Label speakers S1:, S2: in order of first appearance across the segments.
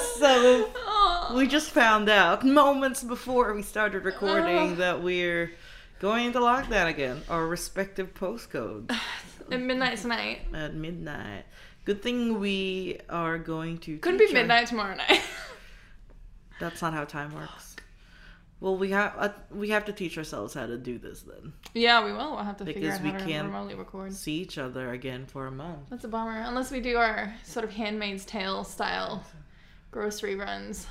S1: so we just found out moments before we started recording that we're going into lockdown again, our respective postcodes
S2: At midnight tonight.
S1: at midnight. Good thing we are going to.
S2: Couldn't
S1: teach
S2: be
S1: our-
S2: midnight tomorrow night.
S1: That's not how time works. Well, we have uh, we have to teach ourselves how to do this then.
S2: yeah, we will. We'll have to figure
S1: Because
S2: out
S1: we
S2: how to
S1: can't-
S2: remotely record.
S1: See each other again for a month.
S2: That's a bummer. Unless we do our sort of Handmaid's Tale style grocery runs.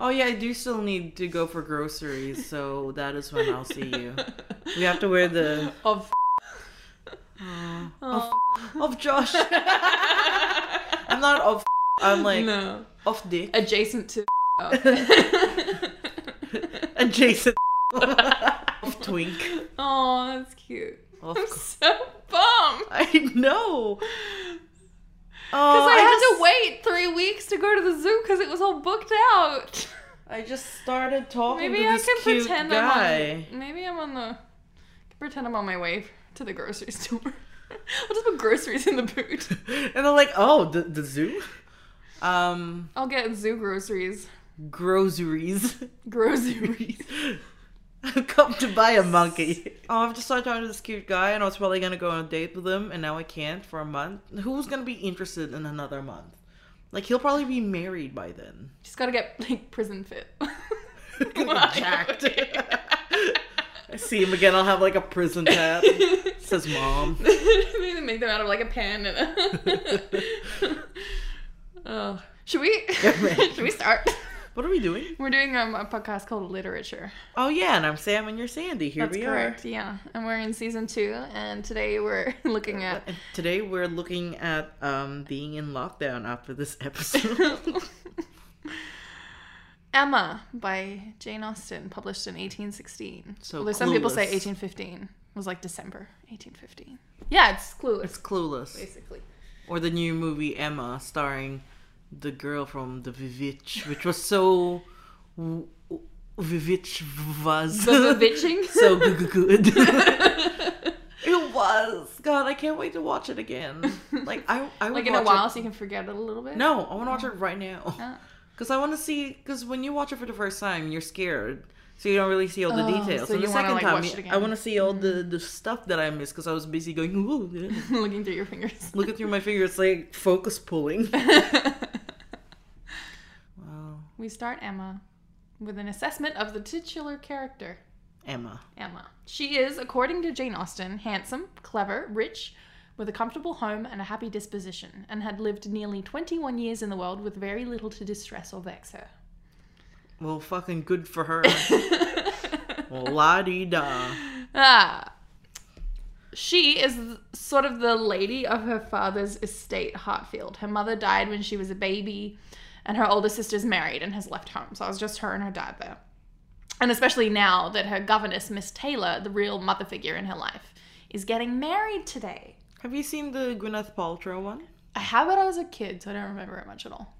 S1: Oh yeah, I do still need to go for groceries, so that is when I'll see you. We have to wear the
S2: Of.
S1: of, of Josh. I'm not of. I'm like
S2: no.
S1: off dick
S2: Adjacent to.
S1: adjacent. of twink.
S2: oh, that's cute.
S1: Of
S2: I'm
S1: c-
S2: so bummed.
S1: I know.
S2: Because
S1: Oh,
S2: I, had
S1: just,
S2: to wait three weeks to go to the zoo because it was all booked out.
S1: I just started talking
S2: Maybe
S1: to
S2: I
S1: Oh, this
S2: can
S1: cute
S2: pretend
S1: guy.
S2: I'm on. Maybe I'm on the. I can pretend I'm on my way to the grocery store. I'll just put groceries in the boot.
S1: and they're like, "Oh, the, the zoo, um,
S2: I'll get zoo groceries.
S1: groceries,
S2: Groceries.
S1: come to buy a monkey." Oh, I've just started talking to this cute guy, and I was probably gonna go on a date with him, and now I can't for a month. Who's gonna be interested in another month? Like he'll probably be married by then.
S2: just gotta get like prison fit.
S1: Jacked. I see him again. I'll have like a prison tab. It says mom.
S2: Maybe make them out of like a pen and a. oh. Should we? should we start?
S1: What are we doing?
S2: We're doing um, a podcast called Literature.
S1: Oh yeah, and I'm Sam, and you're Sandy. Here
S2: That's
S1: we
S2: correct. Yeah, and we're in season two, and today we're looking
S1: are.
S2: at.
S1: And today we're looking at um, being in lockdown after this episode.
S2: Emma by Jane Austen, published in 1816.
S1: So
S2: Although some people say
S1: Clueless.
S2: 1815 It was like December 1815. Yeah, it's clueless,
S1: It's Clueless.
S2: basically.
S1: Or the new movie Emma, starring the girl from The Vivitch, which was so. w- w- Vivitch was.
S2: The bitching.
S1: so g- g- good. it was. God, I can't wait to watch it again. Like, I, I would
S2: like in a
S1: watch
S2: while,
S1: It.
S2: so you can forget it a little bit.
S1: No, I want to watch it right now.
S2: Ah.
S1: Because I want to see. Because when you watch it for the first time, you're scared. So you don't really see all the
S2: Oh,
S1: details.
S2: so
S1: and
S2: you
S1: the
S2: wanna,
S1: second
S2: like,
S1: time,
S2: watch it
S1: you- I
S2: again. Mm.
S1: want to see all the, the stuff that I missed because I was busy going, ooh, yeah.
S2: Looking through your fingers.
S1: looking through my finger, it's like focus pulling. Wow.
S2: we start Emma with an assessment of the titular character.
S1: Emma.
S2: Emma. She is, according to Jane Austen, handsome, clever, rich, with a comfortable home and a happy disposition, and had lived nearly 21 years in the world with very little to distress or vex her.
S1: Well, fucking good for her. well, la dee da.
S2: Ah. She is th- sort of the lady of her father's estate, Hartfield. Her mother died when she was a baby, and her older sister's married and has left home. So it was just her and her dad there. And especially now that her governess, Miss Taylor, the real mother figure in her life, is getting married today.
S1: Have you seen the Gwyneth Paltrow one?
S2: I have it as a kid, so I don't remember it much at all.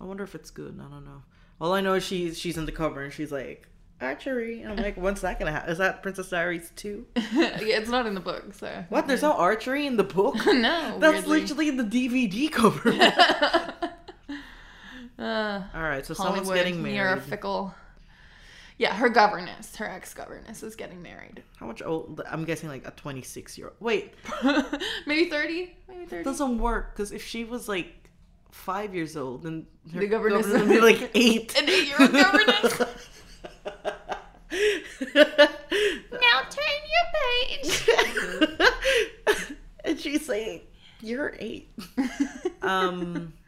S1: I wonder if it's good. I don't know. All I know is she's she's in the cover and she's like archery, and I'm like, when's that gonna happen? Is that Princess Diaries two?
S2: it's not in the book, so.
S1: What? There's no archery in the book.
S2: No.
S1: That's
S2: weirdly.
S1: literally the DVD cover.
S2: Uh,
S1: All right, so someone's
S2: Hollywood,
S1: getting
S2: You're a
S1: married.
S2: fickle. Yeah, her governess, her ex governess, is getting married.
S1: How much old? I'm guessing like a 26 year old. Wait,
S2: maybe 30? Maybe 30.
S1: doesn't work because if she was like five years old, then her
S2: The governess-
S1: would be like eight.
S2: An eight year old governess. now turn your page.
S1: and she's like, "You're eight. Um,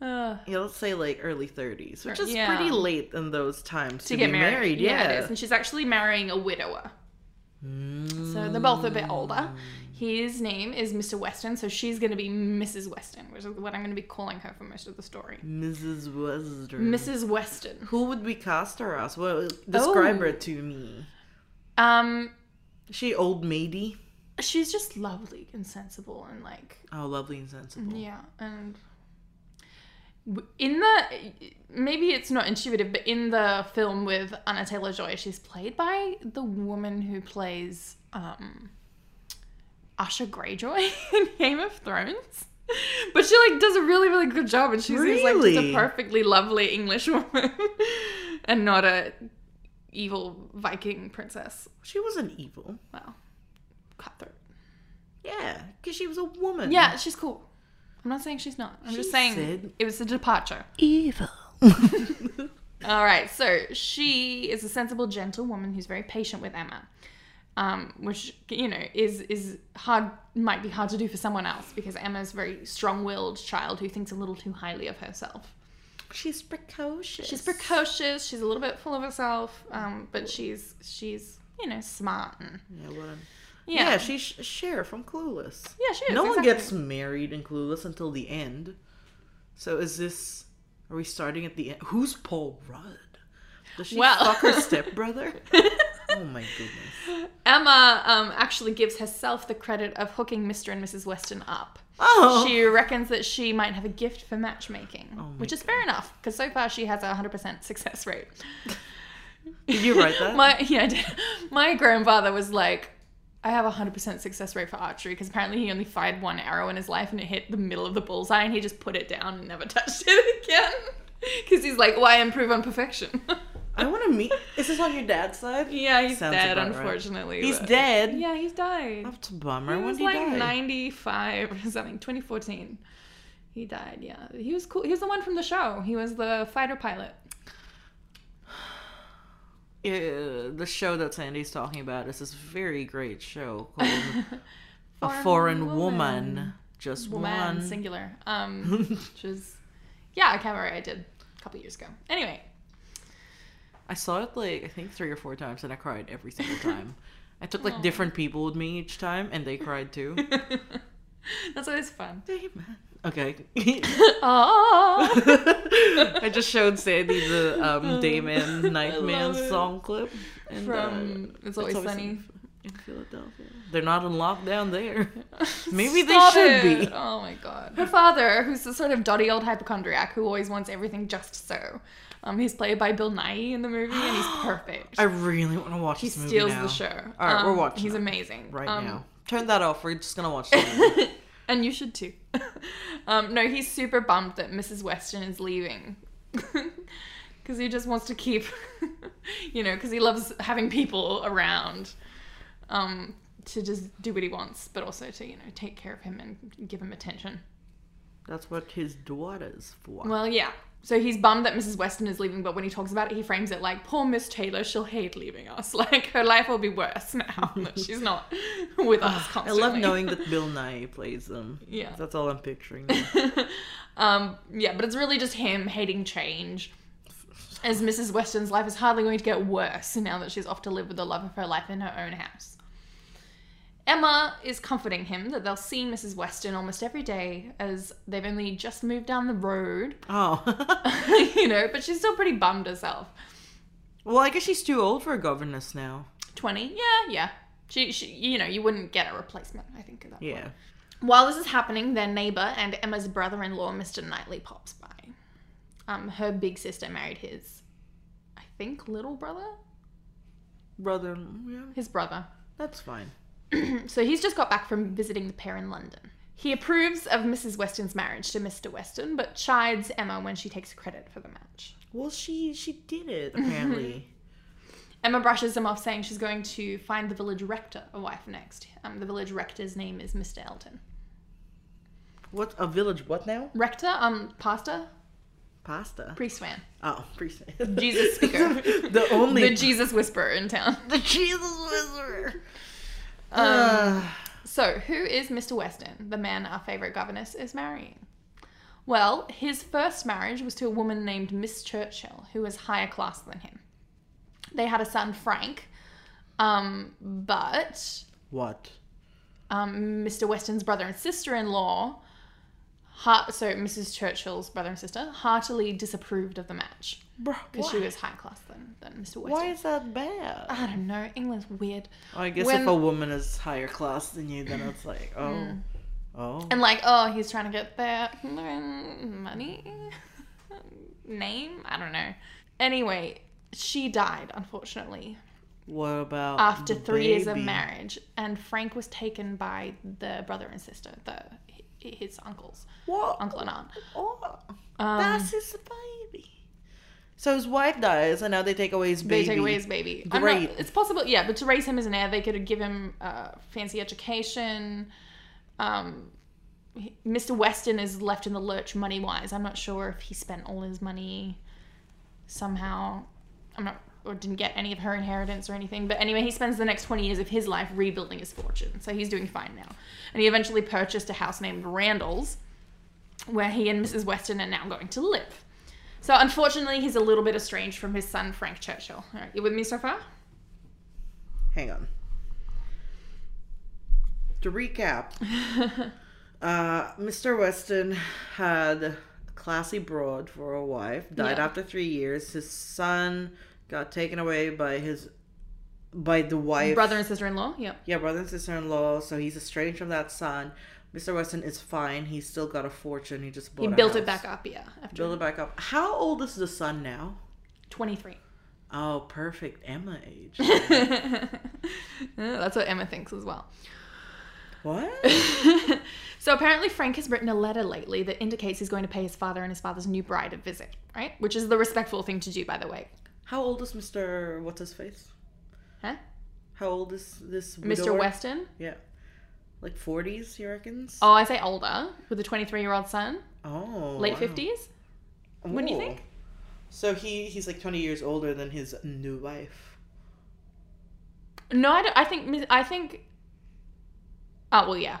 S2: Uh,
S1: yeah, let's say like early 30s, which is
S2: Yeah.
S1: pretty late in those times to,
S2: to get
S1: be
S2: married.
S1: married.
S2: it
S1: yeah,
S2: is. And she's actually marrying a widower.
S1: Mm.
S2: So they're both a bit older. His name is Mr. Weston, so she's going to be Mrs. Weston, which is what I'm going to be calling her for most of the story.
S1: Mrs. Western.
S2: Mrs. Weston.
S1: Who would we cast her as? Well, describe her to me.
S2: Um,
S1: Is she old maidy?
S2: she's just lovely and sensible and like
S1: Oh, lovely and sensible.
S2: yeah, and w- in the maybe it's not intuitive, but in the film with Anna Taylor Joy, she's played by the woman who plays um, Usher Greyjoy in Game of Thrones. But she like does a really really good job, and she seems like just a
S1: Really?
S2: perfectly lovely English woman, and not a evil Viking princess.
S1: She wasn't evil.
S2: Well, cutthroat.
S1: Yeah, because she was a woman.
S2: Yeah, she's cool. I'm not saying she's not. I'm
S1: She
S2: just saying
S1: said-
S2: it was a departure.
S1: Evil.
S2: All right, so she is a sensible, gentle woman who's very patient with Emma, um, which you know is is hard might be hard to do for someone else because Emma's a very strong-willed child who thinks a little too highly of herself.
S1: She's precocious.
S2: She's precocious. She's a little bit full of herself, um, but she's she's you know smart and
S1: Yeah, what a-
S2: yeah
S1: yeah.
S2: yeah she,
S1: she's Cher from Clueless.
S2: is.
S1: no one
S2: exactly.
S1: gets married in Clueless until the end. So is this? Are we starting at the end? Who's Paul Rudd? Does she
S2: Well-
S1: fuck her stepbrother? oh my goodness!
S2: Emma um, actually gives herself the credit of hooking Mr. and Mrs. Weston up.
S1: Oh,
S2: She reckons that she might have a gift for matchmaking,
S1: Oh my
S2: which is fair enough because so far she has a 100% success rate.
S1: did you write that?
S2: My yeah, I did. My grandfather was like, I have a 100% success rate for archery because apparently he only fired one arrow in his life and it hit the middle of the bullseye and he just put it down and never touched it again because he's like, why improve on perfection?
S1: I want to meet. Is this on your dad's side?
S2: yeah, he's
S1: Sounds
S2: dead,
S1: about right.
S2: unfortunately.
S1: He's
S2: but-
S1: dead.
S2: Yeah, he's died.
S1: That's a bummer.
S2: He
S1: when
S2: was
S1: did he
S2: like
S1: die?
S2: 95 or something, 2014. He died, yeah. He was cool. He was the one from the show. He was the fighter pilot.
S1: Yeah, the show that Sandy's talking about is this very great show called A Foreign Woman. Just
S2: Woman,
S1: one.
S2: singular. Um, which is, yeah, a cabaret I did a couple years ago. Anyway,
S1: I saw it like I think three or four times, and I cried every single time. I took like different people with me each time, and they cried too.
S2: that's always fun.
S1: okay.
S2: oh,
S1: I just showed Sandy the um, Damon Nightman
S2: Uh, it.
S1: song clip and,
S2: from
S1: uh,
S2: It's Always Sunny.
S1: in Philadelphia. They're not in lockdown there. Maybe they
S2: Stop
S1: should
S2: it.
S1: be.
S2: Oh my god. Her father, who's the sort of dotty old hypochondriac who always wants everything just so. Um, he's played by Bill Nye in the movie, and he's perfect.
S1: I really want to watch
S2: he
S1: this movie
S2: steals
S1: now.
S2: the show.
S1: All right, we're
S2: Um,
S1: watching
S2: He's
S1: it
S2: amazing
S1: right
S2: Um,
S1: now. Turn that off. We're just gonna watch. the movie.
S2: and you should too. um, no, he's super bummed that Mrs. Weston is leaving. Because he just wants to keep, you know, because he loves having people around um, to just do what he wants, but also to, you know, take care of him and give him attention.
S1: That's what his daughter's for.
S2: Well, yeah. So he's bummed that Mrs. Weston is leaving, but when he talks about it, he frames it like, poor Miss Taylor, she'll hate leaving us. Like, her life will be worse now that she's not with us
S1: I
S2: constantly.
S1: love knowing that Bill Nye plays them.
S2: Yeah.
S1: That's all I'm picturing. now.
S2: Um, yeah, but it's really just him hating change. As Mrs. Weston's life is hardly going to get worse now that she's off to live with the love of her life in her own house. Emma is comforting him that they'll see Mrs. Weston almost every day as they've only just moved down the road,
S1: oh.
S2: you know, but she's still pretty bummed herself.
S1: well, I guess she's too old for a governess now.
S2: 20, yeah, yeah. She, she, you know, you wouldn't get a replacement, I think, at that point.
S1: Yeah.
S2: While this is happening, their neighbor and Emma's brother in law, Mr. Knightley, pops by. Um, her big sister married his, I think, little brother?
S1: Brother, yeah,
S2: His brother. Mm,
S1: that's fine.
S2: So he's just got back from visiting the pair in London. He approves of Mrs. Weston's marriage to Mr. Weston, but chides Emma when she takes credit for the match.
S1: Well, she she did it apparently.
S2: Emma brushes him off, saying she's going to find the village rector a wife next. Um, the village rector's name is Mr. Elton.
S1: what a village? What now?
S2: Rector, um, pastor,
S1: Pasta.
S2: priest man,
S1: Oh, priest.
S2: Jesus speaker.
S1: the only
S2: the Jesus whisperer in town.
S1: the Jesus Uh, whisperer.
S2: Um,
S1: Ugh.
S2: So, who is Mr. Weston, the man our favourite governess is marrying? Well, his first marriage was to a woman named Miss Churchill, who was higher class than him. They had a son, Frank, um, but
S1: what?
S2: um, Mr. Weston's brother and sister in law, heart- so Mrs. Churchill's brother and sister, heartily disapproved of the match
S1: Bro,
S2: because
S1: why?
S2: she was higher class than, than Mr. Weston.
S1: why is that bad?
S2: I don't know. England's weird.
S1: I guess
S2: when- Mm.
S1: if a woman is higher class than you, then it's like, oh, oh.
S2: And like, oh, he's trying to get their money, name. I don't know. Anyway, she died unfortunately
S1: What about
S2: after
S1: the
S2: three years of
S1: baby?
S2: marriage, and Frank was taken by the brother and sister, the his uncles,
S1: What?
S2: uncle and aunt.
S1: Oh,
S2: Um,
S1: that's his baby. So his wife dies, and now they take away his
S2: They
S1: baby.
S2: take away his baby. I'm not-
S1: Great.
S2: it's possible, yeah, but to raise him as an heir, they could give him uh, fancy education. Um, he- Mr. Weston is left in the lurch money wise. I'm not sure if he spent all his money somehow. I'm not, or didn't get any of her inheritance or anything. But anyway, he spends the next 20 years of his life rebuilding his fortune. So he's doing fine now. And he eventually purchased a house named Randall's, where he and Mrs. Weston are now going to live. So unfortunately, he's a little bit estranged from his son Frank Churchill. All right, you with me so far?
S1: Hang on. To recap, uh, Mr. Weston had a classy broad for a wife, died
S2: Yeah.
S1: after three years. His son got taken away by his by the wife.
S2: Brother and sister-in-law. Yep.
S1: Yeah, brother and sister in law, so he's estranged from that son. Mr. Weston is fine. He's still got a fortune. He just bought
S2: He
S1: a
S2: built it
S1: house.
S2: back up. Yeah. After
S1: Build it back up. How old is the son now?
S2: 23.
S1: Oh, perfect Emma age.
S2: Yeah, That's what Emma thinks as well.
S1: what?
S2: so apparently Frank has written a letter lately that indicates he's going to pay his father and his father's new bride a visit, right? Which is the respectful thing to do, by the way.
S1: How old is Mr. What's his face?
S2: Huh?
S1: How old is this
S2: Mr.
S1: widower?
S2: Weston?
S1: Yeah. Like 40s, he reckons?
S2: Oh, I say older, with a 23-year-old son,
S1: Oh,
S2: late
S1: wow.
S2: 50s. Wouldn't you
S1: Ooh.
S2: think?
S1: So he he's like 20 years older than his new wife.
S2: No, I, don't, I think Miss- I think. Oh well, yeah,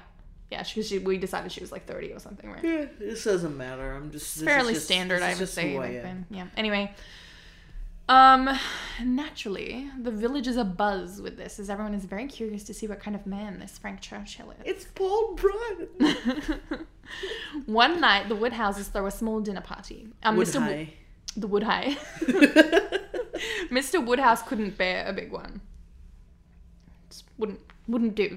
S2: yeah. She, she we decided she was like thirty or something, right?
S1: Yeah, Eh, this doesn't matter. I'm just this is
S2: Fairly
S1: just- this
S2: standard,
S1: is
S2: I would
S1: just who
S2: say.
S1: I
S2: Like
S1: am.
S2: then. Yeah. Anyway, um, naturally, the village is abuzz with this, as everyone is very curious to see what kind of man this Frank Churchill is.
S1: It's Paul Bryan.
S2: One night, the Woodhouses throw a small dinner party. Um,
S1: Would
S2: Mr. Wo-
S1: I?
S2: the Woodhigh. Mr. Woodhouse couldn't bear a big one. Just wouldn't wouldn't do.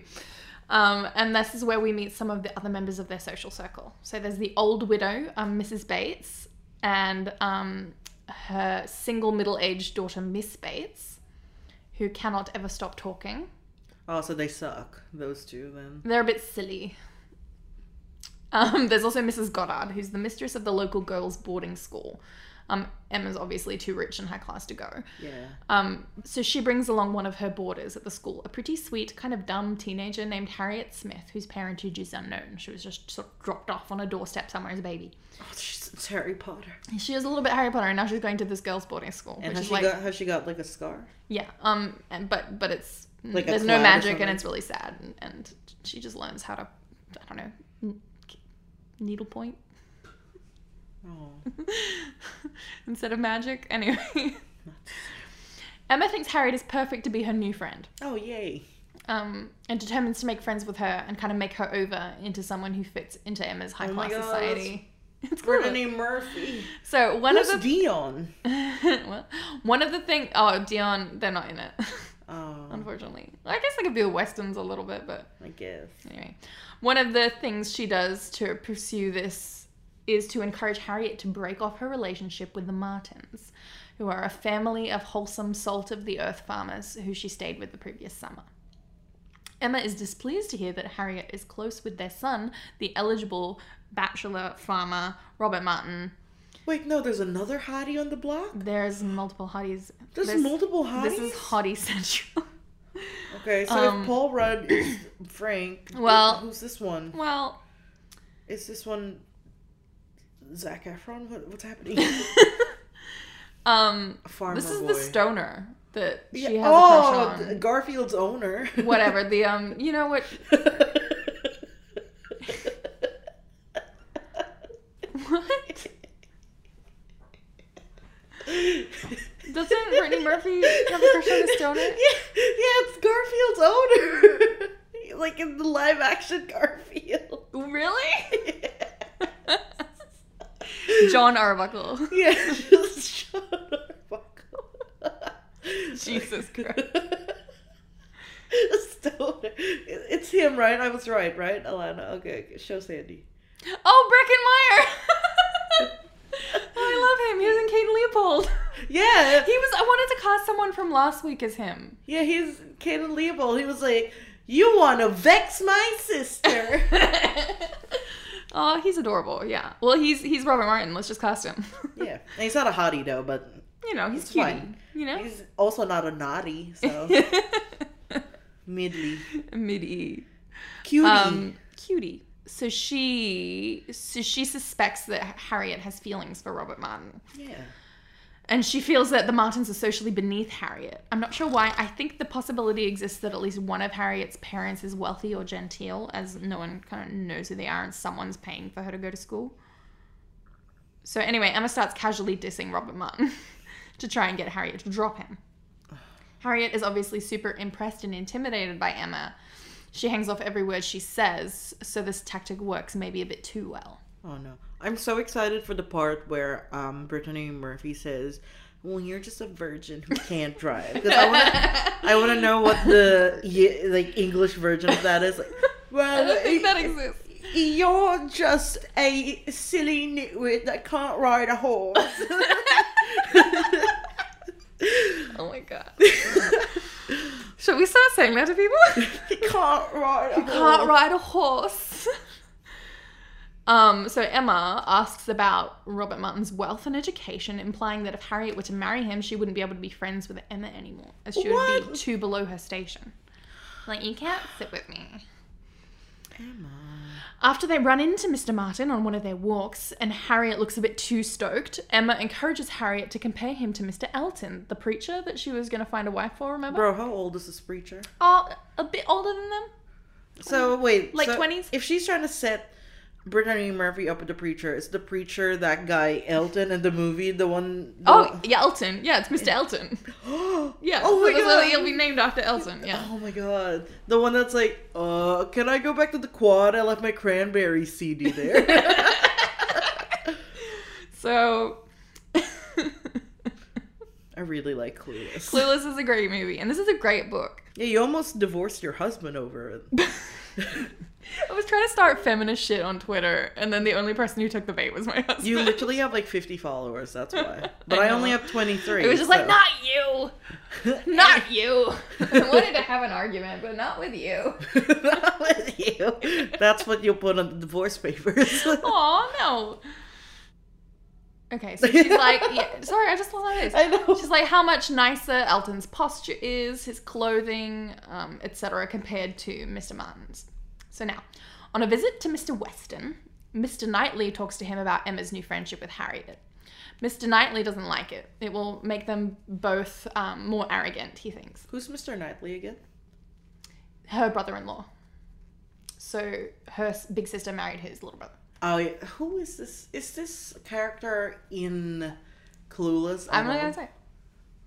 S2: Um, and this is where we meet some of the other members of their social circle. So there's the old widow, um, Mrs. Bates, and um, her single middle-aged daughter, Miss Bates, who cannot ever stop talking.
S1: oh, so they suck. Those two then.
S2: They're a bit silly. Um, there's also Mrs. Goddard, who's the mistress of the local girls' boarding school. Um, Emma's obviously too rich and high class to go.
S1: Yeah.
S2: Um, so she brings along one of her boarders at the school, a pretty sweet, kind of dumb teenager named Harriet Smith, whose parentage is unknown. She was just sort of dropped off on a doorstep somewhere as a baby.
S1: Oh, she's, it's Harry Potter.
S2: She is a little bit Harry Potter, and now she's going to this girls' boarding school,
S1: And
S2: which
S1: has
S2: is
S1: she
S2: like,
S1: got has she got like a scar?
S2: yeah, um, and, but but it's mm,
S1: Like a
S2: there's no
S1: cloud or
S2: magic,
S1: something?
S2: and it's really sad, and, and she just learns how to, I don't know, n- needlepoint
S1: Oh.
S2: instead of magic. Anyway, Emma thinks Harriet is perfect to be her new friend.
S1: Oh yay.
S2: um, and determines to make friends with her and kind of make her over into someone who fits into Emma's high
S1: Oh my
S2: class
S1: God,
S2: society. It's cool.
S1: Brittany Murphy.
S2: So one
S1: Who's
S2: of the
S1: Dion?
S2: well, one of the thing oh Dion they're not in it
S1: Oh,
S2: unfortunately. I guess they could be the Westons a little bit, but
S1: I guess.
S2: anyway, one of the things she does to pursue this is to encourage Harriet to break off her relationship with the Martins, who are a family of wholesome salt of the earth farmers who she stayed with the previous summer. Emma is displeased to hear that Harriet is close with their son, the eligible bachelor farmer Robert Martin.
S1: Wait, no, there's another hottie on the block.
S2: There's multiple hotties.
S1: There's, multiple hotties.
S2: This is hottie central.
S1: okay, so
S2: um,
S1: if Paul Rudd is Frank,
S2: Well-
S1: who's this one?
S2: well,
S1: Is this one Zach Efron? What, what's happening?
S2: um,
S1: A farmer
S2: this is
S1: boy.
S2: the stoner that she
S1: Yeah,
S2: has a
S1: oh,
S2: crush on.
S1: th- Garfield's owner.
S2: whatever the um you know what what doesn't Brittany Murphy have a crush on the stoner?
S1: Yeah, yeah, it's Garfield's owner. like in the live action Garfield.
S2: Really? John Arbuckle.
S1: yeah, just shut up.
S2: Jesus Christ.
S1: A stoner. It- It's him, right? I was right, right, Alana? Okay, okay, show Sandy.
S2: Oh, Breckenmeyer. Oh, I love him. He was in Kate Leopold.
S1: Yeah,
S2: He was. I wanted to cast someone from last week as him.
S1: yeah, he's Caden Leopold. He was like, You want to vex my sister.
S2: Oh, he's adorable. Yeah. Well, he's he's Robert Martin. Let's just cast him.
S1: Yeah. And he's not a hottie though, but
S2: you know, he's
S1: It's
S2: cute.
S1: fine.
S2: You know.
S1: he's also not a naughty, so middly.
S2: Midi.
S1: Cutie.
S2: Um, cutie. So she so she suspects that Harriet has feelings for Robert Martin.
S1: yeah.
S2: And she feels that the Martins are socially beneath Harriet. I'm not sure why. I think the possibility exists that at least one of Harriet's parents is wealthy or genteel, as no one kind of knows who they are, and someone's paying for her to go to school. So, anyway, Emma starts casually dissing Robert Martin to try and get Harriet to drop him. Harriet is obviously super impressed and intimidated by Emma. She hangs off every word she says, so this tactic works maybe a bit too well.
S1: Oh no. I'm so excited for the part where um Brittany Murphy says, "Well, you're just a virgin who can't drive." 'Cause I want to I want to know what the ye- like English version of that is. Like,
S2: I
S1: well,
S2: don't think that
S1: y-
S2: exists.
S1: You're just a silly nitwit that can't ride a horse.
S2: Oh my god. Should we start saying that to people?
S1: you can't ride a horse.
S2: Can't ride a horse. um, so Emma asks about Robert Martin's wealth and education, implying that if Harriet were to marry him, she wouldn't be able to be friends with Emma anymore, as she would
S1: What?
S2: be too below her station. Like, you can't sit with me.
S1: Emma.
S2: After they run into Mr. Martin on one of their walks and Harriet looks a bit too stoked, Emma encourages Harriet to compare him to Mr. Elton, the preacher that she was going to find a wife for, remember?
S1: Bro, how old is this preacher?
S2: Oh, a bit older than them?
S1: So wait,
S2: Oh, Like
S1: so
S2: 20s?
S1: If she's trying to set Brittany Murphy up with the preacher, it's the preacher that guy Elton in the movie, the one. the
S2: Oh, yeah, Elton. Yeah, it's Mr. Elton.
S1: one-
S2: Yeah.
S1: Oh my
S2: so that's-
S1: god.
S2: He'll be named after Elton. Yeah.
S1: Oh my god. The one that's like, uh, can I go back to the quad? I left my cranberry CD there.
S2: so.
S1: I really like Clueless.
S2: Clueless is a great movie, and this is a great book.
S1: Yeah, you almost divorced your husband over it.
S2: I was trying to start feminist shit on Twitter, and then the only person who took the bait was my husband.
S1: You literally have like 50 followers, that's why. But
S2: I
S1: I,
S2: know.
S1: only have 23.
S2: It was just
S1: so-
S2: like, not you, not you. I wanted to have an argument, but not with you.
S1: Not with you. That's what you'll put on the divorce papers.
S2: Oh no. Okay, so she's like, yeah, sorry, I just lost my place.
S1: I know.
S2: She's like, how much nicer Elton's posture is, his clothing, um, etc., compared to Mr. Martin's. So now, on a visit to Mr. Weston, Mr. Knightley talks to him about Emma's new friendship with Harriet. Mr. Knightley doesn't like it. It will make them both um, more arrogant, he thinks.
S1: Who's Mr. Knightley again?
S2: Her brother in law. So her s- big sister married his little brother.
S1: Oh, yeah. who is this? Is this character in Clueless? Oh I
S2: I'm not
S1: don't-
S2: gonna say.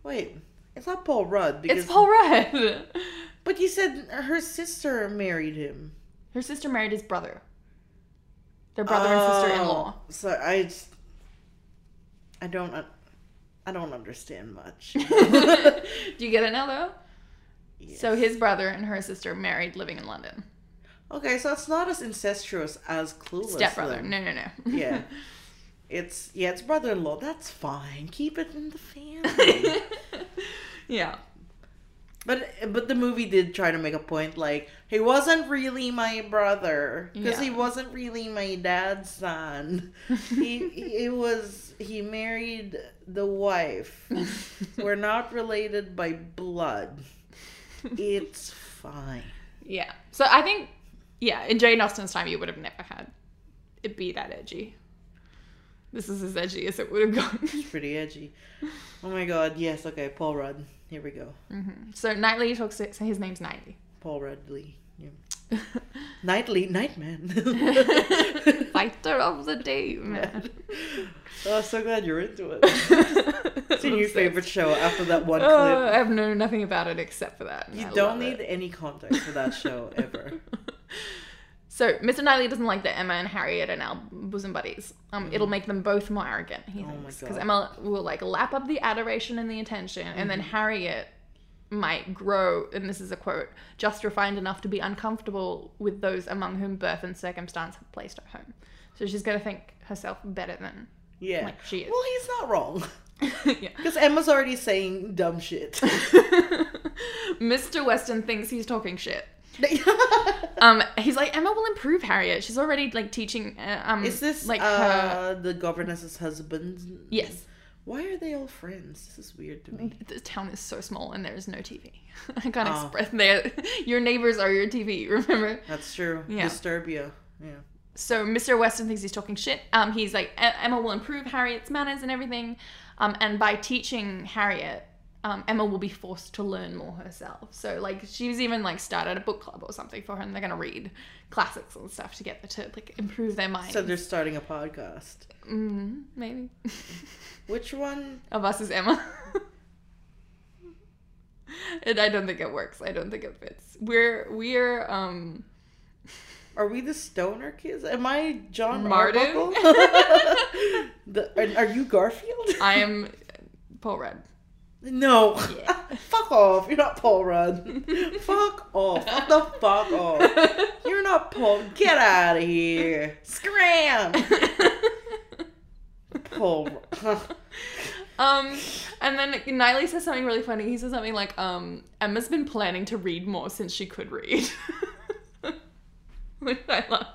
S1: Wait, it's not Paul Rudd. Because,
S2: It's Paul Rudd!
S1: But you said her sister married him.
S2: her sister married his brother. Their brother and sister in law.
S1: Oh, So I, just- I don't, un- I don't understand much.
S2: Do you get it now though? So
S1: Yes.
S2: his brother and her sister married living in London.
S1: okay, so it's not as incestuous as Clueless.
S2: Stepbrother.
S1: then.
S2: No, no, no.
S1: Yeah. It's yeah, it's brother-in-law. That's fine. Keep it in the family.
S2: yeah.
S1: but but the movie did try to make a point like he wasn't really my brother because he
S2: Yeah.
S1: wasn't really my dad's son. he he- it was he married the wife. We're not related by blood. It's fine.
S2: yeah. So I think, yeah, in Jane Austen's time, you would have never had it be that edgy. This is as edgy as it would have gone.
S1: It's pretty edgy. Oh my god. Yes. Okay. Paul Rudd. Here we go.
S2: so Knightley talks to, so his name's Knightley.
S1: Paul Rudley. Yeah. Nightly Nightman.
S2: Fighter of the day, man.
S1: oh, so glad you're into it. It's your new favorite show after that one
S2: Oh,
S1: clip.
S2: I've known nothing about it except for that. and I
S1: You
S2: love
S1: don't
S2: it.
S1: need any context for that show ever.
S2: So Mr. Knightley doesn't like that Emma and Harriet are now bosom buddies. Um, it'll make them both more arrogant, he
S1: Mm. Oh my
S2: thinks, because
S1: God.
S2: Emma will like lap up the adoration and the attention, and
S1: Mm-hmm.
S2: then Harriet might grow. And this is a quote: "Just refined enough to be uncomfortable with those among whom birth and circumstance have placed her home." So she's gonna think herself better than
S1: Yeah.
S2: like she is.
S1: Well, he's not wrong.
S2: yeah.
S1: Because Emma's already saying dumb shit.
S2: Mr. Weston thinks he's talking shit. Um, he's like Emma will improve Harriet. She's already like teaching. Uh, um,
S1: Is this
S2: like
S1: like
S2: her?
S1: uh, the governess's husband?
S2: Yes.
S1: Why are they all friends? This is weird to me.
S2: The town is so small and there is no TV. I can't
S1: Oh.
S2: express there. Your neighbors are your TV. Remember?
S1: That's true.
S2: Yeah.
S1: Disturbia. Yeah.
S2: So Mr. Weston thinks he's talking shit. Um, he's like "E- Emma will improve Harriet's manners and everything. Um, and by teaching Harriet, um, Emma will be forced to learn more herself. So like she's even like started a book club or something for her, and they're gonna read classics and stuff to get them to like improve their mind.
S1: So they're starting a podcast.
S2: mm, maybe
S1: Which one?
S2: of us is Emma. and I don't think it works. I don't think it fits. We're we're um.
S1: Are we the stoner kids? Am I John
S2: Mardu?
S1: Martin? the, are, are you Garfield?
S2: I am Paul Rudd.
S1: No.
S2: Yeah.
S1: fuck off. You're not Paul Rudd. fuck off. What the fuck off. You're not Paul. Get out of here. Scram. Paul. Ru-
S2: Um, and then Niley says something really funny. He says something like, um, Emma's been planning to read more since she could read. Which I love.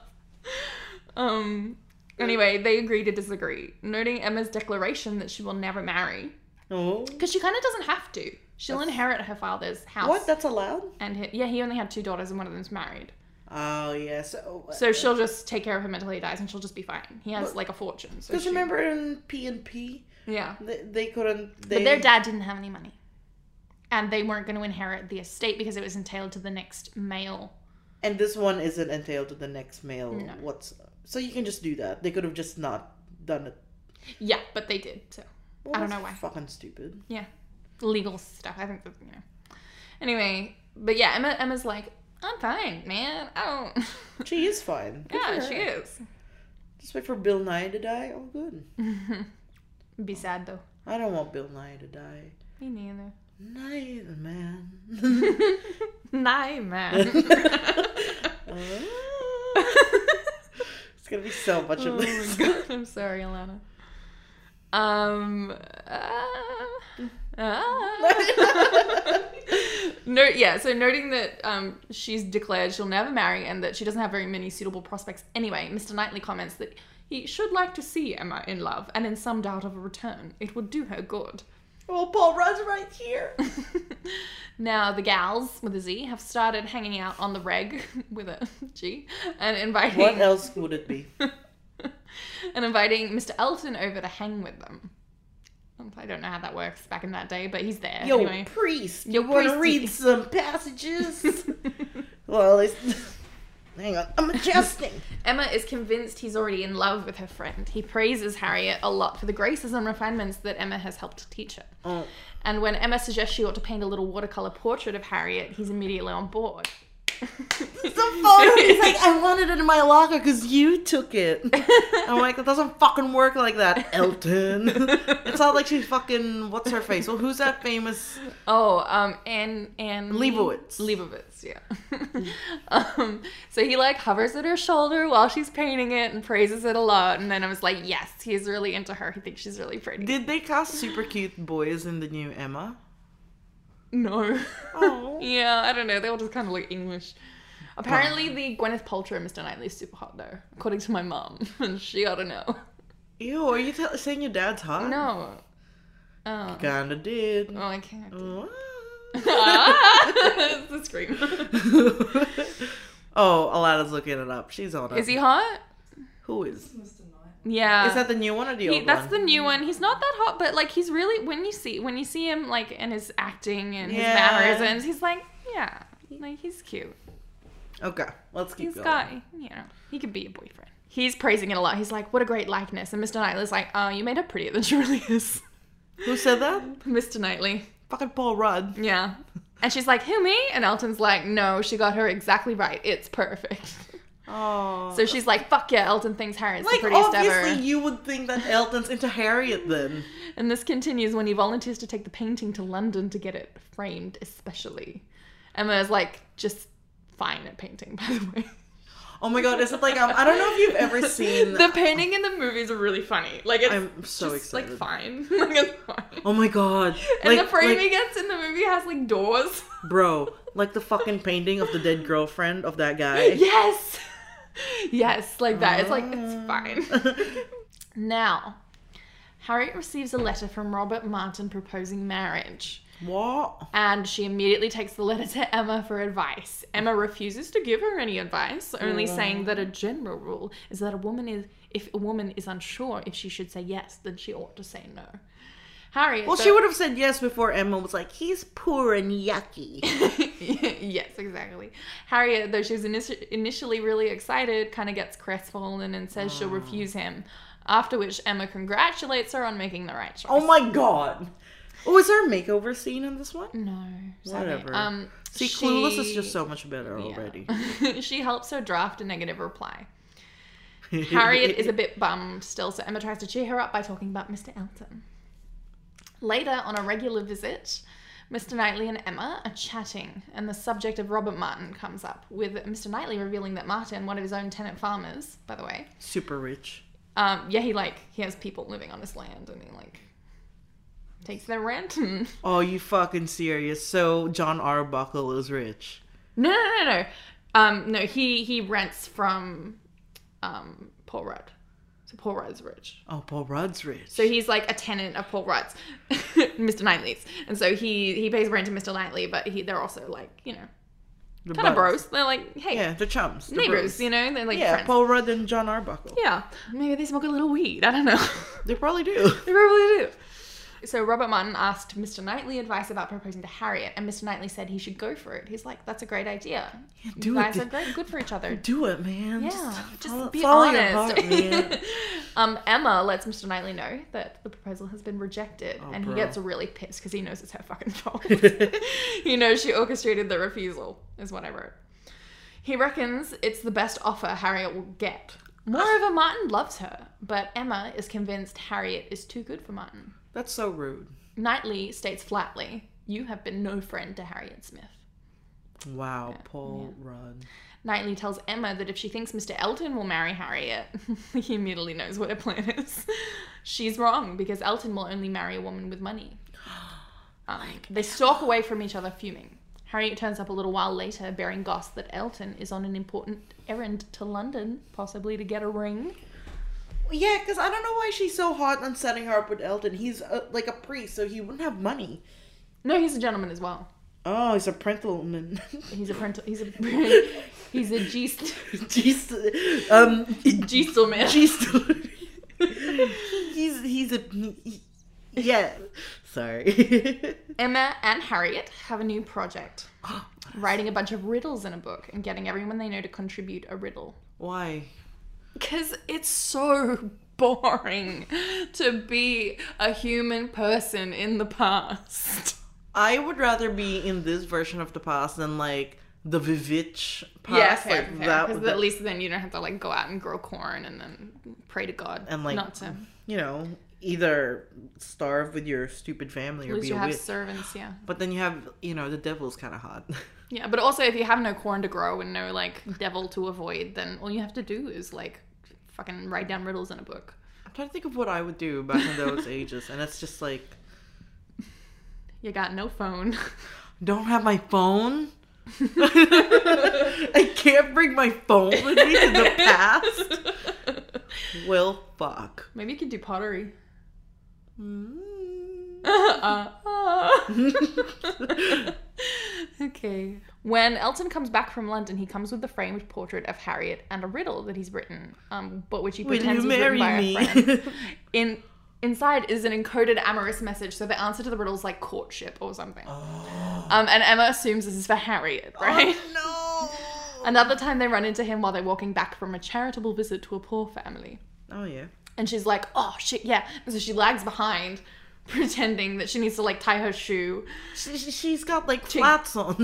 S2: Um, anyway, they agree to disagree, noting Emma's declaration that she will never marry.
S1: oh.
S2: Because she kind of doesn't have to. She'll
S1: That's-
S2: inherit her father's house.
S1: What? That's allowed?
S2: And he, yeah, he only had two daughters and one of them's married.
S1: Oh, yeah. So,
S2: So she'll just take care of him until he dies and she'll just be fine. He has
S1: Well,
S2: like a fortune. So
S1: Because
S2: she-
S1: remember in P&P,
S2: Yeah.
S1: they, they couldn't. They,
S2: But their dad didn't have any money. And they weren't going to inherit the estate because it was entailed to the next male.
S1: And this one isn't entailed to the next male.
S2: No.
S1: What's so you can just do that. They could have just not done it.
S2: Yeah, but they did. So
S1: Well,
S2: I don't
S1: that's
S2: know why.
S1: Fucking stupid.
S2: legal stuff. I think that, you know. Anyway, but yeah, Emma, Emma's like, I'm fine, man. I don't.
S1: She is fine. Good
S2: yeah,
S1: for
S2: she
S1: her.
S2: is.
S1: Just wait for Bill Nye to die. Oh, good.
S2: Be sad though.
S1: I don't want Bill Nye to die.
S2: Me neither.
S1: Nye the man.
S2: Nah, man.
S1: it's gonna be so much
S2: oh
S1: of
S2: my
S1: this.
S2: god, I'm sorry, Alana. Um. uh, uh. no, yeah. So noting that um, she's declared she'll never marry and that she doesn't have very many suitable prospects anyway, Mr. Knightley comments that he should like to see Emma in love and in some doubt of a return. It would do her good.
S1: Well, Paul Rudd's right here.
S2: now the gals with a Z have started hanging out on the reg with a G and inviting
S1: What else would it be?
S2: and inviting Mr. Elton over to hang with them. I don't know how that works back in that day, but he's there
S1: Yo,
S2: anyway.
S1: priest.
S2: Yo,
S1: you want to
S2: priesty.
S1: read some passages? well, it's... hang on. I'm adjusting.
S2: Emma is convinced he's already in love with her friend. He praises Harriet a lot for the graces and refinements that Emma has helped teach her.
S1: oh.
S2: And when Emma suggests she ought to paint a little watercolor portrait of Harriet, he's immediately on board.
S1: the phone. He's like, I wanted it in my locker because you took it. I'm like, that doesn't fucking work like that, Elton. it's not like she's fucking what's her face. Well, who's that famous?
S2: Oh, um, and and
S1: Leibowitz.
S2: Leibowitz, yeah. um, so he like hovers at her shoulder while she's painting it and praises it a lot. And then I was like, yes, he's really into her. He thinks she's really pretty.
S1: Did they cast super cute boys in the new Emma?
S2: no.
S1: Oh.
S2: yeah, I don't know. They all just kind of look English. Apparently, the Gwyneth Paltrow and Mr. Knightley is super hot though, according to my mum, and she ought to know.
S1: Ew, are you tell saying your dad's hot?
S2: No. Oh.
S1: Kinda did.
S2: Oh, I can't.
S1: Mm. oh,
S2: Ah! the scream.
S1: Oh, Alana's looking it up. She's on it.
S2: Is he hot?
S1: Who is?
S2: Yeah.
S1: Is that the new one or the
S2: He-
S1: old
S2: that's
S1: one?
S2: the new one. He's not that hot, but like he's really when you see when you see him like in his acting and his
S1: Yeah.
S2: mannerisms, he's like yeah, like he's cute.
S1: Okay, let's keep
S2: He's
S1: going.
S2: got you know he could be a boyfriend. He's praising it a lot. He's like, what a great likeness. And Mr. Knightley's like, oh, you made her prettier than she really is.
S1: Who said that?
S2: Mr. Knightley.
S1: Fucking Paul Rudd.
S2: Yeah. And she's like, who me? And Elton's like, no, she got her exactly right. It's perfect.
S1: Oh.
S2: So she's like, fuck yeah, Elton thinks Harriet's
S1: Like
S2: the prettiest
S1: obviously,
S2: ever.
S1: you would think that Elton's into Harriet then.
S2: And this continues when he volunteers to take the painting to London to get it framed, especially. Emma's like, just fine at painting, by the way.
S1: Oh my god, is it like um, I don't know if you've ever seen.
S2: the painting in the movies are really funny. Like it's
S1: I'm so
S2: just,
S1: excited.
S2: like fine. like it's fine.
S1: oh my god,
S2: and
S1: like,
S2: the frame
S1: like,
S2: he gets in the movie has like doors.
S1: bro, Like the fucking painting of the dead girlfriend of that guy.
S2: Yes. yes, like that. It's like, it's
S1: Ah.
S2: fine. now, Harriet receives a letter from Robert Martin proposing marriage.
S1: what?
S2: And she immediately takes the letter to Emma for advice. Emma refuses to give her any advice, only saying that a general rule is that a woman is if a woman is unsure if she should say yes, then she ought to say no. Harriet
S1: Well, she would have said yes before Emma was like, he's poor and yucky.
S2: yes, exactly. Harriet, though she was initi- initially really excited, kind of gets crestfallen and says she'll
S1: Mm.
S2: refuse him. After which Emma congratulates her on making the right choice.
S1: oh my god. Oh, is there a makeover scene in this one?
S2: no, sorry.
S1: Whatever.
S2: Um,
S1: See, Clueless is just so much better already.
S2: already. she helps her draft a negative reply. Harriet is a bit bummed still, so Emma tries to cheer her up by talking about Mr. Elton. Later, on a regular visit, Mr. Knightley and Emma are chatting, and the subject of Robert Martin comes up, with Mr. Knightley revealing that Martin, one of his own tenant farmers, by the way,
S1: super rich.
S2: um, yeah, he like he has people living on his land, and he like takes their rent. And...
S1: Oh, you fucking serious? So John Arbuckle is rich.
S2: No, no, no, no, no. Um, no, he he rents from um, Paul Rudd, so Paul Rudd's rich.
S1: Oh, Paul Rudd's rich.
S2: So he's like a tenant of Paul Rudd's, Mr. Knightley's, and so he he pays rent to Mr. Knightley, but he they're also like you know
S1: The
S2: kind of
S1: buds.
S2: bros. They're like hey
S1: Yeah, they're chums. they're
S2: neighbors,
S1: bros.
S2: you know they're like
S1: Yeah,
S2: friends.
S1: Paul Rudd and John Arbuckle.
S2: yeah, maybe they smoke a little weed. I don't know.
S1: They probably do.
S2: they probably do. So Robert Martin asked Mr. Knightley advice about proposing to Harriet, and Mr. Knightley said he should go for it. He's like, that's a great idea.
S1: do
S2: you
S1: it,
S2: guys
S1: do-
S2: are great, good for each other.
S1: Do it, man.
S2: Yeah, just
S1: follow-
S2: be
S1: follow your
S2: honest.
S1: heart, man.
S2: um, Emma lets Mr. Knightley know that the proposal has been rejected,
S1: Oh,
S2: and
S1: bro.
S2: he gets really pissed because he knows it's her fucking fault. you know, she orchestrated the refusal, is what I wrote. He reckons it's the best offer Harriet will get. Moreover, Martin loves her, but Emma is convinced Harriet is too good for Martin.
S1: That's so rude.
S2: Knightley states flatly, "You have been no friend to Harriet Smith."
S1: Wow, Paul Rudd.
S2: Knightley tells Emma that if she thinks Mr. Elton will marry Harriet, he immediately knows what her plan is. She's wrong because Elton will only marry a woman with money. Um, they stalk away from each other, fuming. Harriet turns up a little while later, bearing goss that Elton is on an important errand to London, possibly to get a ring.
S1: Yeah, because I don't know why she's so hot on setting her up with Elton. He's uh like a priest, so he wouldn't have money.
S2: No, he's a gentleman as well.
S1: Oh, he's a gentleman.
S2: He's a parental. He's a he's a geest
S1: Jeez, um,
S2: geestelman.
S1: jeez. he's he's a he- yeah. Sorry.
S2: Emma and Harriet have a new project. writing a bunch of riddles in a book and getting everyone they know to contribute a riddle.
S1: why?
S2: Because it's so boring to be a human person in the past.
S1: I would rather be in this version of the past than like the Vivitch past.
S2: Yes, yeah, fair,
S1: like,
S2: fair,
S1: that-
S2: 'cause
S1: that-
S2: at least then you don't have to like go out and grow corn and then pray to God
S1: And, like,
S2: not to
S1: you know, either starve with your stupid family
S2: at
S1: or
S2: least
S1: be
S2: you
S1: a
S2: have
S1: witch.
S2: servants, yeah,
S1: But then you have, you know, the devil's kind of hot.
S2: yeah. But also, if you have no corn to grow and no like devil to avoid, then all you have to do is like fucking write down riddles in a book.
S1: I'm trying to think of what I would do back in those ages, and it's just like,
S2: You got no phone.
S1: don't have my phone. I can't bring my phone with me to the past. Well, fuck.
S2: Maybe you could do pottery.
S1: Mm.
S2: Uh, uh. okay. When Elton comes back from London, he comes with the framed portrait of Harriet and a riddle that he's written, um, but which he
S1: Will you
S2: pretends was
S1: marry
S2: written by
S1: me?
S2: a friend. In inside is an encoded amorous message, so the answer to the riddle is like courtship or something. Um, and Emma assumes this is for Harriet, right?
S1: Oh,
S2: Another time, they run into him while they're walking back from a charitable visit to a poor family.
S1: no. Oh, yeah.
S2: And she's like, oh shit, yeah. And so she lags behind, pretending that she needs to like tie her shoe
S1: She, she- she's got like flats on.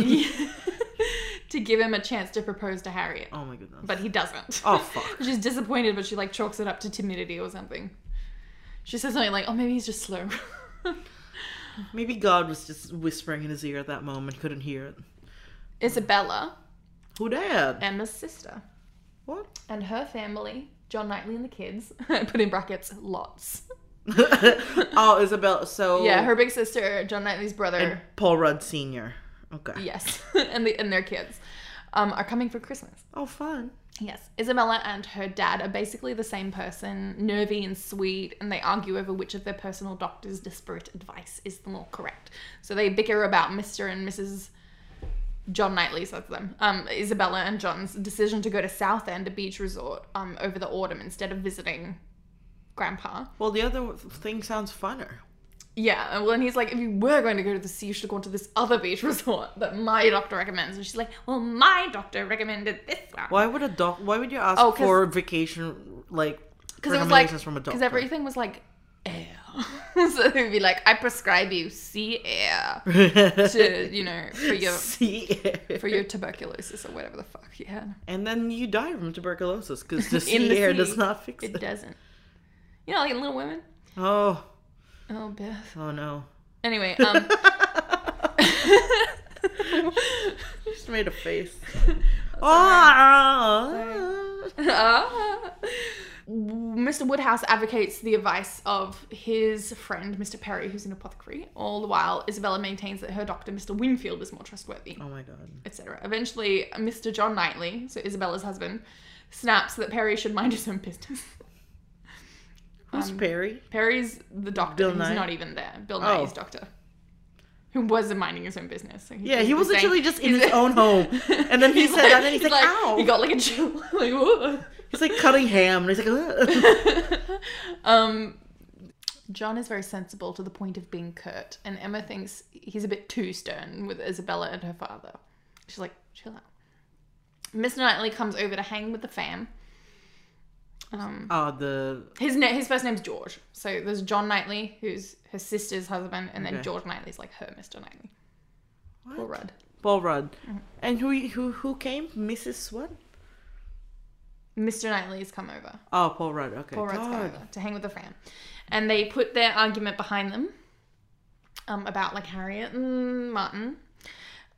S2: to give him a chance to propose to Harriet.
S1: Oh, my goodness.
S2: But he doesn't.
S1: Oh, fuck.
S2: She's disappointed, but she like chalks it up to timidity or something. She says something like, oh, maybe he's just slow.
S1: Maybe God was just whispering in his ear at that moment, couldn't hear it.
S2: Isabella,
S1: Who dad?
S2: Emma's sister,
S1: What?
S2: and her family, John Knightley and the kids, put in brackets, lots.
S1: oh, Isabel. So Oh.
S2: Yeah, her big sister, John Knightley's brother.
S1: Paul Rudd Senior. Okay.
S2: Yes, and the and their kids um, are coming for Christmas.
S1: Oh, fun.
S2: Yes, Isabella and her dad are basically the same person, nervy and sweet, and they argue over which of their personal doctor's disparate advice is the more correct. So they bicker about Mr. and Mrs. John Knightley, so that's them, um, Isabella and John's decision to go to Southend, a beach resort, um, over the autumn instead of visiting Grandpa.
S1: Well, the other thing sounds funner.
S2: Yeah, well, and he's like, if you were going to go to the sea, you should have gone to this other beach resort that my doctor recommends. And she's like, well, my doctor recommended this one.
S1: Why would a doc? Why would you ask
S2: Oh, 'cause-
S1: for vacation like
S2: because it was like
S1: recommendations from a
S2: because
S1: doctor?
S2: everything was like air. so they'd be like, I prescribe you sea air to you know for your
S1: See it.
S2: for your tuberculosis or whatever the fuck you had.
S1: and then you die from tuberculosis because the
S2: In
S1: sea
S2: the
S1: air
S2: sea.
S1: does not fix
S2: It
S1: it.
S2: doesn't. You know, like in Little Women.
S1: Oh,
S2: Oh, Beth.
S1: oh no.
S2: Anyway, um,
S1: Just made a face. Oh,
S2: Ah. Mr. Woodhouse advocates the advice of his friend, Mr. Perry, who's an apothecary. All the while, Isabella maintains that her doctor, Mr. Winfield, is more trustworthy.
S1: oh my god.
S2: etc. Eventually, Mr. John Knightley, so Isabella's husband, snaps that Perry should mind his own business. Um,
S1: Who's Perry?
S2: Perry's the doctor.
S1: Bill
S2: who's
S1: Knight?
S2: not even there. Bill
S1: Oh.
S2: Knight's doctor. Who was minding his own business. So
S1: Yeah, he was
S2: saying-
S1: literally just in
S2: he's-
S1: his own home. And then he said that, and he's like, "Ow."
S2: He got like a chill. like, "Whoa."
S1: He's like cutting ham, and he's like, "Ugh."
S2: um, John is very sensible to the point of being curt, and Emma thinks he's a bit too stern with Isabella and her father. She's like, chill out. Miss Knightley comes over to hang with the fam. Um,
S1: oh, the
S2: his na- his first name's George, so there's John Knightley, who's her sister's husband, and then
S1: Okay.
S2: George Knightley's like her Mr. Knightley.
S1: What?
S2: Paul Rudd.
S1: Paul Rudd.
S2: Mm-hmm.
S1: And who who who came? Mrs. What?
S2: Mr. Knightley's come over.
S1: Oh, Paul Rudd. Okay.
S2: Paul Rudd's come
S1: God.
S2: over to hang with the fam, and they put their argument behind them um, about like Harriet and Martin,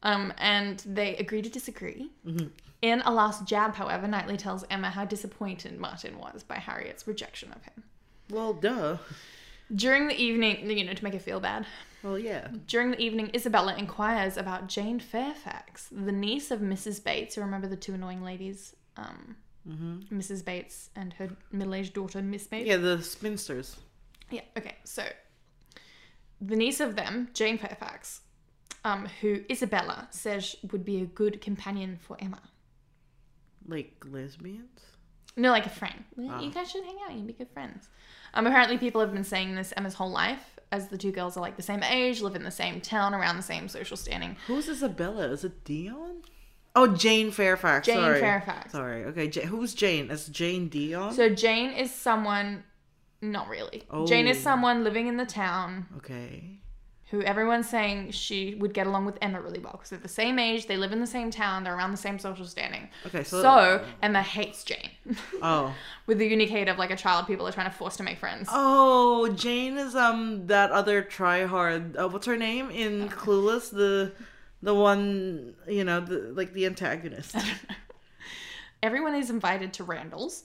S2: um, and they agree to disagree. In a last jab, however, Knightley tells Emma how disappointed Martin was by Harriet's rejection of him.
S1: Well, duh.
S2: During the evening, you know, to make her feel bad,
S1: Well, yeah.
S2: During the evening, Isabella inquires about Jane Fairfax, the niece of Mrs. Bates. You remember the two annoying ladies, um, Mrs. Bates and her middle-aged daughter, Miss Bates.
S1: Yeah, the spinsters.
S2: Yeah, Okay. So the niece of them, Jane Fairfax, um, who Isabella says would be a good companion for Emma.
S1: Like lesbians?
S2: No, like a friend. You guys should hang out. You'd be good friends. Um, apparently, people have been saying this Emma's whole life, as the two girls are like the same age, live in the same town, around the same social standing.
S1: Who's Isabella? Is it Dion? Oh, Jane Fairfax.
S2: Jane
S1: Sorry.
S2: Fairfax.
S1: Sorry. Okay. Ja- who's Jane? Is Jane Dion?
S2: So Jane is someone, not really. Jane is
S1: Oh.
S2: someone living in the town
S1: okay.
S2: who everyone's saying she would get along with Emma really well because they're the same age, they live in the same town, they're around the same social standing.
S1: Okay. So.
S2: So, Emma hates Jane
S1: oh.
S2: with the unique hate of like a child people are trying to force to make friends.
S1: Oh, Jane is um that other tryhard. Uh, what's her name in Clueless? The the one you know, the like the antagonist.
S2: Everyone is invited to Randall's,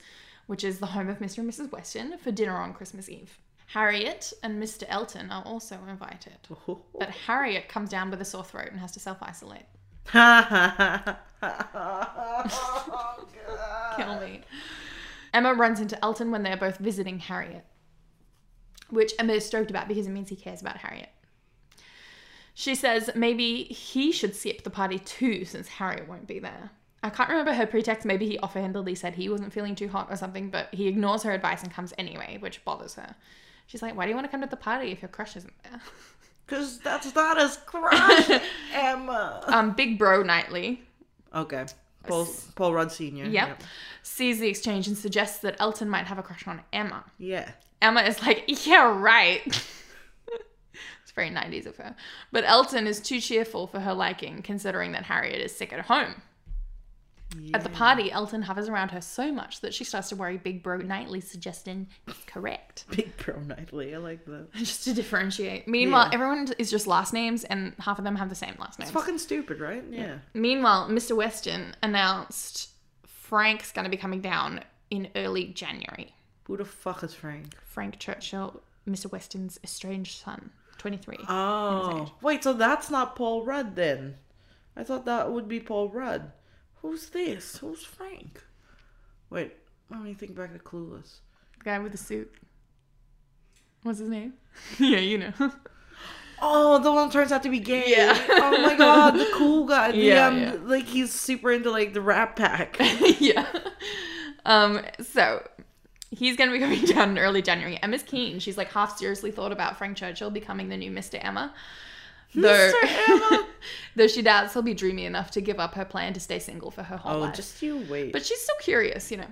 S2: which is the home of Mr. and Mrs. Weston, for dinner on Christmas Eve. Harriet and Mr. Elton are also invited.
S1: Oh.
S2: But Harriet comes down with a sore throat and has to self isolate. Kill me. Emma runs into Elton when they're both visiting Harriet, which Emma is stoked about because it means he cares about Harriet. She says maybe he should skip the party too since Harriet won't be there. I can't remember her pretext. Maybe he offhandedly said he wasn't feeling too hot or something, but he ignores her advice and comes anyway, which bothers her. She's like, Why do you want to come to the party if your crush isn't there?
S1: Cause that's not his crush, Emma.
S2: um, Big Bro Knightley,
S1: Okay. Paul, Paul Rudd Senior.
S2: yep, sees the exchange and suggests that Elton might have a crush on Emma.
S1: Yeah.
S2: Emma is like, yeah, right. it's very 90s of her. But Elton is too cheerful for her liking, considering that Harriet is sick at home. At the party, Elton hovers around her so much that she starts to worry Big Bro Knightley's suggestion is correct.
S1: Big Pro Knightley. I like that.
S2: just to differentiate. Meanwhile,
S1: Yeah.
S2: everyone is just last names, and half of them have the same last names.
S1: It's fucking stupid, right? Yeah.
S2: Meanwhile, Mr. Weston announced Frank's going to be coming down in early January.
S1: Who the fuck is Frank?
S2: Frank Churchill, Mr. Weston's estranged son, 23.
S1: Oh, wait. So that's not Paul Rudd then. I thought that would be Paul Rudd. Who's this? Who's Frank? Wait, let me think back to Clueless.
S2: The guy with the suit. What's his name? yeah, you know.
S1: Oh, the one turns out to be gay.
S2: Yeah.
S1: oh my god, the cool guy. The,
S2: Yeah,
S1: um,
S2: yeah.
S1: Like he's super into like the Rat Pack.
S2: yeah. Um, so he's going to be going down in early January. Emma's keen. She's like half seriously thought about Frank Churchill becoming the new Mr. Emma. Though,
S1: Mr. Emma.
S2: though she doubts he'll be dreamy enough to give up her plan to stay single for her whole
S1: Oh,
S2: life.
S1: just you wait.
S2: But she's still curious, you know.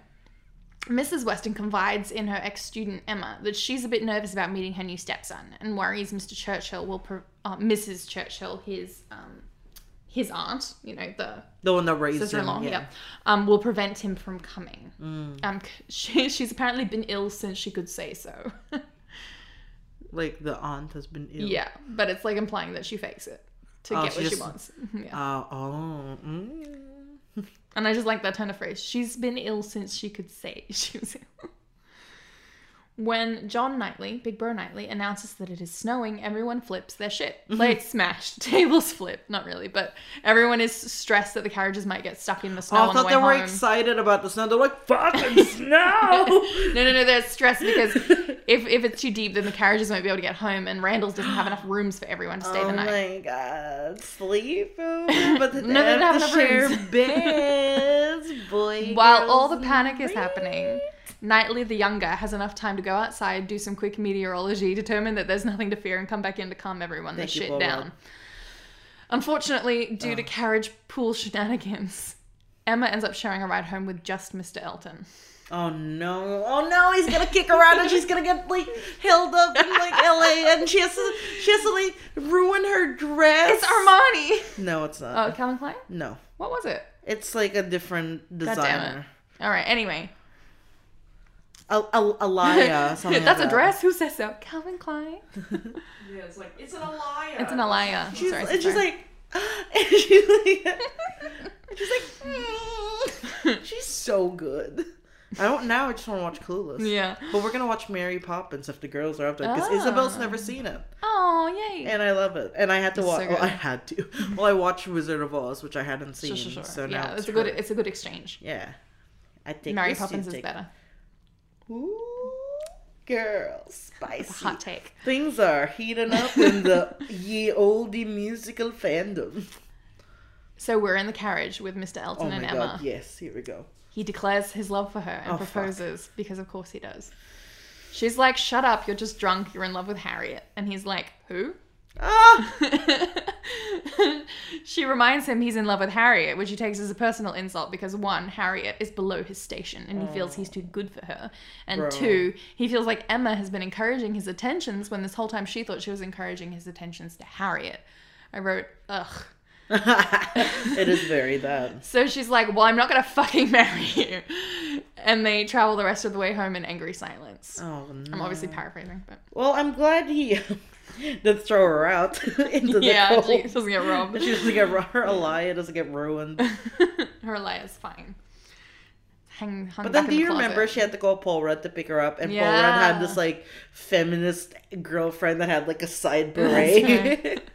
S2: Mrs. Weston confides in her ex student Emma that she's a bit nervous about meeting her new stepson and worries Mr. Churchill will, pro- uh, Mrs. Churchill, his um, his aunt, you know, the
S1: the one that raised him.
S2: sister-in-law,
S1: Yeah. Mm.
S2: yeah, um, will prevent him from coming. Um, c- she, she's apparently been ill since she could say so.
S1: Like the aunt has been ill.
S2: yeah, but it's like implying that she fakes it to
S1: Oh,
S2: get
S1: she
S2: what she
S1: just-
S2: wants. yeah.
S1: Uh, oh. Mm.
S2: And I just like that turn of phrase. She's been ill since she could say she was ill. When John Knightley, Big Bro Knightley, announces that it is snowing, everyone flips their shit.
S1: Mm-hmm.
S2: Plates smashed, tables flip. Not really, but everyone is stressed that the carriages might get stuck in the snow
S1: Oh, I
S2: on the
S1: thought
S2: way
S1: they were
S2: home.
S1: excited about the snow. They're like, fucking snow!
S2: no, no, no, they're stressed because if, if it's too deep, then the carriages won't be able to get home, and Randall's doesn't have enough rooms for everyone to stay
S1: oh
S2: the night.
S1: my god. Sleep over, but they
S2: No, they don't
S1: have to
S2: have
S1: share
S2: enough rooms.
S1: beds, boy.
S2: While all the
S1: girls,
S2: panic is
S1: boy.
S2: happening, Knightley the younger has enough time to go outside, do some quick meteorology, determine that there's nothing to fear, and come back in to calm everyone the
S1: Thank you,
S2: shit
S1: Paul
S2: down.
S1: Rudd.
S2: Unfortunately, due to carriage pool shenanigans, Emma ends up sharing a ride home with just Mr. Elton.
S1: Oh no! Oh no! He's gonna kick her out, and she's gonna get like held up in like L.A. and she has to she has to like ruin her dress.
S2: It's Armani!
S1: No, it's not.
S2: Oh, Calvin Klein?
S1: No,
S2: What was it?
S1: it's like a different
S2: God damn it.
S1: designer.
S2: All right, anyway.
S1: Al- Al- Alaya.
S2: That's
S1: something like
S2: a
S1: that.
S2: dress? Who says so? Calvin Klein?
S3: Yeah, it's like it's an alliance.
S2: It's an Alaya.
S1: She's,
S2: sorry,
S1: and she's
S2: sorry.
S1: like, and she's like, she's like, mm. she's so good. I don't now. I just want to watch Clueless.
S2: Yeah.
S1: But we're gonna watch Mary Poppins if the girls are up there because
S2: Oh.
S1: Isabel's never seen it,
S2: Oh, yay.
S1: and I love it. And I had to
S2: It's
S1: watch.
S2: so
S1: well, I
S2: good.
S1: had to. Well, I watched Wizard of Oz, which I hadn't seen.
S2: Sure, sure, sure.
S1: So now
S2: yeah, it's a
S1: her.
S2: good it's a good exchange.
S1: Yeah. I think
S2: Mary
S1: this, you
S2: Poppins is
S1: take-
S2: better.
S1: Ooh, girl, spicy.
S2: Hot take.
S1: Things are heating up in the ye olde musical fandom.
S2: So we're in the carriage with Mr. Elton
S1: Oh my
S2: and
S1: god,
S2: Emma.
S1: yes, here we go.
S2: He declares his love for her and
S1: Oh, fuck.
S2: proposes because, of course, he does. She's like, "Shut up! You're just drunk. You're in love with Harriet." And he's like, "Who?"
S1: Ah!
S2: she reminds him he's in love with Harriet, which he takes as a personal insult because one, Harriet is below his station and he feels he's too good for her. And
S1: Oh. Bro.
S2: two, he feels like Emma has been encouraging his attentions when this whole time she thought she was encouraging his attentions to Harriet. I wrote, ugh.
S1: it is very that.
S2: So she's like, Well, I'm not gonna fucking marry you. And they travel the rest of the way home in angry silence.
S1: Oh no.
S2: I'm obviously paraphrasing, but
S1: Well, I'm glad he did throw her out into the
S2: yeah,
S1: cold.
S2: she doesn't get robbed.
S1: She doesn't get ru- her Alaya doesn't get ruined.
S2: her Leia's fine. Hang, hung
S1: But then,
S2: back
S1: do
S2: in the
S1: you remember
S2: closet.
S1: she had to call Paul Rudd to pick her up, and Paul Rudd
S2: Yeah.
S1: had this like feminist girlfriend that had like a side beret.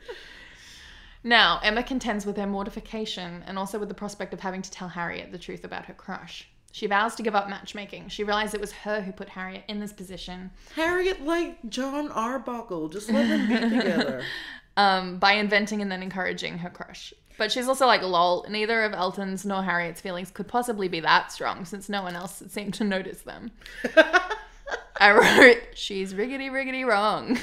S2: Now, Emma contends with her mortification and also with the prospect of having to tell Harriet the truth about her crush. She vows to give up matchmaking. She realized it was her who put Harriet in this position
S1: Harriet liked John Arbuckle. Just let them be together.
S2: um, by inventing and then encouraging her crush. But she's also like, lol, neither of Elton's nor Harriet's feelings could possibly be that strong since no one else seemed to notice them. I wrote, she's riggedy riggedy wrong.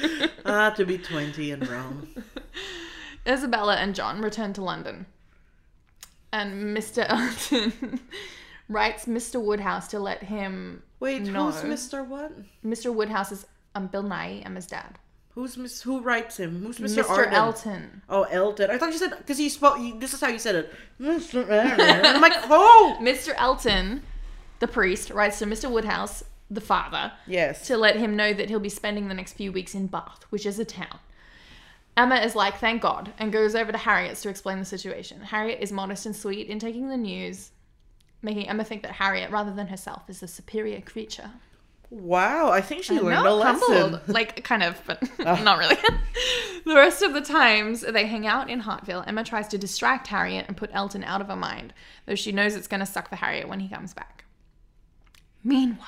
S1: ah, to be twenty and wrong.
S2: Isabella and John return to London. And Mr. Elton writes Mr. Woodhouse to let him.
S1: Wait,
S2: No.
S1: who's Mister What?
S2: Mr. Woodhouse is um, Bill Nye, Emma's dad.
S1: Who's Miss? Who writes him? Who's Mister
S2: Mr.
S1: Arden?
S2: Elton.
S1: Oh, Elton. I thought you said because you spoke. You, this is how you said it. Mr. Elton. And I'm like, oh,
S2: Mr. Elton, the priest, writes to Mr. Woodhouse, the father,
S1: yes.
S2: to let him know that he'll be spending the next few weeks in Bath, which is a town. Emma is like, thank God, and goes over to Harriet's to explain the situation. Harriet is modest and sweet in taking the news, making Emma think that Harriet, rather than herself, is a superior creature.
S1: Wow, I think she
S2: I
S1: learned a
S2: know,
S1: lesson.
S2: humbled. Like, kind of, but
S1: Oh.
S2: not really. the rest of the times they hang out in Hartville, Emma tries to distract Harriet and put Elton out of her mind, though she knows it's going to suck for Harriet when he comes back. Meanwhile,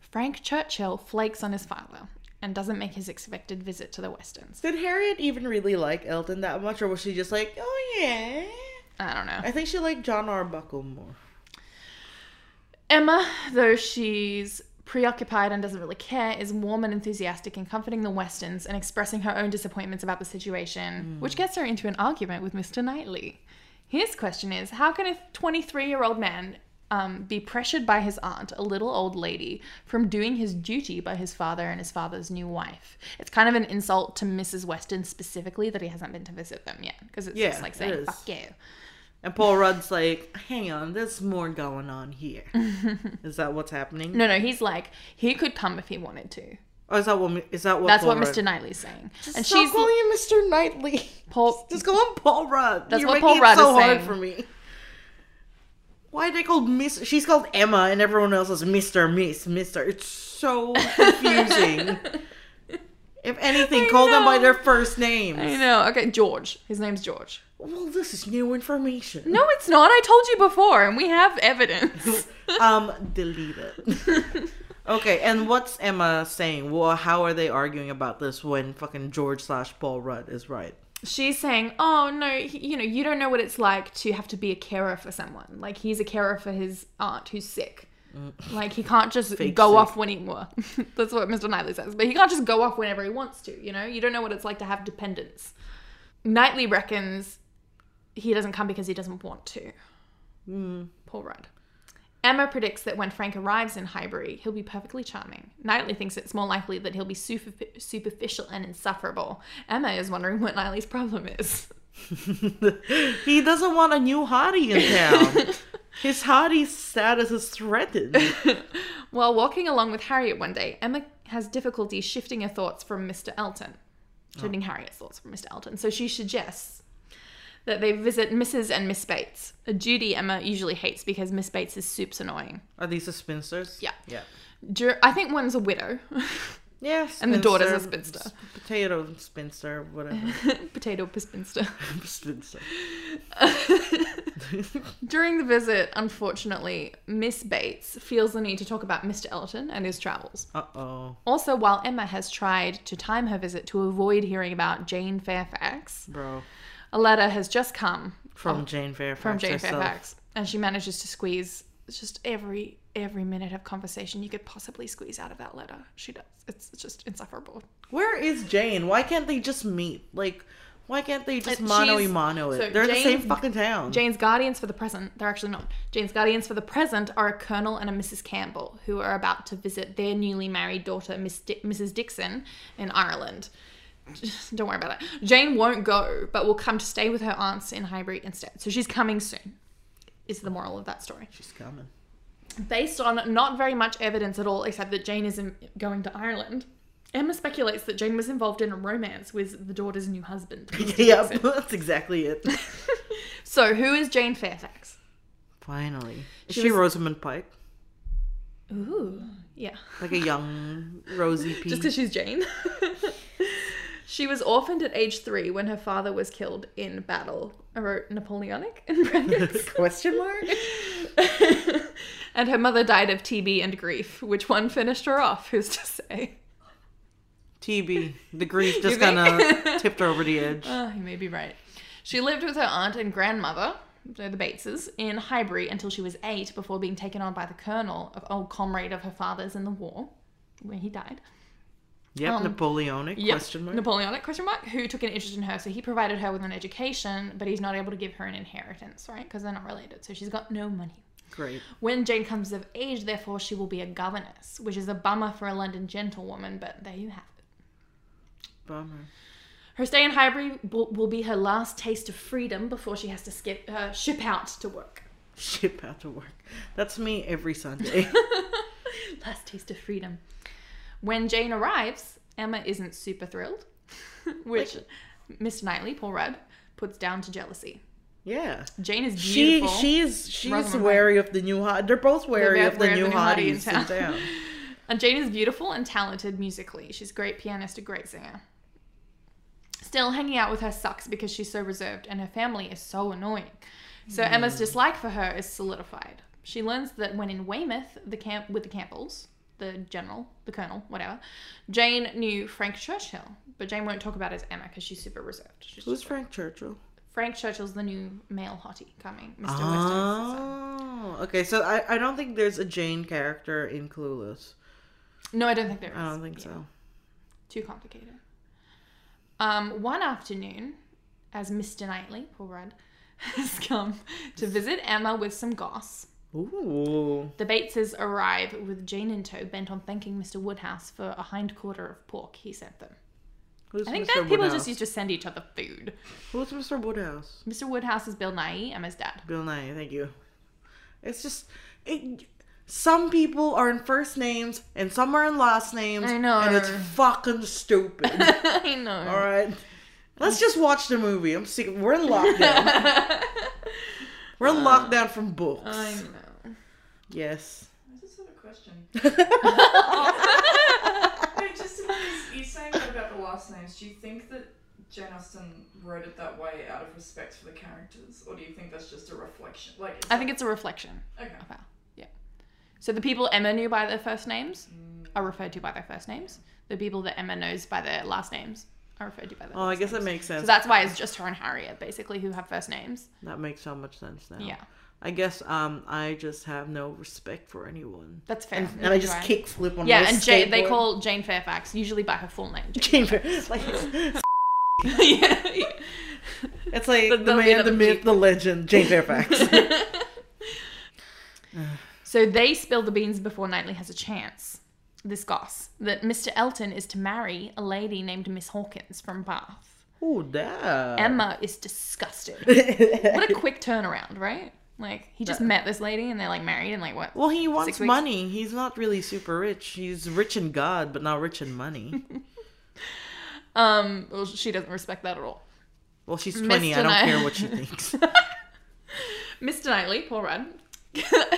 S2: Frank Churchill flakes on his father and doesn't make his expected visit to the Westons.
S1: Did Harriet even really like Elton that much, or was she just like, oh yeah?
S2: I don't know.
S1: I think she liked John Arbuckle more.
S2: Emma, though she's preoccupied and doesn't really care, is warm and enthusiastic in comforting the Westons and expressing her own disappointments about the situation,
S1: Hmm.
S2: which gets her into an argument with Mr. Knightley. His question is How can a 23 year old man um, be pressured by his aunt, a little old lady, from doing his duty by his father and his father's new wife? It's kind of an insult to Mrs. Weston specifically that he hasn't been to visit them yet, because it's
S1: Yeah,
S2: just like
S1: it
S2: saying,
S1: is.
S2: fuck you.
S1: And Paul Rudd's like, hang on, there's more going on here. is that what's happening?
S2: No, no, he's like, he could come if he wanted to.
S1: Or is that what? Is that what?
S2: That's
S1: Paul
S2: what
S1: Rudd-
S2: Mr. Knightley's saying. and
S1: Stop
S2: she's
S1: calling him Mr. Knightley.
S2: Paul.
S1: Just call him Paul Rudd.
S2: That's
S1: You're
S2: what
S1: making
S2: Paul
S1: it
S2: Rudd
S1: so
S2: is
S1: hard
S2: saying.
S1: for me. Why they called Miss? She's called Emma, and everyone else is Mister, Miss, Mister. It's so confusing. if anything,
S2: I
S1: call them by
S2: know.
S1: their first names.
S2: I know. Okay, George. His name's George.
S1: Well, this is new information.
S2: No, it's not. I told you before, and we have evidence.
S1: um, delete it. okay, and what's Emma saying? Well, how are they arguing about this when fucking George slash Paul Rudd is right?
S2: She's saying, "Oh no, he, you know, you don't know what it's like to have to be a carer for someone. Like he's a carer for his aunt who's sick. Like he can't just
S1: Mm. Fake
S2: go
S1: sick.
S2: off when he wa- That's what Mr. Knightley says. But he can't just go off whenever he wants to. You know, you don't know what it's like to have dependents." Knightley reckons he doesn't come because he doesn't want to.
S1: Hmm.
S2: Paul Rudd. Emma predicts that when Frank arrives in Highbury, he'll be perfectly charming. Knightley thinks it's more likely that he'll be superf- superficial and insufferable. Emma is wondering what Knightley's problem is.
S1: he doesn't want a new hottie in town. His hottie status is threatened.
S2: While walking along with Harriet one day, Emma has difficulty shifting her thoughts from Mr. Elton, shifting Harriet's thoughts from Mr. Elton. So she suggests that they visit Mrs. and Miss Bates, a duty Emma usually hates because Miss Bates is soups annoying.
S1: Are these the spinsters?
S2: Yeah.
S1: Yeah.
S2: Dur- I think one's a widow.
S1: Yeah.
S2: And the daughter's a
S1: spinster,
S2: spinster.
S1: s- Potato spinster, whatever.
S2: Potato spinster.
S1: spinster.
S2: During the visit, unfortunately, Miss Bates feels the need to talk about Mr. Elton and his travels.
S1: Uh oh.
S2: Also, while Emma has tried to time her visit to avoid hearing about Jane Fairfax,
S1: Bro.
S2: a letter has just come
S1: From Jane Fairfax.
S2: Oh. from Jane
S1: herself.
S2: Fairfax, and she manages to squeeze just every every minute of conversation you could possibly squeeze out of that letter. She does. It's just insufferable.
S1: Where is Jane? Why can't they just meet? Like, why can't they just
S2: Uh,
S1: mono y
S2: she's-
S1: mono it?
S2: so
S1: They're in the same
S2: Jane-
S1: fucking town.
S2: Jane's guardians for the present, they're actually not. Jane's guardians for the present are a Colonel and a Mrs. Campbell, who are about to visit their newly married daughter, Miss Di- Mrs. Dixon, in Ireland. Just Don't worry about it. Jane won't go, but will come to stay with her aunts in Highbury instead. So she's coming soon, is the moral of that story.
S1: She's coming.
S2: Based on not very much evidence at all, except that Jane is in- going to Ireland. Emma speculates that Jane was involved in a romance with the daughter's new husband.
S1: yep, that's exactly it.
S2: So, who is Jane Fairfax?
S1: Finally. Is
S2: She
S1: she,
S2: was-
S1: Rosamund Pike?
S2: Ooh, yeah.
S1: Like a young Rosie P.
S2: Just because she's Jane. she was orphaned at age three when her father was killed in battle. I wrote Napoleonic in brackets.
S1: Question mark?
S2: and her mother died of TB and grief. Which one finished her off? Who's to say?
S1: TB. The grief just
S2: think?
S1: kind of tipped her over the edge.
S2: Oh, you may be right. She lived with her aunt and grandmother, so the Bateses, in Highbury until she was eight before being taken on by the colonel, of old comrade of her father's in the war, where he died.
S1: Yep,
S2: um,
S1: Napoleonic?
S2: Yep.
S1: Question mark?
S2: Napoleonic question mark? Who took an interest in her? So he provided her with an education, but he's not able to give her an inheritance, right? Because they're not related. So she's got no money.
S1: Great.
S2: When Jane comes of age, therefore, she will be a governess, which is a bummer for a London gentlewoman. But there you have it.
S1: Bummer.
S2: Her stay in Highbury will, will be her last taste of freedom before she has to skip, uh, ship out to work.
S1: Ship out to work. That's me every Sunday.
S2: Last taste of freedom. When Jane arrives, Emma isn't super thrilled, which Mr. Knightley, Paul Rudd, puts down to jealousy.
S1: yeah.
S2: Jane is
S1: She
S2: beautiful.
S1: she's she's
S2: Rosamund
S1: wary of the new hot. They're both wary
S2: They're
S1: of the
S2: wary
S1: new
S2: of the new hottie in
S1: hotties in town.
S2: And Jane is beautiful and talented musically. She's a great pianist, a great singer. Still, hanging out with her sucks because she's so reserved and her family is so annoying. So Emma's
S1: Mm.
S2: dislike for her is solidified. She learns that when in Weymouth, the camp with the Campbells, the general, the colonel, whatever, Jane knew Frank Churchill, but Jane won't talk about it as Emma because she's super reserved. She's
S1: Who's Frank Churchill?
S2: Frank Churchill's the new male hottie coming, Mr. Weston's son.
S1: Oh, okay. So I, I don't think there's a Jane character in Clueless.
S2: No, I don't think there is.
S1: I don't think
S2: Yeah.
S1: so.
S2: Too complicated. Um, one afternoon, as Mr. Knightley, Paul Rudd, has come to visit Emma with some goss,
S1: Ooh.
S2: the Bateses arrive with Jane in tow, bent on thanking Mr. Woodhouse for a hind quarter of pork he sent them.
S1: Who's
S2: I think
S1: Mr.
S2: that people
S1: Woodhouse?
S2: just used to send each other food.
S1: Who's Mr. Woodhouse?
S2: Mr. Woodhouse is Bill Nye, Emma's dad.
S1: Bill Nye. Thank you. It's just it. Some people are in first names and some are in last names.
S2: I know.
S1: And it's fucking stupid.
S2: I know.
S1: All right. Let's just watch the movie. I'm sick. We're in lockdown. We're in lockdown from books.
S2: I know.
S1: Yes.
S3: I just have a question. Wait, just in case you saying that about the last names, do you think that Jane Austen wrote it that way out of respect for the characters, or do you think that's just a reflection? Like, it's
S2: I think it's a reflection.
S3: okay.
S2: So the people Emma knew by their first names
S1: Mm.
S2: are referred to by their first names. The people that Emma knows by their last names are referred to by their
S1: Oh, I
S2: last
S1: guess that
S2: names.
S1: makes sense.
S2: So that's why it's just her and Harriet, basically, who have first names.
S1: that makes so much sense now.
S2: Yeah,
S1: I guess um I just have no respect for anyone.
S2: that's fair.
S1: And, and I just
S2: Right.
S1: kick flip on
S2: Yeah,
S1: my
S2: and Jane, they
S1: skateboard.
S2: call Jane Fairfax usually by her full name.
S1: Jane
S2: Jane.
S1: Fair- like it's,
S2: yeah, yeah.
S1: it's like the,
S2: But they'll be
S1: man,
S2: the
S1: the myth,
S2: peop-
S1: the legend, Jane Fairfax.
S2: so they spill the beans before Knightley has a chance. This goss that Mr. Elton is to marry a lady named Miss Hawkins from Bath.
S1: Ooh, damn.
S2: Emma is disgusted. what a quick turnaround, right? Like he just met this lady and they're like married and like what?
S1: well, he wants
S2: weeks.
S1: money. He's not really super rich. He's rich in God, but not rich in money.
S2: Um, well, she doesn't respect that at all.
S1: Well, she's 20. I
S2: Mr.
S1: don't
S2: Knight.
S1: care what she thinks.
S2: Mr. Knightley, Paul Rudd. Do I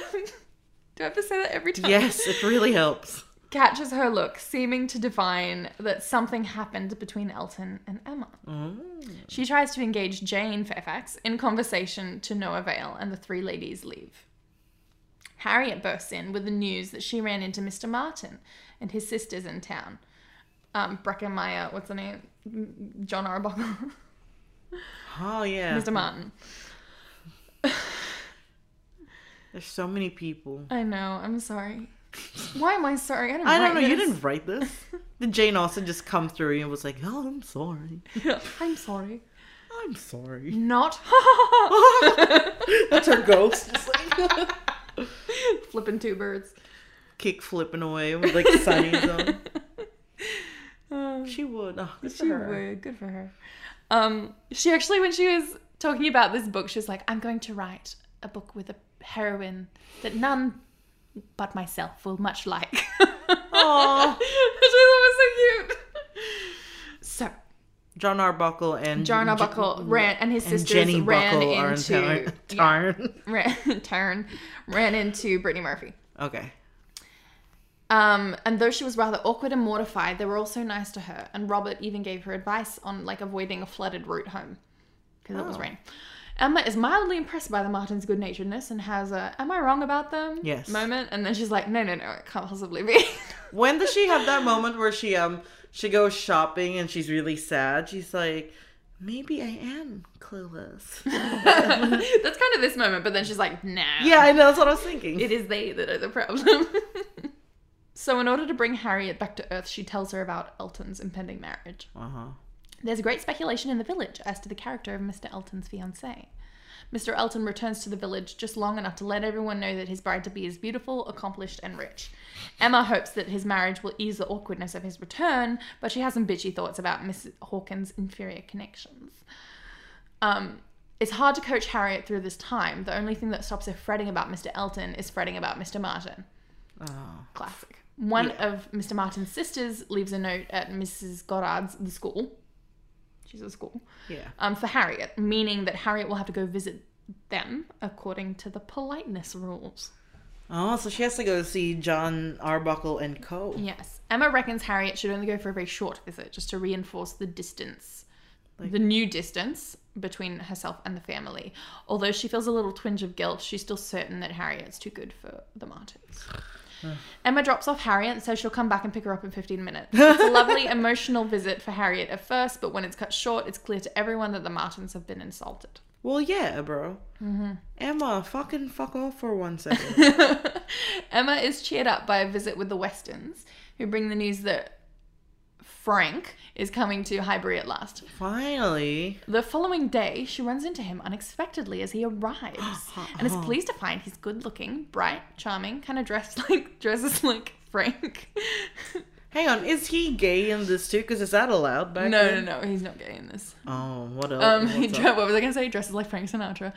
S2: have to say that every time?
S1: yes, it really helps.
S2: Catches her look, seeming to divine that something happened between Elton and Emma.
S1: Mm.
S2: She tries to engage Jane Fairfax in conversation to no avail, and the three ladies leave. Harriet bursts in with the news that she ran into Mr. Martin and his sisters in town. Um, Breckenmeyer, what's the name? M- John Arbuckle.
S1: Oh yeah.
S2: Mr. Martin.
S1: There's so many people.
S2: I know, I'm sorry. Why am I sorry? I don't,
S1: I don't know.
S2: write
S1: You
S2: this.
S1: didn't write this. Did Jane Austen just come through and was like, "Oh, I'm sorry.
S2: I'm sorry.
S1: I'm sorry."
S2: Not.
S1: That's her ghost. Just
S2: Flipping two birds.
S1: kick flipping away with like sunnies on.
S2: Oh,
S1: She would. Oh, good for
S2: she
S1: her.
S2: would. Good for her. Um, she actually, when she was talking about this book, she was like, I'm going to write a book with a heroine that none but myself will much like.
S1: Aw.
S2: Which I thought was so cute. So,
S1: John Arbuckle and
S2: John Arbuckle ran, and his
S1: and
S2: sisters
S1: Jenny
S2: ran
S1: Buckle are in
S2: into
S1: turn.
S2: yeah,
S1: Tarn.
S2: ran, turn, ran into Brittany Murphy.
S1: Okay.
S2: Um, and though she was rather awkward and mortified, they were also nice to her, and Robert even gave her advice on like avoiding a flooded route home because it was
S1: Oh.
S2: rain. Emma is mildly impressed by the Martins' good naturedness and has a "Am I wrong about them?"
S1: Yes.
S2: moment, and then she's like, "No, no, no, it can't possibly be."
S1: When does she have that moment where she um she goes shopping and she's really sad? She's like, maybe I am clueless.
S2: That's kind of this moment, but then she's like, "Nah."
S1: yeah, I know. That's what I was thinking.
S2: It is they that are the problem. so, in order to bring Harriet back to Earth, she tells her about Elton's impending marriage.
S1: uh huh.
S2: There's great speculation in the village as to the character of Mr. Elton's fiancée. Mr. Elton returns to the village just long enough to let everyone know that his bride to be is beautiful, accomplished, and rich. Emma hopes that his marriage will ease the awkwardness of his return, but she has some bitchy thoughts about Miss Hawkins' inferior connections. Um, it's hard to coach Harriet through this time. The only thing that stops her fretting about Mr. Elton is fretting about Mr. Martin.
S1: Oh.
S2: Classic. One of Mr. Martin's sisters leaves a note at Mrs. Goddard's, the school. She's at school.
S1: Yeah.
S2: Um, for Harriet, meaning that Harriet will have to go visit them according to the politeness rules.
S1: Oh, so she has to go see John Arbuckle and Co.
S2: Yes. Emma reckons Harriet should only go for a very short visit just to reinforce the distance, the new distance between herself and the family. Although she feels a little twinge of guilt, she's still certain that Harriet's too good for the Martins. Emma drops off Harriet and says she'll come back and pick her up in 15 minutes. It's a lovely emotional visit for Harriet at first, but when it's cut short, it's clear to everyone that the Martins have been insulted.
S1: Well, yeah, bro.
S2: Mm-hmm.
S1: Emma, fucking fuck off for one second.
S2: Emma is cheered up by a visit with the Westons, who bring the news that Frank is coming to Highbury at last.
S1: Finally.
S2: The following day, she runs into him unexpectedly as he arrives and is pleased to find he's good looking, bright, charming, kind of dressed like dresses like Frank.
S1: Hang on, is he gay in this too? Because is that allowed
S2: no,
S1: back
S2: no,
S1: then?
S2: no, he's not gay in this.
S1: Oh, what else?
S2: Um, he
S1: what's
S2: dre-
S1: up?
S2: what was I gonna say? He dresses like Frank Sinatra.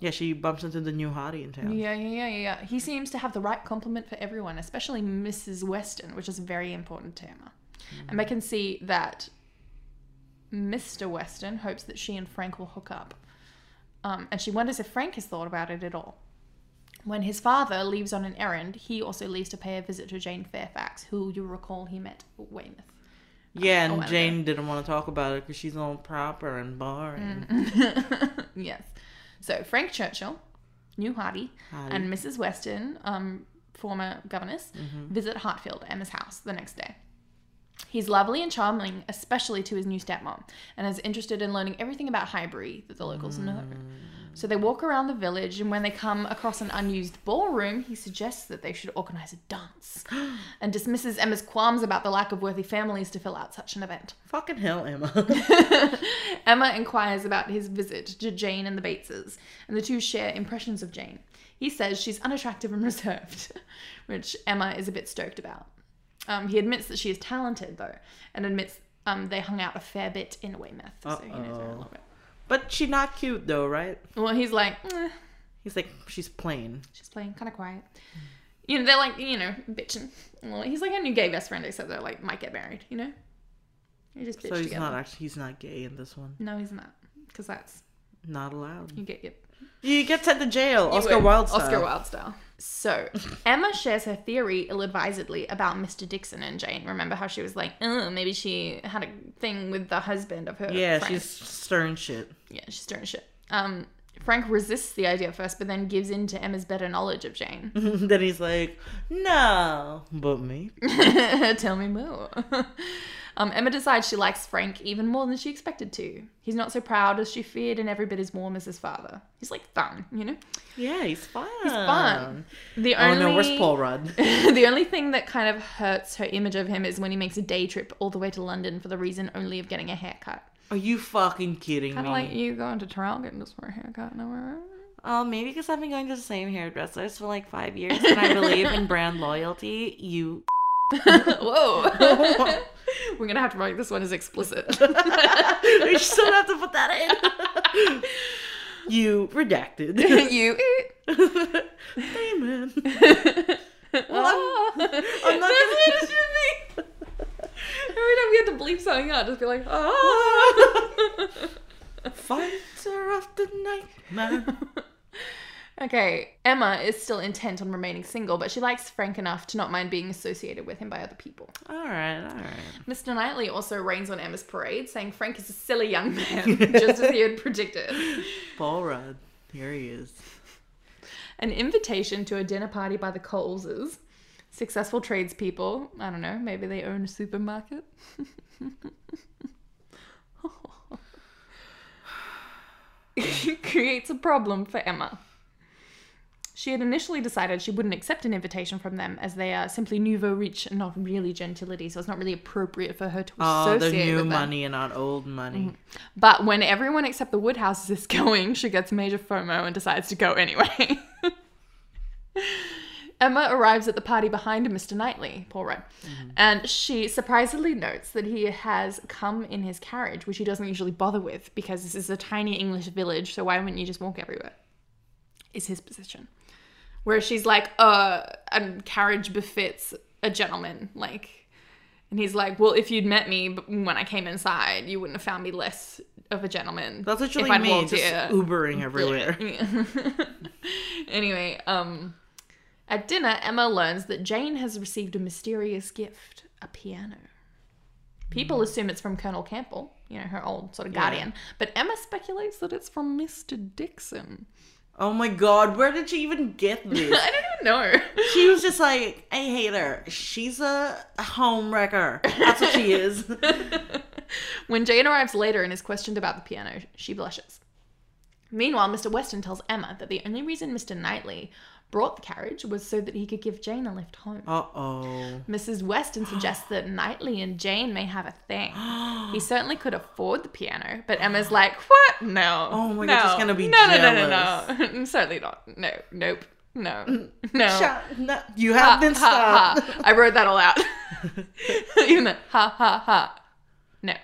S1: Yeah, she bumps into the new hottie in town.
S2: Yeah, yeah, yeah, yeah, yeah. He seems to have the right compliment for everyone, especially Mrs. Weston, which is very important to Emma. And I can see that Mr. Weston hopes that she and Frank will hook up. Um, and she wonders if Frank has thought about it at all. When his father leaves on an errand, he also leaves to pay a visit to Jane Fairfax, who you'll recall he met at Weymouth.
S1: Yeah, and
S2: I know.
S1: Jane didn't want to talk about it because she's all proper and
S2: Mm-hmm.
S1: boring.
S2: yes. So Frank Churchill, new Hardy,
S1: Hottie.
S2: and Mrs. Weston, um, former governess, visit Hartfield, Emma's house, the next day. He's lovely and charming, especially to his new stepmom, and is interested in learning everything about Highbury that the locals know. So they walk around the village, and when they come across an unused ballroom, he suggests that they should organize a dance and dismisses Emma's qualms about the lack of worthy families to fill out such an event.
S1: Fucking hell, Emma.
S2: Emma inquires about his visit to Jane and the Bateses, and the two share impressions of Jane. He says she's unattractive and reserved, which Emma is a bit stoked about. Um, he admits that she is talented, though, and admits um, they hung out a fair bit in Weymouth, so he knows her a
S1: Uh-oh.
S2: little bit.
S1: but she not cute though, right?
S2: Well, he's like, "Eh,
S1: He's like, she's plain.
S2: she's playing kind of quiet. You know, they're like, you know, bitching. Well, he's like our new gay best friend, except they're like, might get married, you know? You just bitch
S1: so he's
S2: together.
S1: not actually he's not gay in this one.
S2: no, he's not, because that's
S1: Not allowed.
S2: you get your
S1: You get sent to jail. Oscar
S2: Wait,
S1: Wilde. style.
S2: Oscar Wilde style. So Emma shares her theory ill-advisedly about Mr. Dixon and Jane. Remember how she was like, "Oh, maybe she had a thing with the husband of her."
S1: Yeah,
S2: friend."
S1: she's stern shit.
S2: yeah, she's stirring shit. Um, Frank resists the idea at first, but then gives in to Emma's better knowledge of Jane.
S1: then he's like, no, but me.
S2: Tell me more. um, Emma decides she likes Frank even more than she expected to. He's not so proud as she feared, and every bit as warm as his father. He's like fun, you know.
S1: Yeah, he's fun.
S2: He's fun. The
S1: Oh
S2: only
S1: no, where's Paul Rudd?
S2: the only thing that kind of hurts her image of him is when he makes a day trip all the way to London for the reason only of getting a haircut.
S1: Are you fucking kidding
S2: Kind
S1: me?
S2: of like you going to Toronto getting just for a haircut nowhere.
S1: Oh, maybe because I've been going to the same hairdressers for like five years, and I believe in brand loyalty. You.
S2: Whoa. We're gonna have to mark this one as explicit.
S1: we still have to put that in. you redacted.
S2: you
S1: Amen. Well, I'm not
S2: Ah. That's
S1: gonna-
S2: what it should be. Every time we have to bleep something out, just be like, ah.
S1: Fighter of the night, man.
S2: okay, Emma is still intent on remaining single, but she likes Frank enough to not mind being associated with him by other people.
S1: All right, all right.
S2: Mr. Knightley also rains on Emma's parade, saying Frank is a silly young man, just as he had predicted.
S1: Paul Rudd, here he is.
S2: An invitation to a dinner party by the Coleses, successful tradespeople. I don't know, maybe they own a supermarket. creates a problem for Emma. She had initially decided she wouldn't accept an invitation from them as they are simply nouveau riche and not really gentility, so it's not really appropriate for her to
S1: Oh, the
S2: associate
S1: new
S2: with Mm-hmm. them.
S1: money and not old money.
S2: But when everyone except the Woodhouses is going, she gets major FOMO and decides to go anyway. Emma arrives at the party behind Mr. Knightley, Paul Rudd,
S1: Mm-hmm.
S2: and she surprisingly notes that he has come in his carriage, which he doesn't usually bother with because this is a tiny English village, so why wouldn't you just walk everywhere? Is his position. Where she's like, uh, a carriage befits a gentleman. Like, and he's like, "Well, if you'd met me b- when I came inside, you wouldn't have found me less of a gentleman."
S1: That's literally
S2: if I'd
S1: me,
S2: walked
S1: just
S2: here."
S1: Ubering everywhere.
S2: anyway, um, At dinner, Emma learns that Jane has received a mysterious gift a piano. People assume it's from Colonel Campbell, you know, her old sort of guardian, but Emma speculates that it's from Mr. Dixon.
S1: Oh my god, where did she even get this?
S2: I don't even know.
S1: She was just like, I hate her. She's a home wrecker. That's what she is.
S2: when Jane arrives later and is questioned about the piano, she blushes. Meanwhile, Mr. Weston tells Emma that the only reason Mr. Knightley brought the carriage was so that he could give Jane a lift home.
S1: Uh oh.
S2: Mrs. Weston suggests that Knightley and Jane may have a thing. he certainly could afford the piano, but Emma's like, "What? No!
S1: Oh my
S2: no.
S1: God, she's gonna be
S2: no, no, no, no, no, certainly not. No, nope, no, no."
S1: Mm. Shut- no, you have been stopped.
S2: ha. I wrote that all out. Even the ha ha ha. No.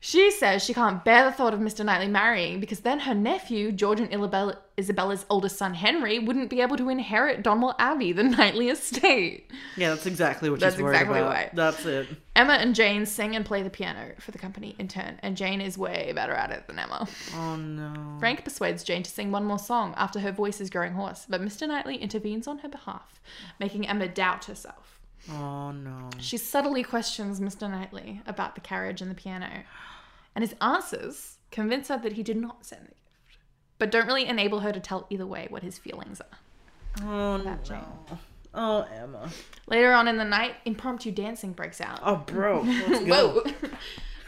S2: She says she can't bear the thought of Mr. Knightley marrying because then her nephew, George and Ilabella- Isabella's oldest son Henry, wouldn't be able to inherit Donwell Abbey, the Knightley estate.
S1: Yeah, that's exactly what
S2: That's
S1: she's worried
S2: exactly
S1: about.
S2: why.
S1: That's it.
S2: Emma and Jane sing and play the piano for the company in turn, and Jane is way better at it than Emma.
S1: Oh no.
S2: Frank persuades Jane to sing one more song after her voice is growing hoarse, but Mr. Knightley intervenes on her behalf, making Emma doubt herself.
S1: Oh no.
S2: She subtly questions Mr. Knightley about the carriage and the piano, and his answers convince her that he did not send the gift, but don't really enable her to tell either way what his feelings are.
S1: Oh no.
S2: That Jane.
S1: Oh Emma.
S2: Later on in the night, impromptu dancing breaks out.
S1: Oh bro. Let's go.
S2: Whoa!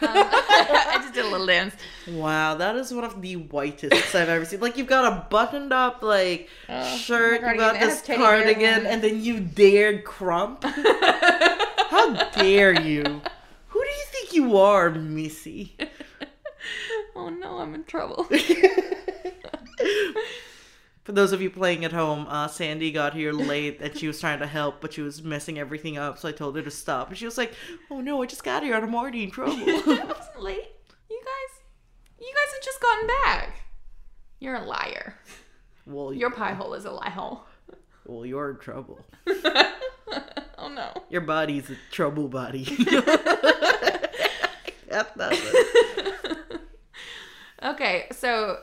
S2: Um, I just did a little dance.
S1: Wow, that is one of the whitest I've ever seen. Like you've got a buttoned up like
S2: Uh,
S1: shirt,
S2: my God,
S1: you got
S2: even
S1: this
S2: has teddy bear
S1: cardigan,
S2: on.
S1: and then you dare crump. How dare you? Who do you think you are, Missy?
S2: Oh no, I'm in trouble.
S1: For those of you playing at home, uh, Sandy got here late and she was trying to help, but she was messing everything up. So I told her to stop, and she was like, "Oh no, I just got here and I'm already in trouble."
S2: I wasn't late. You guys, you guys have just gotten back. You're a liar.
S1: well,
S2: Your
S1: you're
S2: pie hole is a lie hole.
S1: well, you're in trouble.
S2: oh no.
S1: Your body's a trouble body. That's not it.
S2: Okay, so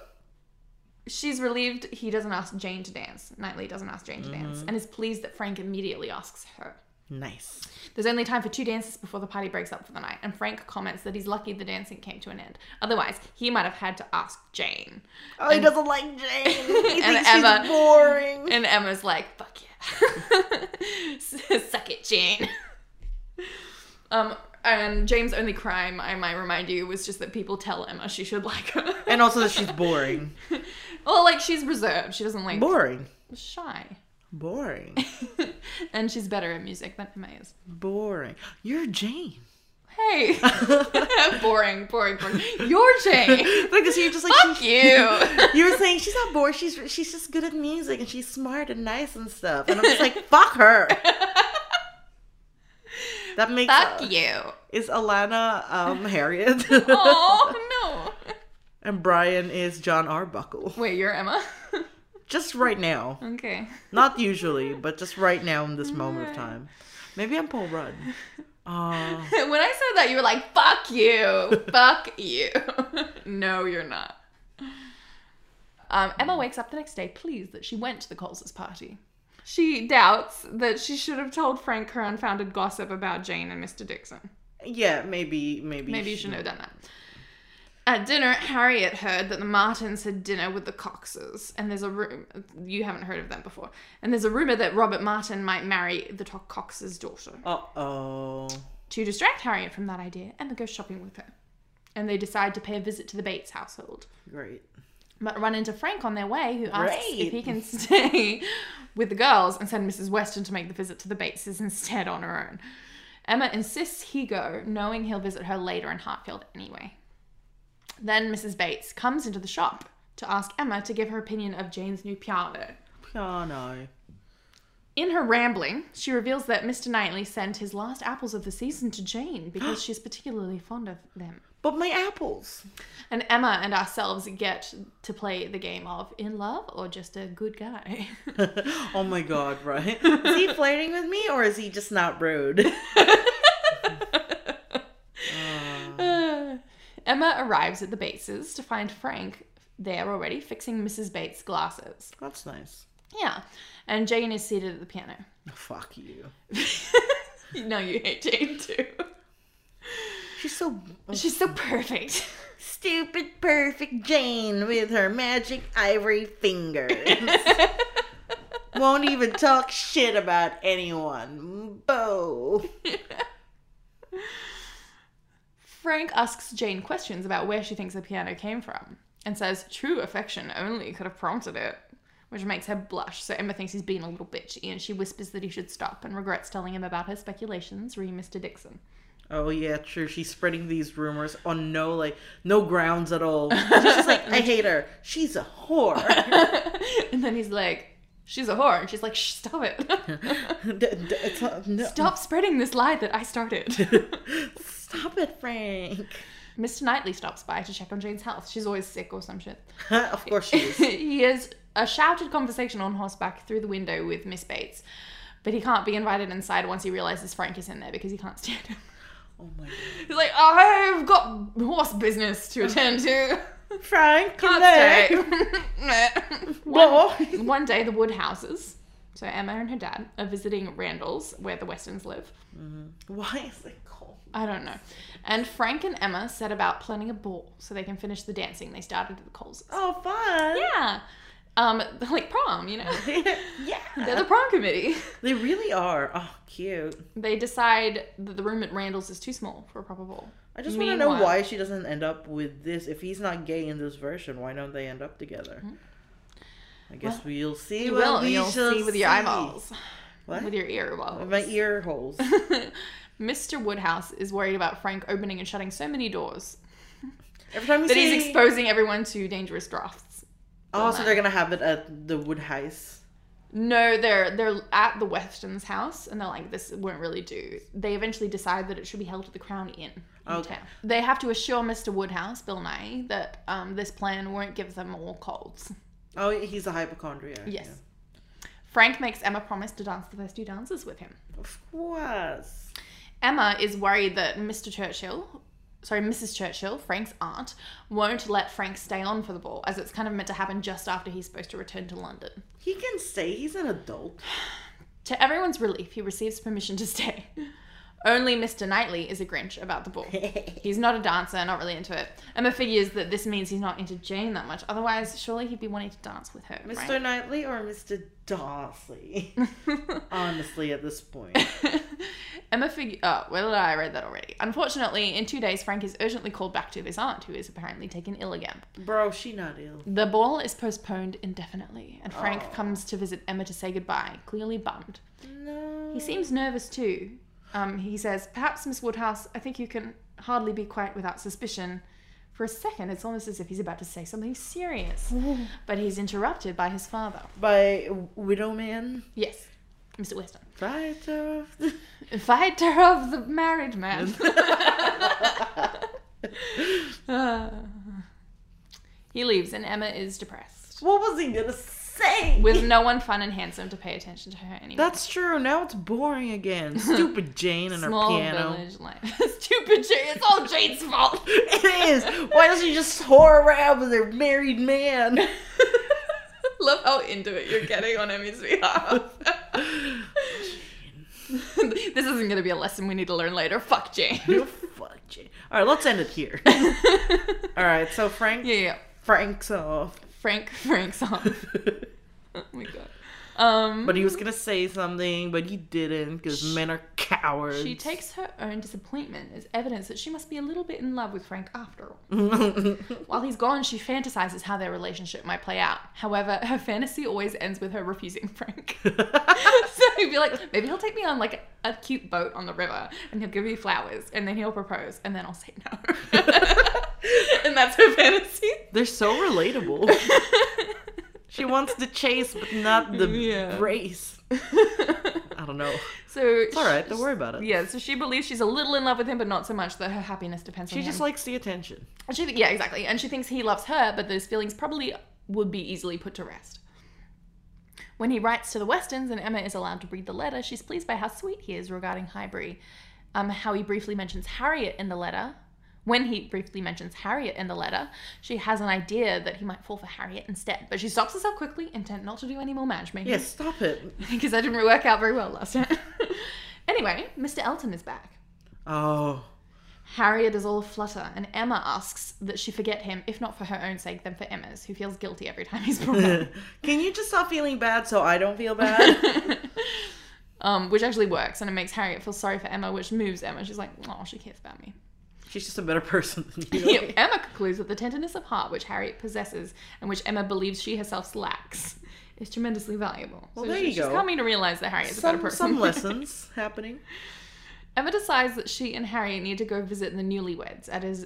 S2: she's relieved he doesn't ask Jane to dance. Knightley doesn't ask Jane to dance and is pleased that Frank immediately asks her.
S1: nice.
S2: There's only time for two dances before the party breaks up for the night, and Frank comments that he's lucky the dancing came to an end. Otherwise, he might have had to ask Jane.
S1: Oh, he doesn't like Jane. He
S2: And
S1: thinks
S2: Emma-
S1: she's boring.
S2: And Emma's like, fuck yeah. Suck it, Jane. um, and Jane's only crime, I might remind you, was just that people tell Emma she should like her.
S1: And also that she's boring.
S2: Well, like she's reserved. She doesn't like
S1: Boring.
S2: shy.
S1: Boring.
S2: and she's better at music than Emma is.
S1: Boring. You're Jane.
S2: Hey, boring, boring, boring. You're Jane.
S1: Because you're just like
S2: Fuck
S1: she-
S2: you.
S1: You were saying she's not boring. She's she's just good at music and she's smart and nice and stuff. And I'm just like, fuck her. That makes
S2: Fuck
S1: uh,
S2: you.
S1: is Alana um Harriet
S2: Oh
S1: and Brian is John Arbuckle.
S2: no. Wait, you're Emma.
S1: Just right now,
S2: okay.
S1: not usually, but just right now in this moment of time. Maybe I'm Paul Rudd. Oh.
S2: When I said that, you were like, "Fuck you, fuck you." no, you're not. Um, Emma wakes up the next day pleased that she went to the Coles' party. She doubts that she should have told Frank her unfounded gossip about Jane and Mr. Dixon.
S1: Yeah, maybe, maybe.
S2: Maybe you shouldn't have done that. At dinner, Harriet heard that the Martins had dinner with the Coxes, and there's a room you haven't heard of them before. And there's a rumor that Robert Martin might marry the To- Cox's daughter.
S1: Uh oh.
S2: To distract Harriet from that idea, Emma goes shopping with her, and they decide to pay a visit to the Bates household,
S1: Great.
S2: but run into Frank on their way, who asks if
S1: Great.
S2: he can stay with the girls and send Mrs. Weston to make the visit to the Bateses instead on her own. Emma insists he go, knowing he'll visit her later in Hartfield anyway. Then Mrs. Bates comes into the shop to ask Emma to give her opinion of Jane's new piano.
S1: Piano.
S2: In her rambling, she reveals that Mr. Knightley sent his last apples of the season to Jane because she's particularly fond of them.
S1: But my apples.
S2: And Emma and ourselves get to play the game of in love or just a good guy.
S1: oh my god, right? Is he flirting with me or is he just not rude?
S2: Emma arrives at the Bateses to find Frank there already fixing Mrs. Bates' glasses.
S1: That's nice.
S2: Yeah. And Jane is seated at the piano.
S1: Fuck you.
S2: no, you hate Jane too.
S1: She's so
S2: She's so perfect.
S1: stupid, perfect Jane with her magic ivory fingers. Won't even talk shit about anyone. Bo.
S2: Frank asks Jane questions about where she thinks the piano came from and says true affection only could have prompted it, which makes her blush. So Emma thinks he's being a little bitchy and she whispers that he should stop and regrets telling him about her speculations, re Mr. Dixon.
S1: Oh yeah, true. She's spreading these rumors on no like no grounds at all. She's just like, I hate her. She's a whore.
S2: and then he's like, she's a whore. And she's like, Shh, stop it.
S1: D- d- it's not- no.
S2: stop spreading this lie that I started.
S1: Stop it, Frank.
S2: Mr. Knightley stops by to check on Jane's health. She's always sick or some shit.
S1: of course she is.
S2: he has a shouted conversation on horseback through the window with Miss Bates, but he can't be invited inside once he realizes Frank is in there because he can't stand him.
S1: Oh my god.
S2: He's like, I've got horse business to attend to.
S1: Frank,
S2: Can't
S1: hello.
S2: stay.
S1: Boy.
S2: One day, the Woodhouses, so Emma and her dad, are visiting Randall's, where the Westons live.
S1: Why is it called?
S2: I don't know. And Frank and Emma set about planning a ball so they can finish the dancing they started at the Coles.
S1: Oh, fun.
S2: Yeah. Um, like prom, you know.
S1: Yeah.
S2: They're the prom committee.
S1: They really are. Oh, cute.
S2: They decide that the room at Randall's is too small for a proper ball.
S1: I just want to know
S2: Meanwhile-
S1: why she doesn't end up with this. If he's not gay in this version, why don't they end up together? I guess we'll see.
S2: Hmm. You
S1: what
S2: will.
S1: we
S2: You'll
S1: shall
S2: see with your
S1: see.
S2: eyeballs.
S1: What?
S2: With your ear eyeballs.
S1: With my ear holes.
S2: Mr. Woodhouse is worried about Frank opening and shutting so many doors
S1: Every time you
S2: that
S1: see,
S2: he's exposing everyone to dangerous drafts.
S1: Oh, so they're gonna have it at the Woodhouse.
S2: No, they're they're at the Weston's house, and they're like, "This won't really do." They eventually decide that it should be held at the Crown Inn. in
S1: Okay.
S2: town. They have to assure Mr. Woodhouse, Bill Nye, that um, this plan won't give them all colds.
S1: Oh, he's a hypochondriac.
S2: Yes.
S1: yeah.
S2: Frank makes Emma promise to dance the first two dances with him.
S1: Of course.
S2: Emma is worried that Mr. Churchill, sorry, Mrs. Churchill, Frank's aunt, won't let Frank stay on for the ball, as it's kind of meant to happen just after he's supposed to return to London.
S1: He can stay. He's an adult.
S2: To everyone's relief, he receives permission to stay. Only Mr. Knightley is a Grinch about the ball. He's not a dancer, not really into it. Emma figures that this means he's not into Jane that much. Otherwise, surely he'd be wanting to dance with her.
S1: Mr.
S2: right?
S1: Knightley or Mr. Darcy? Honestly, at this point.
S2: Emma figure. Oh, well, I read that already. Unfortunately, in two days, Frank is urgently called back to his aunt, who is apparently taken ill again.
S1: Bro, she not ill.
S2: The ball is postponed indefinitely, and Frank comes to visit Emma to say goodbye, clearly bummed.
S1: No.
S2: He seems nervous too. Um, he says, Perhaps, Miss Woodhouse, I think you can hardly be quiet without suspicion. For a second, it's almost as if he's about to say something serious, but he's interrupted by his father.
S1: By Widowman.
S2: Yes, Mr. Weston.
S1: Right off the-
S2: Fighter of the married man. Ah. he leaves, and Emma is depressed.
S1: What was he gonna say?
S2: With no one fun and handsome to pay attention to her anymore.
S1: That's true. Now it's boring again. Stupid Jane and
S2: small
S1: her piano.
S2: village life. Stupid Jane. It's all Jane's fault.
S1: It is. Why doesn't she just whore around with her married man?
S2: Love how into it you're getting on Emmy's behalf. this isn't going to be a lesson we need to learn later. Fuck Jane.
S1: You Fuck Jane. All right, let's end it here. All right, so Frank
S2: Yeah, yeah.
S1: Frank's off,
S2: Frank, Frank's off. oh my god. Um,
S1: but he was gonna say something, but he didn't because men are cowards.
S2: she takes her own disappointment as evidence that she must be a little bit in love with Frank after all. While he's gone, she fantasizes how their relationship might play out. However, her fantasy always ends with her refusing Frank. so he'd be like, maybe he'll take me on like a cute boat on the river and he'll give me flowers and then he'll propose and then I'll say no. and that's her fantasy.
S1: They're so relatable. she wants the chase, but not the
S2: Yeah.
S1: race. I don't know.
S2: so it's
S1: It's all right. Don't worry about it.
S2: Yeah, so she believes she's a little in love with him, but not so much that her happiness depends on
S1: She
S2: him.
S1: just likes the attention.
S2: And she, yeah, exactly. And she thinks he loves her, but those feelings probably would be easily put to rest. When he writes to the Westons and Emma is allowed to read the letter, she's pleased by how sweet he is regarding Highbury, um, how he briefly mentions Harriet in the letter, When he briefly mentions Harriet in the letter, she has an idea that he might fall for Harriet instead, but she stops herself quickly, intent not to do any more matchmaking.
S1: Yeah, stop it.
S2: Because that didn't work out very well last time. anyway, Mr. Elton is back.
S1: Oh.
S2: Harriet is all aflutter, and Emma asks that she forget him, if not for her own sake, then for Emma's, who feels guilty every time he's brought up.
S1: Can you just stop feeling bad so I don't feel bad?
S2: um, which actually works, and it makes Harriet feel sorry for Emma, which moves Emma. She's like, oh, she cares about me.
S1: She's just a better person than you.
S2: Yeah, Emma concludes that the tenderness of heart which Harriet possesses and which Emma believes she herself lacks is tremendously valuable.
S1: Well, there you
S2: she's
S1: go.
S2: coming to realize that Harriet's a better
S1: Some,
S2: person.
S1: some lessons happening.
S2: Emma decides that she and Harriet need to go visit the newlyweds at his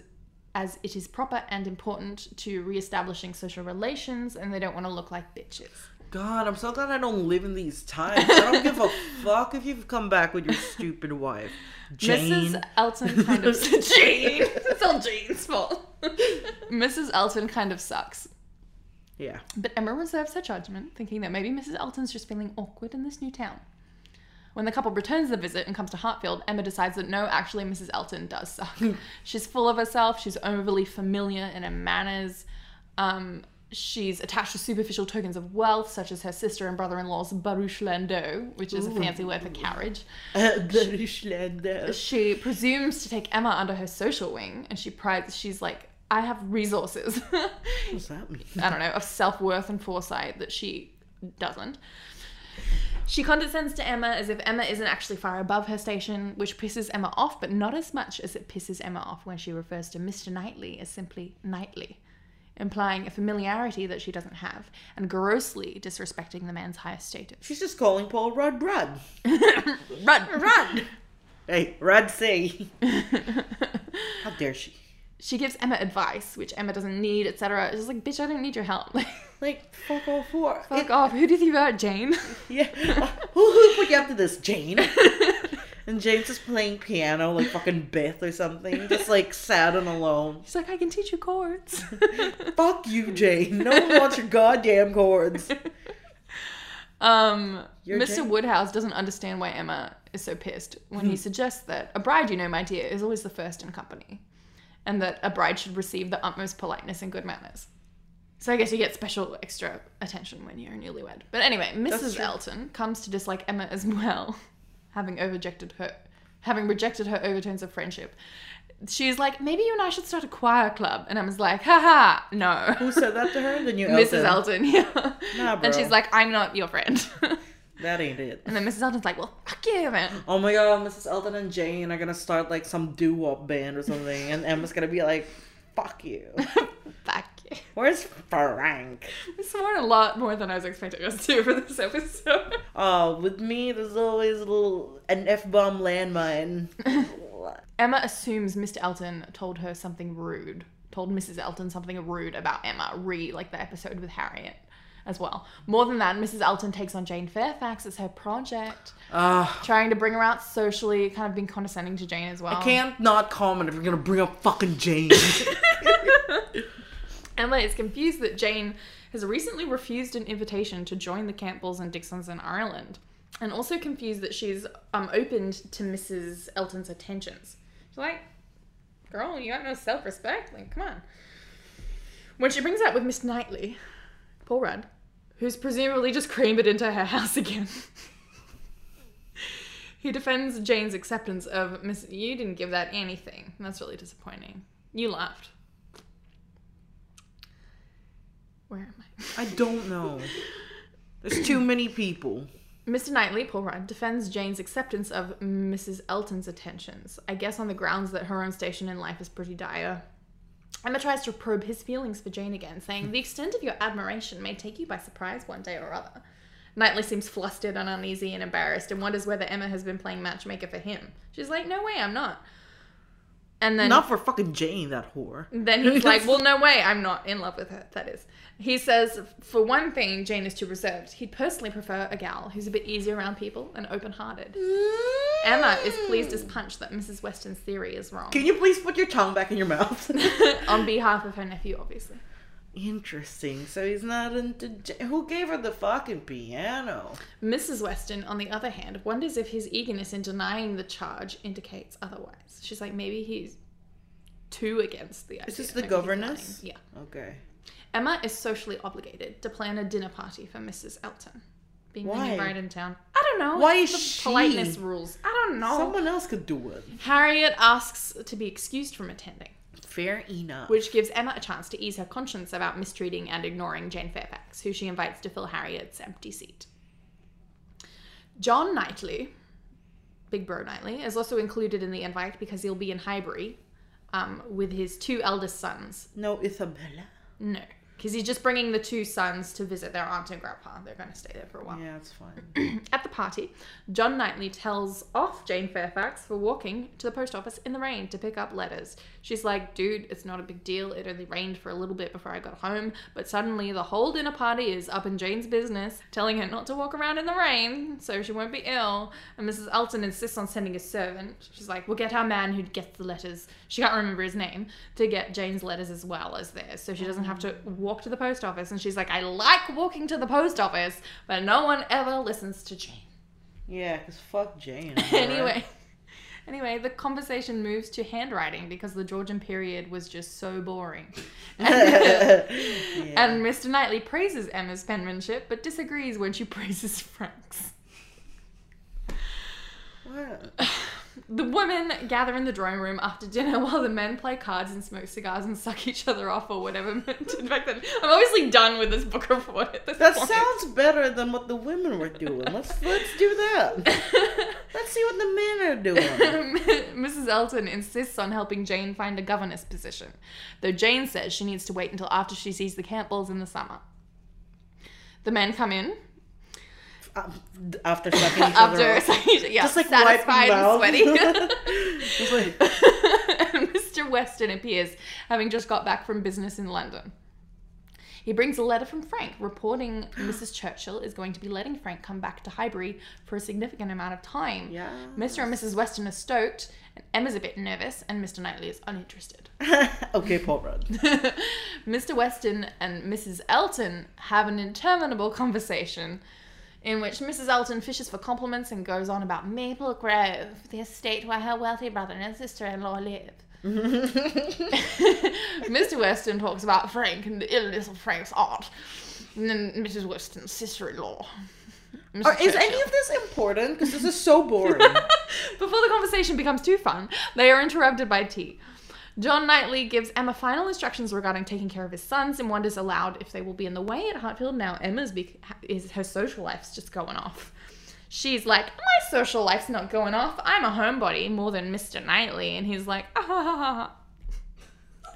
S2: as it is proper and important to re-establishing social relations and they don't want to look like bitches.
S1: God, I'm so glad I don't live in these times. I don't give a fuck if you've come back with your stupid wife. Jane.
S2: Mrs. Elton kind of Jane. It's all Jane's fault. Mrs. Elton kind of sucks.
S1: Yeah.
S2: But Emma reserves her judgment, thinking that maybe Mrs. Elton's just feeling awkward in this new town. When the couple returns the visit and comes to Hartfield, Emma decides that no, actually, Mrs. Elton does suck. she's full of herself, she's overly familiar in her manners, um, she's attached to superficial tokens of wealth, such as her sister and brother in law's barouche landau, which is a fancy word for carriage.
S1: Deutschland.
S2: She presumes to take Emma under her social wing, and she prides, she's like, I have resources.
S1: What does that mean?
S2: I don't know, of self worth and foresight that she doesn't. She condescends to Emma as if Emma isn't actually far above her station, which pisses Emma off, but not as much as it pisses Emma off when she refers to Mr. Knightley as simply Knightley, implying a familiarity that she doesn't have, and grossly disrespecting the man's higher status.
S1: She's just calling Paul Rudd Rudd.
S2: Run!
S1: Rudd! Hey, Rudd C. How dare she?
S2: She gives Emma advice, which Emma doesn't need, etc. She's like, bitch, I don't need your help. Like,
S1: Like, fuck all four.
S2: fuck off. Who do you think you are, Jane?
S1: Yeah. Who, who put you up to this, Jane? And Jane's just playing piano, like fucking Beth or something, just like sad and alone.
S2: She's like, I can teach you chords.
S1: Fuck you, Jane. No one wants your goddamn chords.
S2: Um,
S1: You're
S2: Mr.
S1: Jane.
S2: Woodhouse doesn't understand why Emma is so pissed when he suggests that a bride, you know, my dear, is always the first in company, and that a bride should receive the utmost politeness and good manners. So I guess you get special extra attention when you're newlywed. But anyway, Mrs.
S1: true.
S2: Elton comes to dislike Emma as well, having overjected her, having rejected her overtones of friendship. She's like, maybe you and I should start a choir club, and Emma's like, haha, no.
S1: Who said that to her? Then you
S2: Mrs. Elton, yeah.
S1: Nah, bro.
S2: And she's like, I'm not your friend.
S1: That ain't it.
S2: and then Mrs. Elton's like, well, fuck you, man.
S1: Oh my god, Mrs. Elton and Jane are gonna start like some doo wop band or something, and Emma's gonna be like, fuck you.
S2: fuck you.
S1: Where's Frank?
S2: We swore a lot more than I was expecting us to for this episode.
S1: Oh, with me, there's always a little an F bomb landmine.
S2: Emma assumes Mr. Elton told her something rude, told Mrs. Elton something rude about Emma, re like the episode with Harriet as well. More than that, Mrs. Elton takes on Jane Fairfax as her project,
S1: Ah,
S2: trying to bring her out socially, kind of being condescending to Jane as well.
S1: I can't not comment if you're gonna bring up fucking Jane.
S2: Emma is confused that Jane has recently refused an invitation to join the Campbells and Dixons in Ireland, and also confused that she's um, opened to Mrs. Elton's attentions. She's like, girl, you got no self respect? Like, come on. When she brings that with Miss Knightley, Paul Rudd, who's presumably just creamed it into her house again. He defends Jane's acceptance of Miss. You didn't give that anything. That's really disappointing. You laughed. Where am I?
S1: I don't know. There's too many people.
S2: Mr. Knightley, Paul Rudd, defends Jane's acceptance of Mrs. Elton's attentions, I guess on the grounds that her own station in life is pretty dire. Emma tries to probe his feelings for Jane again, saying, The extent of your admiration may take you by surprise one day or other. Knightley seems flustered and uneasy and embarrassed and wonders whether Emma has been playing matchmaker for him. She's like, No way, I'm not. And then
S1: Not for fucking Jane, that whore.
S2: then he's like, "Well, no way, I'm not in love with her." That is, he says. For one thing, Jane is too reserved. He'd personally prefer a gal who's a bit easier around people and open-hearted. Emma is pleased as punch that Mrs. Weston's theory is wrong.
S1: Can you please put your tongue back in your mouth?
S2: On behalf of her nephew, obviously.
S1: Interesting. So he's not into. J- Who gave her the fucking piano?
S2: Mrs. Weston, on the other hand, wonders if his eagerness in denying the charge indicates otherwise. She's like, maybe he's too against the idea.
S1: Is this
S2: of
S1: the
S2: anything
S1: governess?
S2: flying. Yeah.
S1: Okay.
S2: Emma is socially obligated to plan a dinner party for Mrs. Elton, being the
S1: Why?
S2: new bride in town. I don't know.
S1: Why
S2: It's
S1: is
S2: the
S1: she-
S2: politeness rules? I don't know.
S1: Someone else could do it.
S2: Harriet asks to be excused from attending,
S1: Fair enough.
S2: which gives Emma a chance to ease her conscience about mistreating and ignoring Jane Fairfax, who she invites to fill Harriet's empty seat. John Knightley, Big Bro Knightley, is also included in the invite because he'll be in Highbury um, with his two eldest sons,
S1: No, Isabella.
S2: no, because he's just bringing the two sons to visit their aunt and grandpa. They're going to stay there for a while.
S1: Yeah, it's fine.
S2: At the party, John Knightley tells off Jane Fairfax for walking to the post office in the rain to pick up letters. She's like, dude, it's not a big deal. It only rained for a little bit before I got home, but suddenly the whole dinner party is up in Jane's business, telling her not to walk around in the rain so she won't be ill. And Mrs. Elton insists on sending a servant. She's like, we'll get our man who gets the letters. She can't remember his name to get Jane's letters as well as theirs, so she doesn't have
S1: Mm.
S2: to walk to the post office. And she's like, I like walking to the post office, but no one ever listens to Jane.
S1: Yeah, because fuck Jane. am I right?
S2: anyway, anyway, the conversation moves to handwriting because the Georgian period was just so boring. And,
S1: Yeah.
S2: and Mr. Knightley praises Emma's penmanship, but disagrees when she praises Frank's.
S1: What?
S2: The women gather in the drawing room after dinner while the men play cards and smoke cigars and suck each other off or whatever meant to- back then. I'm obviously done with this book report at this
S1: That
S2: point.
S1: sounds better than what the women were doing. Let's let's do that. Let's see what the men are doing.
S2: Mrs. Elton insists on helping Jane find a governess position, though Jane says she needs to wait until after she sees the Campbells in the summer. The men come in
S1: Um, after sucking each other.
S2: after,
S1: off.
S2: yeah,
S1: Just like
S2: satisfied
S1: wiping
S2: and
S1: mouth.
S2: sweaty.
S1: It's like,
S2: and Mr. Weston appears, having just got back from business in London. He brings a letter from Frank reporting Mrs. Churchill is going to be letting Frank come back to Highbury for a significant amount of time.
S1: yeah.
S2: Mr. and Mrs. Weston are stoked, and Emma's a bit nervous, and Mr. Knightley is uninterested.
S1: okay, Paul Rudd.
S2: Mr. Weston and Mrs. Elton have an interminable conversation in which Mrs. Elton fishes for compliments and goes on about Maple Grove, the estate where her wealthy brother and sister in law live. Mr. Weston talks about Frank and the illness of Frank's aunt, and then Mrs. Weston's sister in law.
S1: Or is any of this important? Because this is so boring.
S2: Before the conversation becomes too fun, they are interrupted by tea. John Knightley gives Emma final instructions regarding taking care of his sons and wonders aloud if they will be in the way at Hartfield. Now Emma's bec is her social life's just going off. She's like, my social life's not going off. I'm a homebody more than Mr. Knightley, and he's like, ah, ha, ha, ha, ha.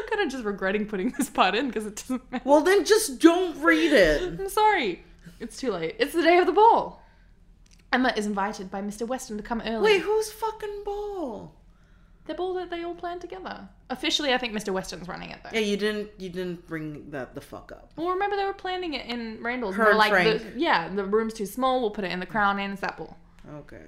S2: I'm kind of just regretting putting this part in because it doesn't matter.
S1: well, then just don't read it.
S2: I'm sorry. It's too late. It's the day of the ball. Emma is invited by Mr. Weston to come early.
S1: Wait, who's fucking ball?
S2: The ball that they all planned together. Officially, I think Mr. Weston's running it though.
S1: Yeah, you didn't. You didn't bring that the fuck up.
S2: Well, remember they were planning it in Randall's.
S1: Her
S2: and they're
S1: and
S2: like,
S1: Frank.
S2: The, yeah, the room's too small. We'll put it in the crown and it's that ball.
S1: Okay.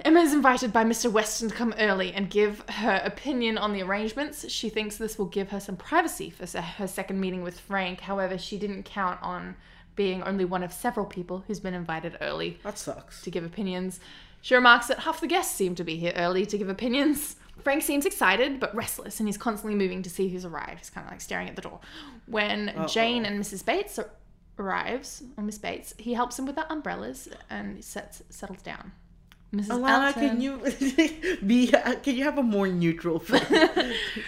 S2: Emma is invited by Mr. Weston to come early and give her opinion on the arrangements. She thinks this will give her some privacy for se- her second meeting with Frank. However, she didn't count on being only one of several people who's been invited early
S1: That sucks.
S2: to give opinions. She remarks that half the guests seem to be here early to give opinions. Frank seems excited but restless and he's constantly moving to see who's arrived. He's kind of like staring at the door. When Jane and Mrs. Bates ar- arrives, or Miss Bates, he helps them with their umbrellas and sets settles down. Mrs.
S1: Alana,
S2: Elton,
S1: can you be? uh, Can you have a more neutral? Film?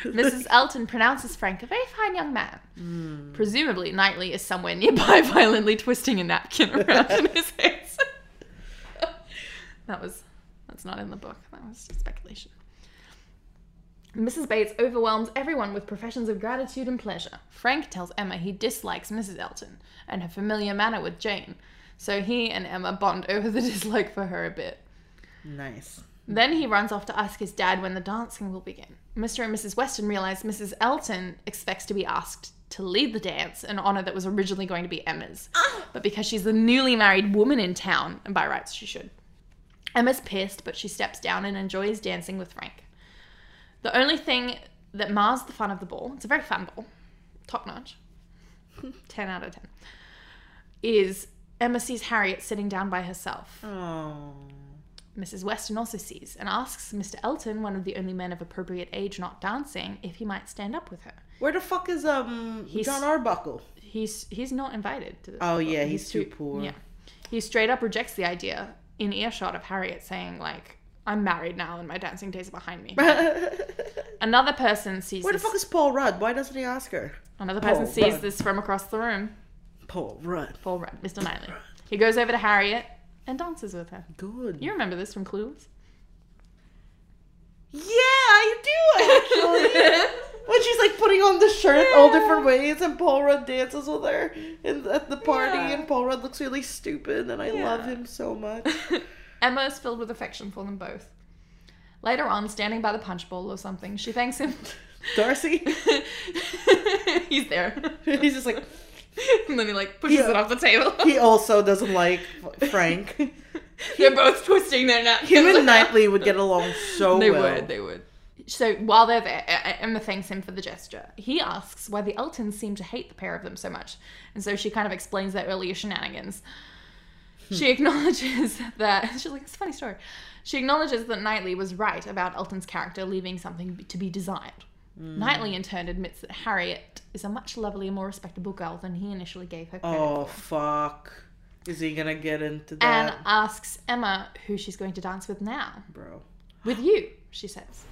S2: Mrs. Elton pronounces Frank a very fine young man. Presumably, Knightley is somewhere nearby, violently twisting a napkin around in his hands. that was that's not in the book. That was just speculation. Mrs. Bates overwhelms everyone with professions of gratitude and pleasure. Frank tells Emma he dislikes Mrs. Elton and her familiar manner with Jane, so he and Emma bond over the dislike for her a bit.
S1: nice.
S2: Then he runs off to ask his dad when the dancing will begin. Mr. and Mrs. Weston realize Mrs. Elton expects to be asked to lead the dance, an honor that was originally going to be Emma's. But because she's the newly married woman in town, and by rights she should. Emma's pissed, but she steps down and enjoys dancing with Frank. The only thing that mars the fun of the ball, it's a very fun ball, top notch, 10 out of 10, is Emma sees Harriet sitting down by herself.
S1: Oh.
S2: Mrs. Weston also sees and asks Mr. Elton, one of the only men of appropriate age not dancing, if he might stand up with her.
S1: Where the fuck is um
S2: He's-
S1: John Arbuckle?
S2: He's he's not invited to this.
S1: Oh,
S2: pub.
S1: yeah, he's too poor.
S2: Yeah. He straight up rejects the idea in earshot of Harriet saying like I'm married now and my dancing days are behind me.
S1: Where
S2: Another person sees
S1: the
S2: this.
S1: fuck is Paul Rudd? Why doesn't he ask her?
S2: Another person
S1: Paul
S2: sees
S1: Rudd?
S2: this from across the room.
S1: Paul Rudd.
S2: Paul Rudd, Mr. Knightley. He goes over to Harriet and dances with her.
S1: Good.
S2: You remember this from Clues?
S1: Yeah, I do actually. when she's like putting on the shirt all
S2: Yeah.
S1: different ways, and Paul Rudd dances with her in, at the party,
S2: Yeah.
S1: and Paul Rudd looks really stupid, and I love
S2: Yeah.
S1: him so much.
S2: Emma is filled with affection for them both. Later on, standing by the punch bowl or something, she thanks him.
S1: Darcy,
S2: He's there.
S1: he's just like
S2: and then he like pushes
S1: Yeah.
S2: it off the table.
S1: he also doesn't like F- Frank.
S2: They're both twisting their napkins.
S1: Him and
S2: around.
S1: Knightley would get along so
S2: They
S1: well.
S2: would. They would. So while they're there, E- E- Emma thanks him for the gesture. He asks why the Eltons seem to hate the pair of them so much, and so she kind of explains their earlier shenanigans.
S1: Hmm.
S2: She acknowledges that she's like, it's a funny story. She acknowledges that Knightley was right about Elton's character leaving something b- to be desired.
S1: Hmm.
S2: Knightley, in turn, admits that Harriet is a much lovelier, more respectable girl than he initially gave her credit.
S1: Oh fuck! Is he gonna get into
S2: and
S1: that,
S2: asks Emma who she's going to dance with now.
S1: bro?
S2: With you, she says,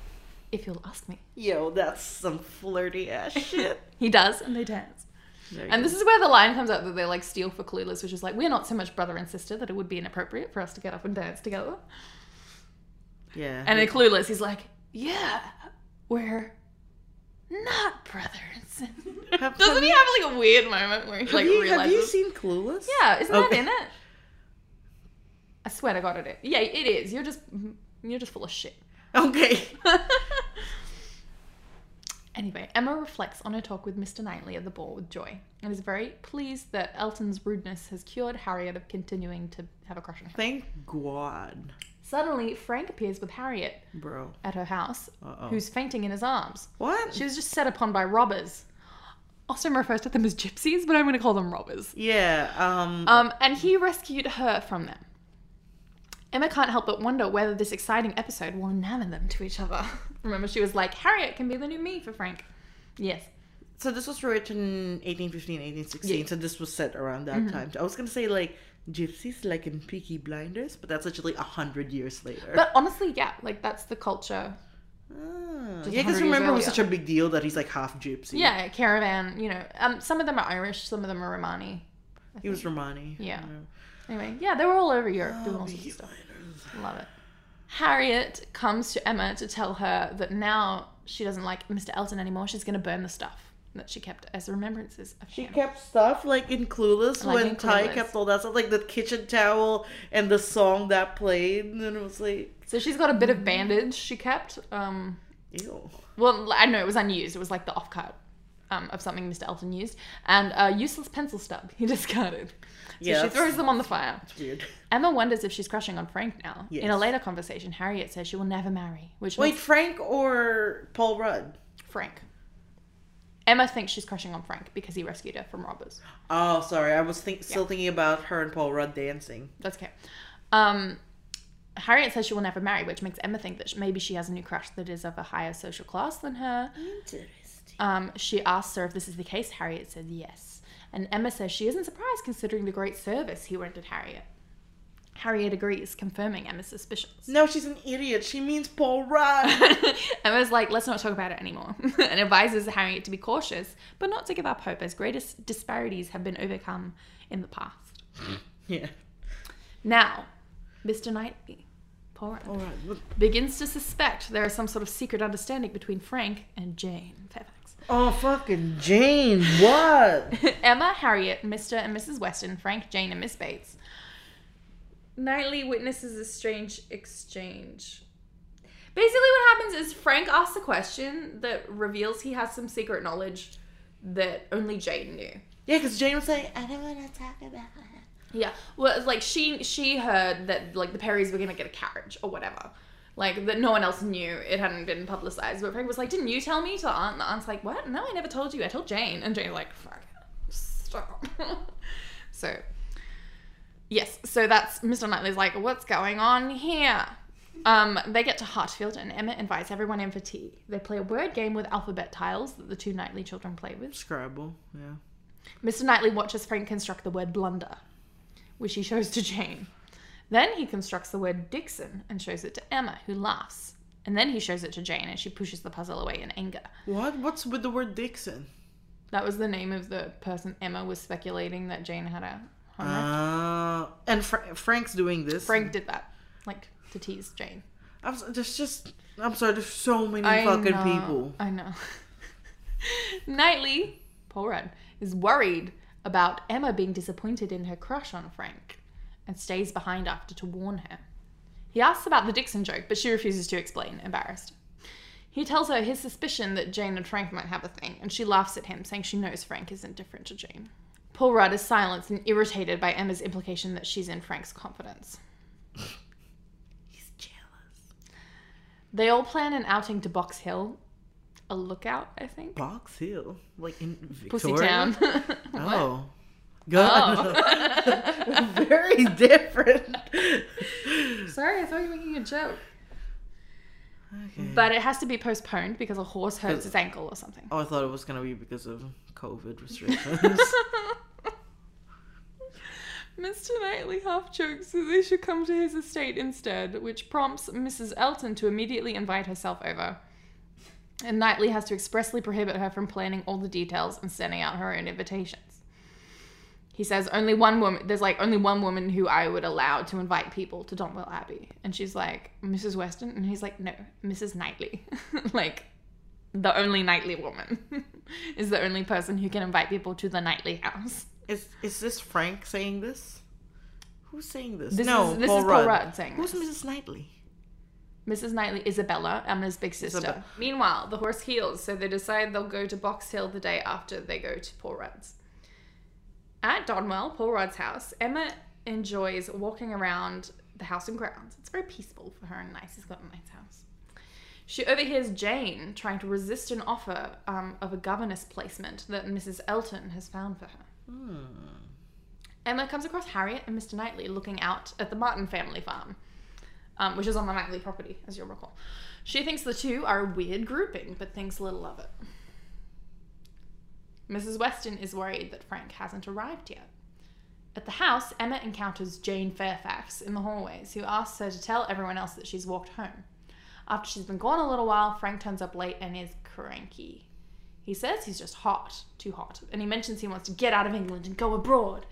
S2: if you'll ask me.
S1: Yo, that's some flirty ass shit.
S2: He does, and they dance.
S1: There you
S2: And
S1: go.
S2: this is where the line comes up that they like steal for Clueless, which is like, we're not so much brother and sister that it would be inappropriate for us to get up and dance together.
S1: yeah,
S2: And in Clueless, he's like, yeah, we're not brother and sister.
S1: Have-
S2: Doesn't he have like a weird moment where he
S1: have,
S2: like
S1: you, have you
S2: realizes?
S1: seen Clueless?
S2: yeah, isn't
S1: Okay.
S2: that in it? I swear to God, it is. Yeah, it is. You're just you're just full of shit.
S1: Okay.
S2: anyway, Emma reflects on her talk with Mr. Knightley at the ball with joy and is very pleased that Elton's rudeness has cured Harriet of continuing to have a crush on him.
S1: Thank God,
S2: Suddenly, Frank appears with Harriet
S1: bro.
S2: at her house,
S1: Uh-oh.
S2: who's fainting in his arms.
S1: What?
S2: She was just set upon by robbers. Austin refers to them as gypsies, but I'm going to call them robbers.
S1: Yeah. Um.
S2: Um, and he rescued her from them. Emma can't help but wonder whether this exciting episode will enamor them to each other. Remember, she was like, Harriet can be the new me for Frank. Yes.
S1: so this was written 1815, 1816.
S2: Yeah. Mm-hmm.
S1: So this was set around that time. I was gonna say like gypsies, like in Peaky Blinders, but that's literally a hundred years later.
S2: But honestly, yeah, like that's the culture.
S1: Ah.
S2: Just
S1: yeah,
S2: 100 years
S1: because remember it was
S2: earlier.
S1: such a big deal that he's like half gypsy.
S2: Yeah, caravan, you know. Um, some of them are Irish, some of them are Romani.
S1: He was Romani.
S2: Yeah.
S1: I don't
S2: Anyway, yeah, they were all over Europe doing
S1: know.
S2: all sorts of stuff. Love it. Harriet comes to Emma to tell her that now she doesn't like Mr. Elton anymore. She's going to burn the stuff that she kept as remembrances of
S1: She
S2: him.
S1: kept stuff like in Clueless
S2: Like
S1: when
S2: in
S1: Ty
S2: Clueless.
S1: kept all that stuff, like the kitchen towel and the song that played, and then it was like,
S2: So she's got a bit of bandage she kept. Um,
S1: ew.
S2: well, I know it was unused. It was like the off cut um, of something Mr. Elton used, and a useless pencil stub he discarded. So
S1: Yeah,
S2: she
S1: that's-
S2: throws them on the fire.
S1: It's weird.
S2: Emma wonders if she's crushing on Frank now. In a
S1: Yes.
S2: later conversation, Harriet says she will never marry, which
S1: Wait,
S2: makes
S1: Frank or Paul Rudd?
S2: Frank. Emma thinks she's crushing on Frank because he rescued her from robbers.
S1: Oh, sorry, I was think- still thinking about her and Paul Rudd dancing.
S2: That's okay. Um, Harriet says she will never marry, which makes Emma think that sh- maybe she has a new crush that is of a higher social class than her.
S1: Interesting.
S2: Um, she asks her if this is the case. Harriet says yes. And Emma says she isn't surprised considering the great service he rendered Harriet. Harriet agrees, confirming Emma's suspicions.
S1: No, she's an idiot. She means Paul Rudd.
S2: Emma's like, let's not talk about it anymore, and advises Harriet to be cautious, but not to give up hope, as greatest disparities have been overcome in the past.
S1: yeah.
S2: Now, Mr. Knightley, Paul Rudd,
S1: All right.
S2: begins to suspect there is some sort of secret understanding between Frank and Jane Fairfax.
S1: Oh, fucking Jane, what?
S2: Emma, Harriet, Mr. and Mrs. Weston, Frank, Jane, and Miss Bates. Knightley witnesses a strange exchange. Basically, what happens is Frank asks a question that reveals he has some secret knowledge that only Jane knew.
S1: yeah, because Jane was saying, I don't want to talk about it.
S2: Yeah, well, it's like she she heard that like the Perrys were gonna get a carriage or whatever, like that no one else knew. It hadn't been publicized. But Frank was like, "Didn't you tell me?" To the aunt, and the aunt's like, "What? No, I never told you. I told Jane." And Jane's like, "Fuck, stop." so Yes, so that's Mr. Knightley's like, what's going on here? Um, they get to Hartfield and Emma invites everyone in for tea. They play a word game with alphabet tiles that the two Knightley children play with.
S1: Scrabble, yeah.
S2: Mr. Knightley watches Frank construct the word blunder, which he shows to Jane. Then he constructs the word Dixon and shows it to Emma, who laughs. And then he shows it to Jane and she pushes the puzzle away in anger.
S1: What? What's with the word Dixon?
S2: That was the name of the person Emma was speculating that Jane had a homework.
S1: Uh, and Fra- Frank's doing this.
S2: Frank did that, like to tease Jane.
S1: I'm, so- there's just. I'm sorry. There's so many
S2: I
S1: fucking
S2: know,
S1: people.
S2: I know. Knightley, Paul Rudd, is worried about Emma being disappointed in her crush on Frank and stays behind after to warn her. He asks about the Dixon joke, but she refuses to explain, embarrassed. He tells her his suspicion that Jane and Frank might have a thing, and she laughs at him, saying she knows Frank is indifferent to Jane. Paul Rudd is silenced and irritated by Emma's implication that she's in Frank's confidence.
S1: He's jealous.
S2: They all plan an outing to Box Hill, a lookout, I think.
S1: Box Hill, like in
S2: Pussy
S1: Victoria.
S2: Town.
S1: Oh. God.
S2: Oh.
S1: Very different.
S2: Sorry, I thought you were making a joke.
S1: Okay.
S2: But it has to be postponed because a horse hurts its ankle or something.
S1: oh, I thought it was gonna be because of COVID restrictions.
S2: Mr. Knightley half jokes that they should come to his estate instead, which prompts Mrs. Elton to immediately invite herself over. And Knightley has to expressly prohibit her from planning all the details and sending out her own invitations. He says only one woman there's like only one woman who I would allow to invite people to Donwell Abbey. And she's like, Mrs. Weston? And he's like, No, Mrs. Knightley. like the only Knightley woman is the only person who can invite people to the Knightley house.
S1: is is this Frank saying this? Who's saying this?
S2: This
S1: no,
S2: is- this
S1: Paul,
S2: is Paul
S1: Rudd.
S2: Rudd saying
S1: Who's
S2: this.
S1: Mrs. Knightley?
S2: Mrs. Knightley, Isabella, Emma's big sister.
S1: Isabe-
S2: Meanwhile, the horse heals, so they decide they'll go to Box Hill the day after they go to Paul Rudd's. At Donwell, Paul Rudd's house, Emma enjoys walking around the house and grounds. It's very peaceful for her and nice. He's got a nice house. She overhears Jane trying to resist an offer um, of a governess placement that Mrs. Elton has found for her. Emma comes across Harriet and Mr. Knightley looking out at the Martin family farm, um, which is on the Knightley property, as you'll recall. She thinks the two are a weird grouping, but thinks little of it. Mrs. Weston is worried that Frank hasn't arrived yet. At the house, Emma encounters Jane Fairfax in the hallways, who asks her to tell everyone else that she's walked home. After she's been gone a little while, Frank turns up late and is cranky. He says he's just hot, too hot, and he mentions he wants to get out of England and go abroad.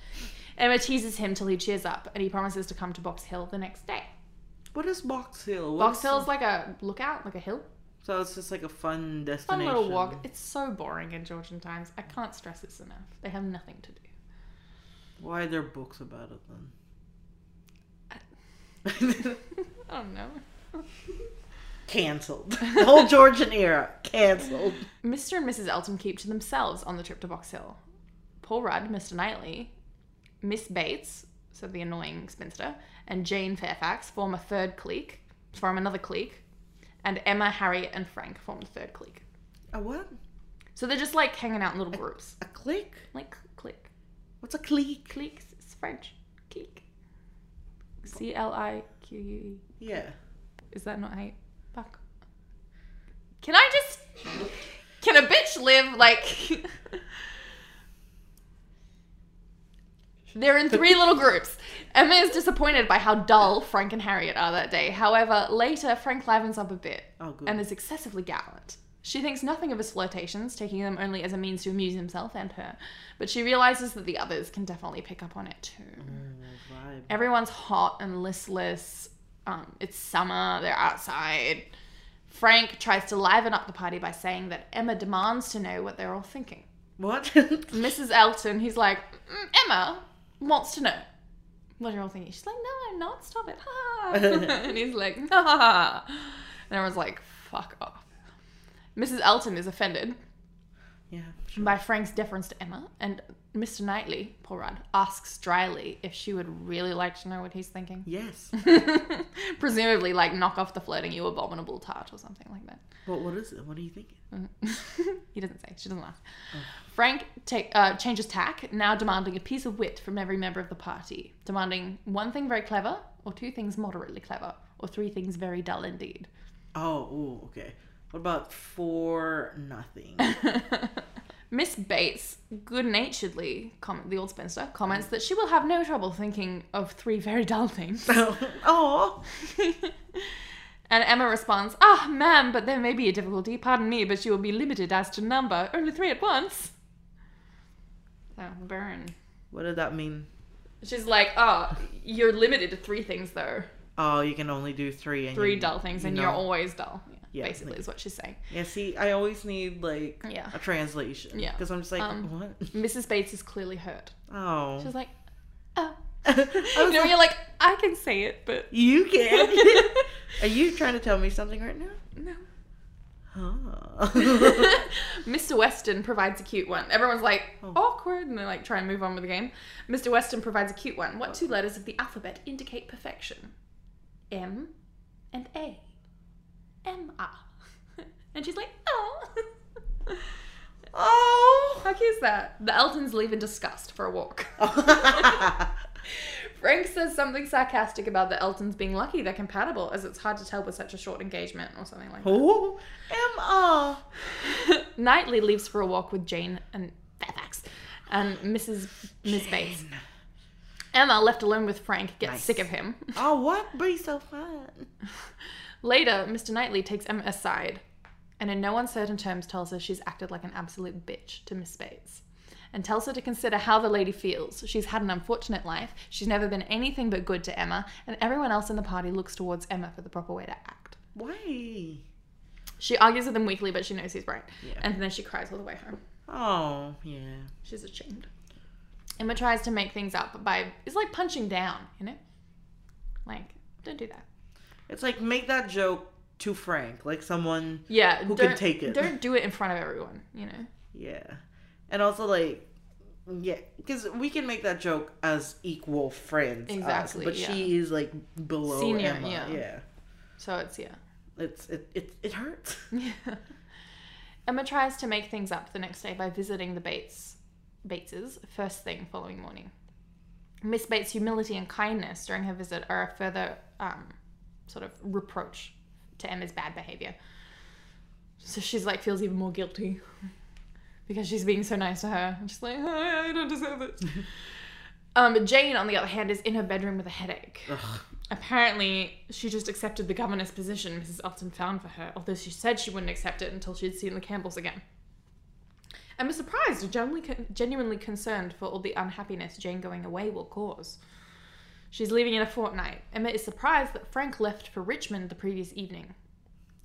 S2: Emma teases him till he cheers up, and he promises to come to Box Hill the next day.
S1: What is Box Hill? What
S2: Box
S1: is-
S2: Hill's like a lookout, like a hill.
S1: So it's just like a fun
S2: Fun
S1: destination.
S2: little walk. It's so boring in Georgian times. I can't stress this enough. They have nothing to do.
S1: Why are there books about it then?
S2: I don't know.
S1: Cancelled. The whole Georgian era cancelled.
S2: Mr. and Mrs. Elton keep to themselves on the trip to Box Hill. Paul Rudd, Mr. Knightley, Miss Bates, so the annoying spinster, and Jane Fairfax form a third clique, form another clique, and Emma, Harriet, and Frank form the third clique.
S1: A what?
S2: So they're just like hanging out in little groups.
S1: A clique?
S2: Like clique.
S1: What's a clique?
S2: Cliques, it's French. Clique. C L I Q U E.
S1: Yeah.
S2: Is that not eight? Fuck. Can I just. Can a bitch live like. They're in three little groups. Emma is disappointed by how dull Frank and Harriet are that day. However, later, Frank livens up a bit
S1: Oh, good.
S2: and is excessively gallant. She thinks nothing of his flirtations, taking them only as a means to amuse himself and her, but she realizes that the others can definitely pick up on it too.
S1: Vibe.
S2: Everyone's hot and listless. Um, it's summer, they're outside. Frank tries to liven up the party by saying that Emma demands to know what they're all thinking.
S1: What?
S2: Mrs. Elton, he's like, "Mm, Emma wants to know what you're all thinking. She's like, no, I'm not, stop it. ha." and he's like, nah. And everyone's like, fuck off. Mrs. Elton is offended
S1: yeah.
S2: by Frank's deference to Emma, and Mr. Knightley, Paul Rudd, asks dryly if she would really like to know what he's thinking.
S1: Yes.
S2: Presumably, like, knock off the flirting, you abominable tart, or something like that.
S1: But what is it? What are you thinking?
S2: He doesn't say. She doesn't laugh. Frank take, uh, changes tack, now demanding a piece of wit from every member of the party, demanding one thing very clever, or two things moderately clever, or three things very dull indeed.
S1: Oh, ooh, okay. What about four nothing?
S2: Miss Bates good naturedly, comment, the old spinster, comments that she will have no trouble thinking of three very dull things.
S1: oh,
S2: and Emma responds, Ah, ma'am, but there may be a difficulty. Pardon me, but you will be limited as to number. Only three at once. Oh, burn.
S1: what did that mean?
S2: She's like, Oh, you're limited to three things, though.
S1: Oh, you can only do three. And
S2: Three
S1: you-
S2: dull things,
S1: you
S2: and you're
S1: know.
S2: always dull. Yeah,
S1: Mm. Yeah,
S2: basically,
S1: like-
S2: is what she's saying.
S1: Yeah, see, I always need like
S2: Yeah.
S1: a translation.
S2: Yeah.
S1: because I'm just like,
S2: Um,
S1: what?
S2: Mrs. Bates is clearly hurt.
S1: Oh,
S2: She's like, Oh.
S1: I
S2: You
S1: was
S2: know,
S1: like,
S2: you're like, I can say it, but.
S1: you can. Are you trying to tell me something right now?
S2: no.
S1: Huh.
S2: Mr. Weston provides a cute one. Everyone's like
S1: Oh.
S2: awkward, and they like try and move on with the game. Mr. Weston provides a cute one. What two letters of the alphabet indicate perfection? M and A. M R. And she's like, oh.
S1: oh.
S2: How cute is that? The Eltons leave in disgust for a walk.
S1: Oh.
S2: Frank says something sarcastic about the Eltons being lucky they're compatible, as it's hard to tell with such a short engagement or something like that.
S1: oh, Emma.
S2: Knightley leaves for a walk with Jane and Fairfax and Mrs. Miss Bates. Emma, left alone with Frank, gets
S1: Nice.
S2: sick of him.
S1: Oh, what? Be so fun.
S2: Later, Mr. Knightley takes Emma aside and in no uncertain terms tells her she's acted like an absolute bitch to Miss Bates and tells her to consider how the lady feels. She's had an unfortunate life, she's never been anything but good to Emma, and everyone else in the party looks towards Emma for the proper way to act.
S1: Why?
S2: She argues with him weakly, but she knows he's right.
S1: Yeah.
S2: And then she cries all the way home.
S1: Oh, yeah.
S2: She's ashamed. Emma tries to make things up by it's like punching down, you know? Like, don't do that.
S1: It's like make that joke to Frank, like someone,
S2: Yeah.
S1: Who can
S2: don't-
S1: take it?
S2: Don't do it in front of everyone, you know?
S1: yeah, and also like, yeah, because we can make that joke as equal friends, us,
S2: Exactly,
S1: but she is like below
S2: Senior,
S1: Emma.
S2: yeah.
S1: Yeah.
S2: So it's yeah.
S1: it's it it, it hurts.
S2: Emma tries to make things up the next day by visiting the Bates Bateses first thing following morning. Miss Bates' humility and kindness during her visit are a further um, sort of reproach to Emma's bad behavior. So she's like feels even more guilty because she's being so nice to her. And she's like, "Oh, I don't deserve this. um, Jane, on the other hand, is in her bedroom with a headache.
S1: Ugh.
S2: Apparently, she just accepted the governess position Mrs. Upton found for her, although she said she wouldn't accept it until she'd seen the Campbells again. Emma is surprised, and genuinely, con- genuinely concerned for all the unhappiness Jane going away will cause. She's leaving in a fortnight. Emma is surprised that Frank left for Richmond the previous evening,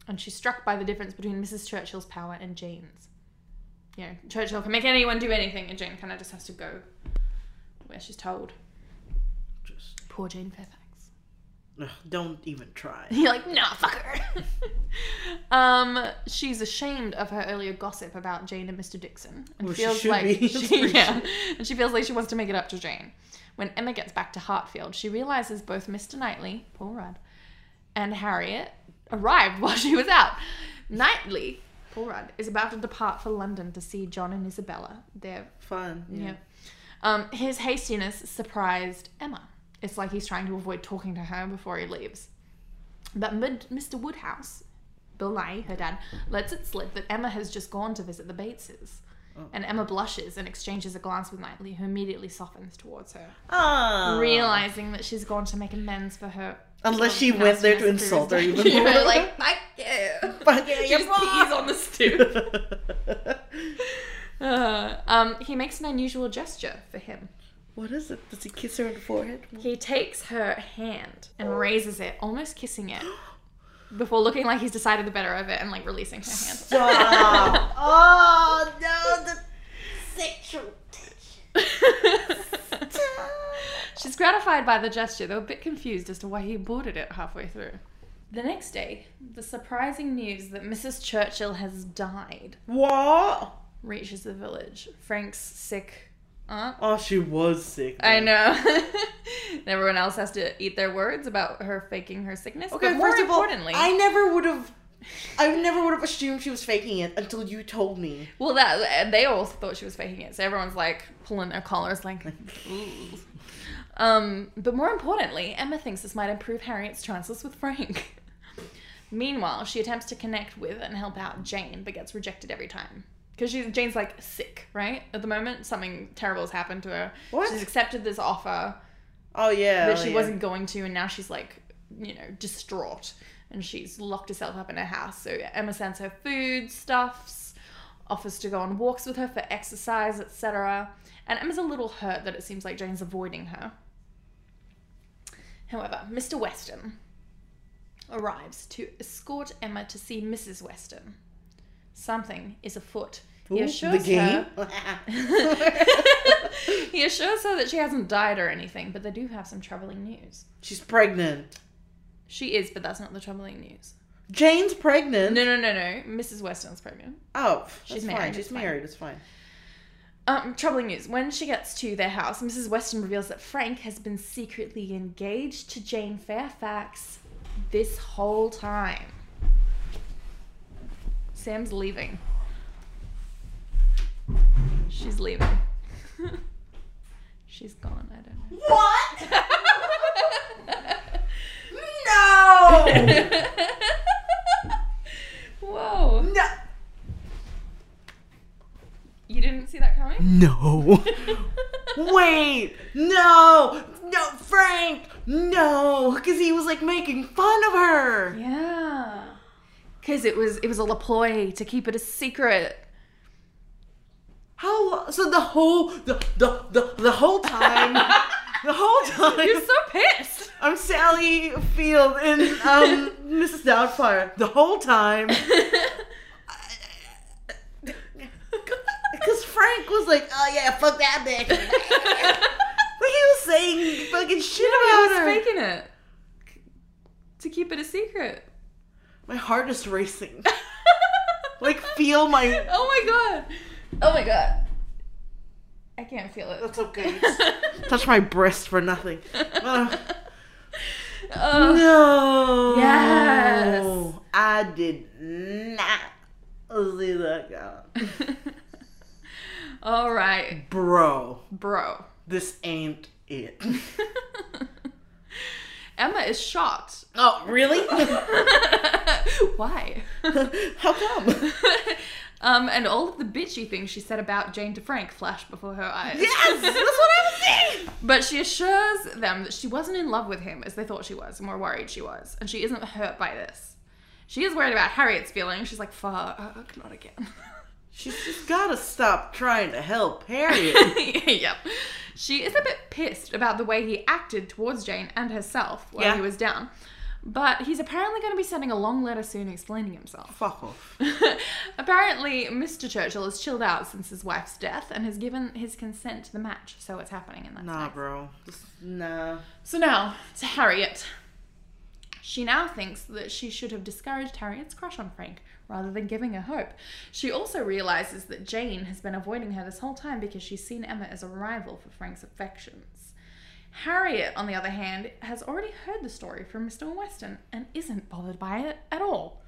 S2: and she's struck by the difference between Mrs. Churchill's power and Jane's. You know, Churchill can make anyone do anything, and Jane kind of just has to go where she's told.
S1: Just
S2: Poor Jane Fairfax.
S1: ugh, don't even try.
S2: You're like, nah, fuck her. um, she's ashamed of her earlier gossip about Jane and Mr. Dixon, and
S1: Well, she
S2: feels
S1: should
S2: like
S1: be. It's
S2: she,
S1: pretty
S2: yeah, and she feels like she wants to make it up to Jane. When Emma gets back to Hartfield, she realizes both Mr. Knightley, Paul Rudd, and Harriet arrived while she was out. Knightley, Paul Rudd, is about to depart for London to see John and Isabella, their
S1: Fun. Yeah.
S2: yeah. Um, his hastiness surprised Emma. It's like he's trying to avoid talking to her before he leaves. But mid- Mr. Woodhouse, Bill Nye, her dad, lets it slip that Emma has just gone to visit the Bateses.
S1: Oh.
S2: And Emma blushes and exchanges a glance with Knightley, who immediately softens towards her,
S1: Ah.
S2: realizing that she's gone to make amends for her.
S1: Unless she went there to
S2: nastiness
S1: insult her
S2: previous
S1: even
S2: day. You know,
S1: more.
S2: like, fuck you.
S1: Fuck yeah,
S2: She
S1: you're
S2: just pees on the stoop. Uh, um, he makes an unusual gesture for him.
S1: what is it? Does he kiss her on the forehead?
S2: He takes her hand and raises it, almost kissing it, before looking like he's decided the better of it and like releasing her hand.
S1: Stop. oh no, the sexual tension.
S2: She's gratified by the gesture, though a bit confused as to why he aborted it halfway through. The next day, the surprising news that Mrs. Churchill has died
S1: What?
S2: reaches the village. Frank's sick aunt
S1: Oh, she was sick.
S2: I
S1: man.
S2: know. and everyone else has to eat their words about her faking her sickness.
S1: Okay,
S2: but more
S1: first of all,
S2: importantly,
S1: I never would have I never would have assumed she was faking it until you told me.
S2: Well, that and they all thought she was faking it, so everyone's like pulling their collars, like, ooh. Um, but more importantly, Emma thinks this might improve Harriet's chances with Frank. Meanwhile, she attempts to connect with and help out Jane, but gets rejected every time. Because she's Jane's like sick, right? At the moment, something terrible has happened to her.
S1: What?
S2: She's accepted this offer
S1: Oh yeah.
S2: that she
S1: yeah.
S2: wasn't going to, and now she's like, you know, distraught, and she's locked herself up in her house. So Emma sends her food, stuffs, offers to go on walks with her for exercise, etc. And Emma's a little hurt that it seems like Jane's avoiding her. However, Mr. Weston arrives to escort Emma to see Mrs. Weston. Something is afoot.
S1: Ooh,
S2: He
S1: the
S2: assures
S1: game.
S2: her he assures her that she hasn't died or anything, but they do have some troubling news.
S1: She's pregnant.
S2: She is, but that's not the troubling news.
S1: Jane's pregnant.
S2: No, no, no, no. Mrs. Weston's pregnant.
S1: Oh, that's
S2: She's
S1: fine.
S2: married,
S1: She's
S2: it's fine.
S1: married. It's fine.
S2: Um, troubling news. When she gets to their house, Mrs. Weston reveals that Frank has been secretly engaged to Jane Fairfax this whole time. Sam's leaving. She's leaving. She's gone. I don't know.
S1: What? No.
S2: Whoa.
S1: no.
S2: You didn't see that coming?
S1: No. Wait. No. No, Frank. No, because he was like making fun of her.
S2: yeah. Cause it was it was all a ploy to keep it a secret.
S1: How? lo- So the whole the the the, the whole time. The whole time
S2: You're so pissed.
S1: I'm Sally Field and um, Mrs. Doubtfire. The whole time, because Frank was like, "Oh yeah, fuck that bitch." Like, he was saying fucking shit
S2: I
S1: about her.
S2: was faking it to keep it a secret.
S1: My heart is racing. Like, feel my-
S2: Oh my god. Oh my god. I can't feel it.
S1: That's okay. Touch my breast for nothing. Ugh.
S2: Ugh.
S1: No.
S2: Yes.
S1: I did not see that guy.
S2: All right,
S1: Bro,
S2: bro.
S1: this ain't it.
S2: Emma is shocked.
S1: Oh, really?
S2: Why?
S1: How come?
S2: um, and all of the bitchy things she said about Jane to Frank flashed before her eyes.
S1: Yes, that's what I was saying.
S2: But she assures them that she wasn't in love with him as they thought she was and were worried she was. And she isn't hurt by this. She is worried about Harriet's feelings. She's like, fuck, not again.
S1: She's just gotta stop trying to help Harriet.
S2: yep. She is a bit pissed about the way he acted towards Jane and herself while
S1: Yeah.
S2: he was down. But he's apparently going to be sending a long letter soon explaining himself.
S1: Fuck off.
S2: apparently, Mr. Churchill has chilled out since his wife's death and has given his consent to the match, so it's happening in that
S1: Nah, bro. Just, nah.
S2: So now to Harriet. She now thinks that she should have discouraged Harriet's crush on Frank rather than giving her hope. She also realizes that Jane has been avoiding her this whole time because she's seen Emma as a rival for Frank's affections. Harriet, on the other hand, has already heard the story from Mr. Weston and isn't bothered by it at all.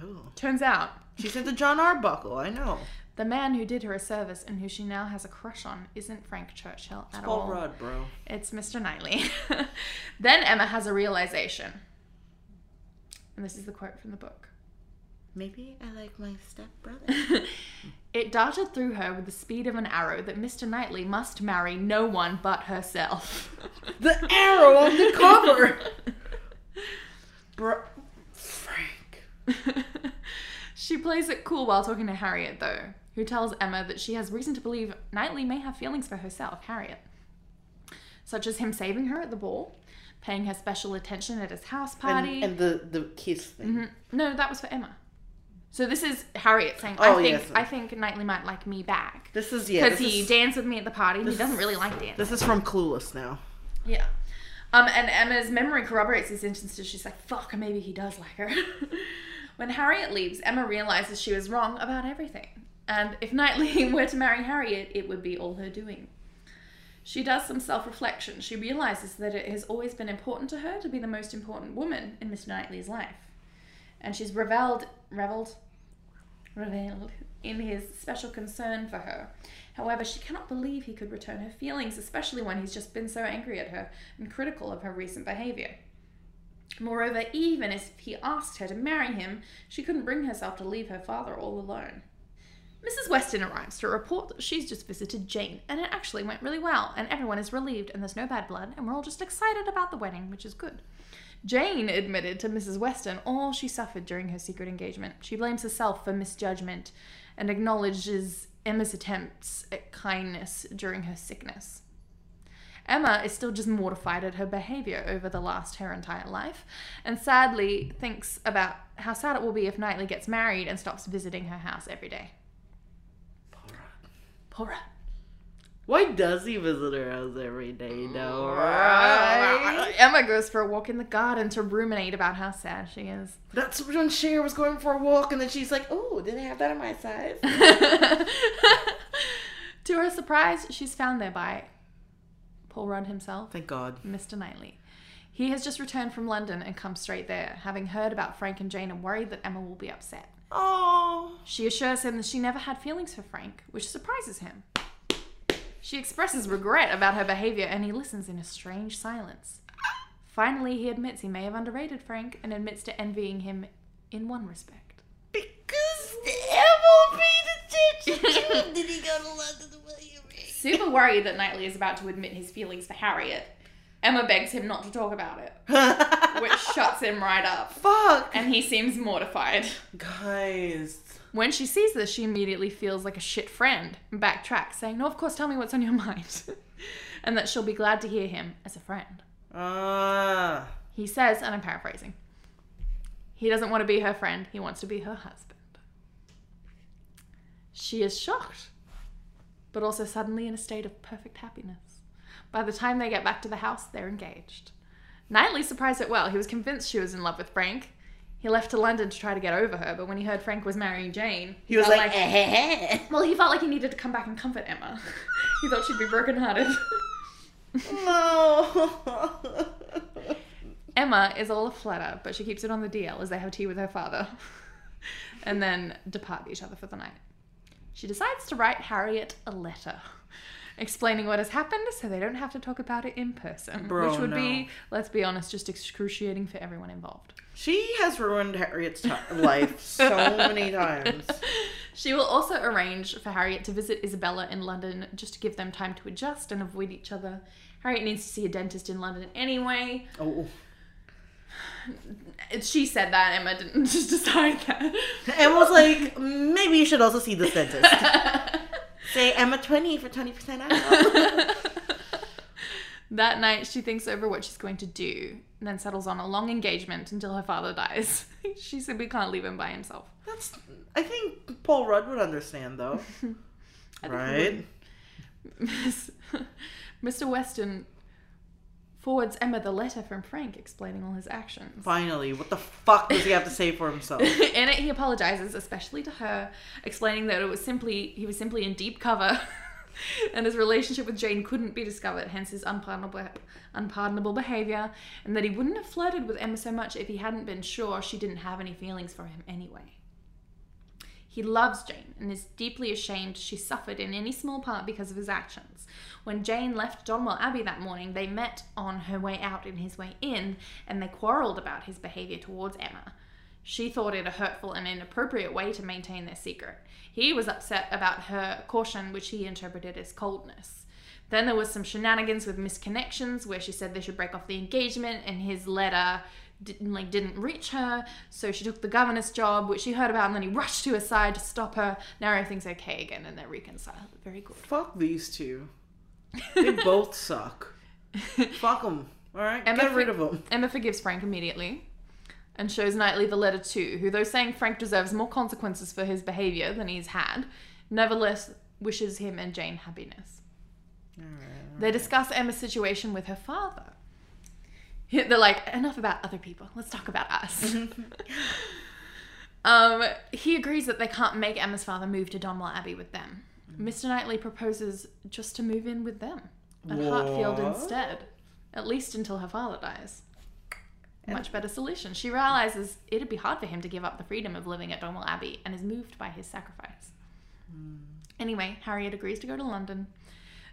S1: Oh.
S2: Turns out,
S1: She sent to John Arbuckle. I know.
S2: the man who did her a service and who she now has a crush on isn't Frank Churchill at all.
S1: Paul Rudd, bro.
S2: It's Mr. Knightley. then Emma has a realization. And this is the quote from the book.
S1: Maybe I like my stepbrother.
S2: it darted through her with the speed of an arrow that Mr. Knightley must marry no one but herself.
S1: the arrow on the cover. bro. Frank.
S2: she plays it cool while talking to Harriet, though, who tells Emma that she has reason to believe Knightley may have feelings for herself, Harriet, such as him saving her at the ball, paying her special attention at his house party.
S1: And, and the, the kiss thing.
S2: Mm, No, that was for Emma. So this is Harriet saying,
S1: Oh,
S2: I think
S1: yes.
S2: I think Knightley might like me back.
S1: This is, yeah.
S2: Because
S1: This
S2: he
S1: is,
S2: danced with me at the party and he
S1: this
S2: doesn't
S1: is-
S2: really like dancing.
S1: this is from Clueless now.
S2: Yeah. Um, and Emma's memory corroborates these instances. She's like, fuck, maybe he does like her. when Harriet leaves, Emma realizes she was wrong about everything. And if Knightley were to marry Harriet, it would be all her doing. She does some self reflection. She realizes that it has always been important to her to be the most important woman in Mr. Knightley's life. and she's reveled, reveled, reveled in his special concern for her. However, she cannot believe he could return her feelings, especially when he's just been so angry at her and critical of her recent behavior. Moreover, even if he asked her to marry him, she couldn't bring herself to leave her father all alone. Mrs. Weston arrives to report that she's just visited Jane, and it actually went really well, and everyone is relieved, and there's no bad blood, and we're all just excited about the wedding, which is good. Jane admitted to Mrs. Weston all she suffered during her secret engagement. She blames herself for misjudgment and acknowledges Emma's attempts at kindness during her sickness. Emma is still just mortified at her behavior over the last her entire life, and sadly thinks about how sad it will be if Knightley gets married and stops visiting her house every day. Poor Rat.
S1: Why does he visit her house every day, though? Right?
S2: Emma goes for a walk in the garden to ruminate about how sad she is.
S1: That's when Cher was going for a walk, and then she's like, "Oh, didn't have that in my size."
S2: to her surprise, she's found there by Paul Rudd himself,
S1: Thank God.
S2: Mr. Knightley. He has just returned from London and come straight there, having heard about Frank and Jane and worried that Emma will be upset.
S1: Oh,
S2: She assures him that she never had feelings for Frank, which surprises him. She expresses regret about her behavior and he listens in a strange silence. Finally, he admits he may have underrated Frank and admits to envying him in one respect.
S1: because Emma paid attention. to him.
S2: Super worried that Knightley is about to admit his feelings for Harriet, Emma begs him not to talk about it, which shuts him right up,
S1: Fuck,
S2: and he seems mortified.
S1: guys.
S2: When she sees this, she immediately feels like a shit friend and backtracks, saying, No, of course, tell me what's on your mind. and that she'll be glad to hear him as a friend.
S1: Ah,
S2: He says, and I'm paraphrasing, he doesn't want to be her friend, he wants to be her husband. She is shocked, but also suddenly in a state of perfect happiness. By the time they get back to the house, they're engaged. Knightley surprised it well. He was convinced she was in love with Frank. He left to London to try to get over her, but when he heard Frank was marrying Jane,
S1: he was
S2: felt
S1: like, eh, heh, heh.
S2: well, he felt like he needed to come back and comfort Emma. he thought she'd be brokenhearted.
S1: no.
S2: Emma is all aflutter, but she keeps it on the DL as they have tea with her father and then depart each other for the night. She decides to write Harriet a letter explaining what has happened so they don't have to talk about it in person,
S1: Bro,
S2: which would
S1: no.
S2: be, let's be honest, just excruciating for everyone involved.
S1: she has ruined Harriet's ti life so many times.
S2: She will also arrange for Harriet to visit Isabella in London just to give them time to adjust and avoid each other. Harriet needs to see a dentist in London anyway.
S1: Oh,
S2: She said that, Emma didn't just decide
S1: Emma's like, maybe you should also see this dentist.
S2: that.
S1: Say Emma twenty for twenty percent off.
S2: that night, she thinks over what she's going to do and then settles on a long engagement until her father dies. she simply can't leave him by himself.
S1: That's. I think Paul Rudd would understand though,
S2: I think he
S1: right?
S2: Miss- Mr. Weston forwards Emma the letter from Frank explaining all his actions.
S1: Finally, what the fuck does he have to say for himself?
S2: In it, he apologizes, especially to her, explaining that it was simply he was simply in deep cover, and his relationship with Jane couldn't be discovered, hence his unpardonable unpardonable behavior, and that he wouldn't have flirted with Emma so much if he hadn't been sure she didn't have any feelings for him anyway. He loves Jane and is deeply ashamed she suffered in any small part because of his actions. When Jane left Donwell Abbey that morning, they met on her way out and his way in, and they quarrelled about his behaviour towards Emma. She thought it a hurtful and inappropriate way to maintain their secret. He was upset about her caution, which he interpreted as coldness. Then there was some shenanigans with misconnections, where she said they should break off the engagement, and his letter didn't like didn't reach her, so she took the governess job, which she heard about, and then he rushed to her side to stop her. Now everything's okay again, and they're reconciled. Very good.
S1: Fuck these two. They both suck. Fuck them. All right,
S2: Emma
S1: get rid
S2: Fr-
S1: of them.
S2: Emma forgives Frank immediately and shows Knightley the letter too, who, though saying Frank deserves more consequences for his behaviour than he's had, nevertheless wishes him and Jane happiness. They discuss Emma's situation with her father. They're like, enough about other people, let's talk about us. um, he agrees that they can't make Emma's father move to Donwell Abbey with them. Mr. Knightley proposes just to move in with them at Hartfield
S1: What?
S2: instead, at least until her father dies. much better solution. She realizes it'd be hard for him to give up the freedom of living at Donwell Abbey and is moved by his sacrifice. Anyway, Harriet agrees to go to London.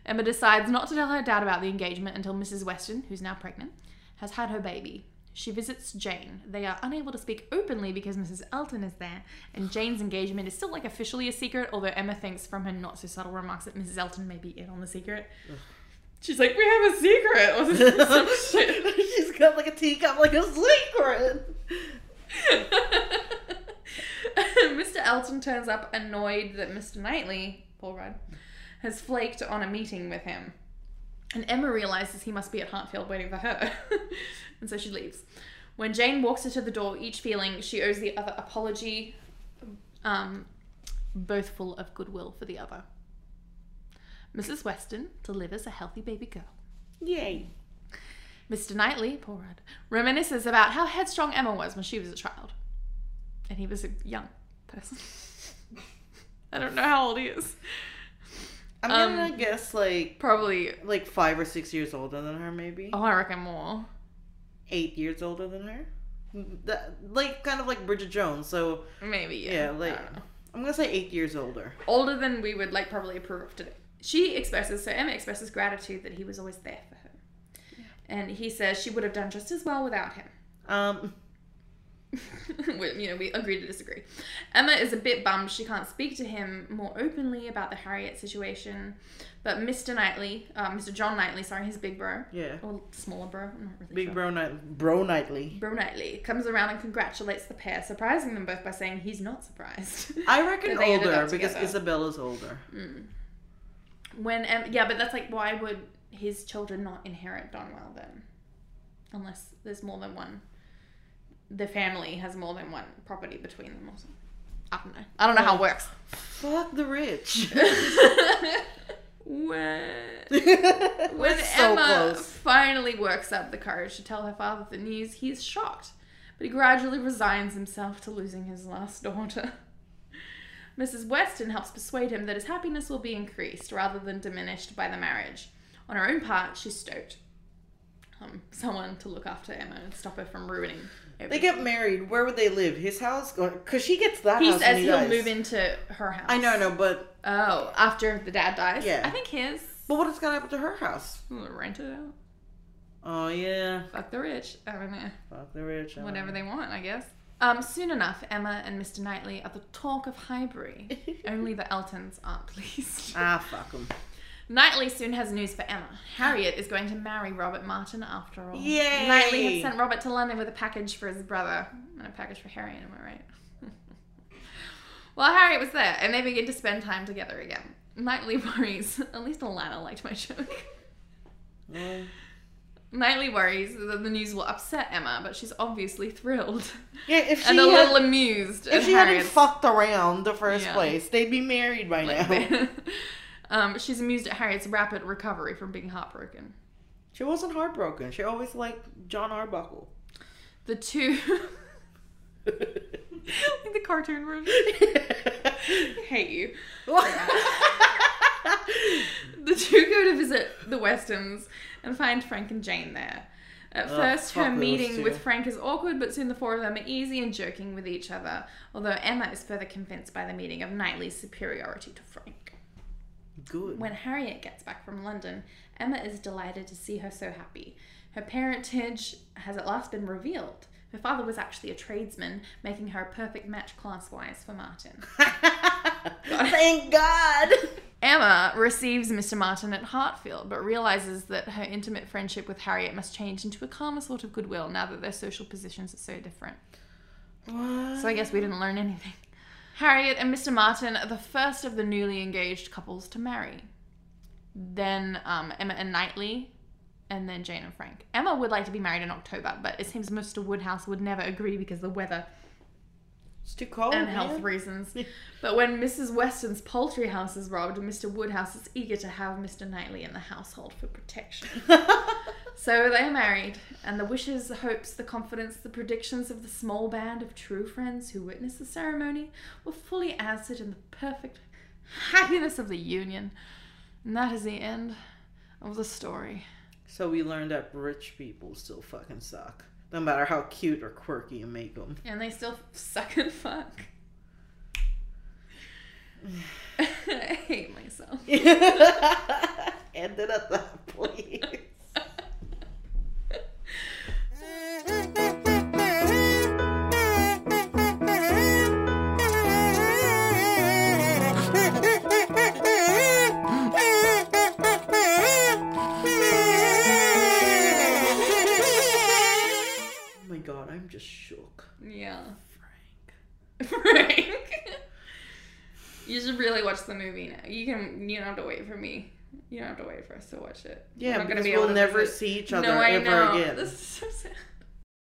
S2: Emma decides not to tell her dad about the engagement until Mrs. Weston, who's now pregnant, has had her baby. She visits Jane. They are unable to speak openly because Mrs. Elton is there, and Jane's engagement is still like officially a secret, although Emma thinks from her not so subtle remarks that Mrs. Elton may be in on the secret. She's like, We have a secret or some shit.
S1: She's got like a teacup, like a secret.
S2: Mr. Elton turns up annoyed that Mr. Knightley, Paul Rudd, has flaked on a meeting with him. And Emma realizes he must be at Hartfield waiting for her. and so she leaves. When Jane walks her to the door, each feeling she owes the other apology, um, both full of goodwill for the other. Mrs. Weston delivers a healthy baby girl.
S1: Yay.
S2: Mr. Knightley, poor Rudd, reminisces about how headstrong Emma was when she was a child. And he was a young person. I don't know how old he is.
S1: I'm
S2: Um,
S1: gonna guess like
S2: Probably,
S1: like five or six years older than her, maybe
S2: oh, I reckon more.
S1: eight years older than her. That, like kind of like Bridget Jones. So
S2: Maybe, yeah.
S1: yeah,
S2: I
S1: like
S2: don't know.
S1: I'm gonna say eight years older.
S2: Older than we would, like, probably approve of today. She expresses, so Emma expresses gratitude that he was always there for her. And he says she would have done just as well without him.
S1: Um,
S2: we, you know, we agree to disagree. Emma is a bit bummed she can't speak to him more openly about the Harriet situation, but Mr. Knightley, uh, Mr. John Knightley, sorry, his big bro
S1: yeah,
S2: or smaller bro, I'm not really
S1: big
S2: Oh, sure.
S1: bro, Knight- bro Knightley.
S2: Bro Knightley comes around and congratulates the pair, surprising them both by saying he's not surprised.
S1: I
S2: That
S1: reckon
S2: they ended
S1: older
S2: up
S1: because
S2: together.
S1: Isabella's older.
S2: when em- yeah, but that's like why would his children not inherit Donwell then, unless there's more than one. The family has more than one property between them, or something. I don't know. I don't know how it works.
S1: Fuck the rich.
S2: when
S1: We're
S2: when
S1: so
S2: Emma
S1: close.
S2: finally works up the courage to tell her father the news, he's shocked, but he gradually resigns himself to losing his last daughter. Mrs. Weston helps persuade him that his happiness will be increased rather than diminished by the marriage. On her own part, she's stoked. Um, someone to look after Emma and stop her from ruining.
S1: They
S2: everything.
S1: get married. Where would they live? His house? Because she gets that
S2: he
S1: house.
S2: says
S1: when he
S2: he'll
S1: dies.
S2: move into her house.
S1: I know, I know, but
S2: Oh, after the dad dies.
S1: Yeah.
S2: I think his.
S1: but what is gonna happen to her house?
S2: Rent it out.
S1: Oh yeah,
S2: Fuck the rich. I don't know.
S1: fuck the rich. I don't
S2: Whatever
S1: know.
S2: they want, I guess. Um, soon enough, Emma and Mr. Knightley are the talk of Highbury. Only the Eltons aren't pleased.
S1: Ah, fuck them.
S2: Knightley soon has news for Emma. Harriet is going to marry Robert Martin after all.
S1: Yay!
S2: Knightley had sent Robert to London with a package for his brother and a package for Harriet, am I right? well, Harriet was there, and they begin to spend time together again. Knightley worries. At least Alana liked my joke. Knightley worries that the news will upset Emma, but she's obviously thrilled
S1: Yeah, if she
S2: and a
S1: had,
S2: little amused. at
S1: if she hadn't
S2: Harriet's-
S1: fucked around the first
S2: Yeah.
S1: place, they'd be married by now.
S2: um, she's amused at Harriet's rapid recovery from being heartbroken.
S1: She wasn't heartbroken. She always liked John Arbuckle.
S2: The two, like the cartoon room, hate you. The two go to visit the Westons and find Frank and Jane there. At
S1: Ugh,
S2: first, her
S1: fuck those
S2: meeting
S1: two.
S2: with Frank is awkward, but soon the four of them are easy and joking with each other, although Emma is further convinced by the meeting of Knightley's superiority to Frank.
S1: Good.
S2: When Harriet gets back from London, Emma is delighted to see her so happy. Her parentage has at last been revealed. Her father was actually a tradesman, making her a perfect match class wise for Martin.
S1: Thank God.
S2: Emma receives Mr. Martin at Hartfield, but realizes that her intimate friendship with Harriet must change into a calmer sort of goodwill now that their social positions are so different. So I guess we didn't learn anything. Harriet and Mr. Martin are the first of the newly engaged couples to marry. Then um, Emma and Knightley, and then Jane and Frank. Emma would like to be married in October, but it seems Mr. Woodhouse would never agree because of the weather
S1: It's too cold.
S2: and health
S1: man.
S2: reasons. But when Mrs. Weston's poultry house is robbed, Mr. Woodhouse is eager to have Mr. Knightley in the household for protection. so they are married, and the wishes, the hopes, the confidence, the predictions of the small band of true friends who witnessed the ceremony were fully answered in the perfect happiness of the union. And that is the end of the story.
S1: So we learned that rich people still fucking suck.
S4: no matter how cute or quirky you make them.
S2: And they still suck and fuck. I hate myself.
S4: Ended at that point. Oh my god, I'm just shook.
S2: yeah.
S4: Frank.
S2: Frank. you should really watch the movie now. You can. You don't have to wait for me. You don't have to wait for us to watch it. We're
S4: Yeah,
S2: not gonna
S4: because
S2: be
S4: we'll
S2: able to
S4: never
S2: visit-
S4: see each other
S2: no, I
S4: ever
S2: know.
S4: again.
S2: This is so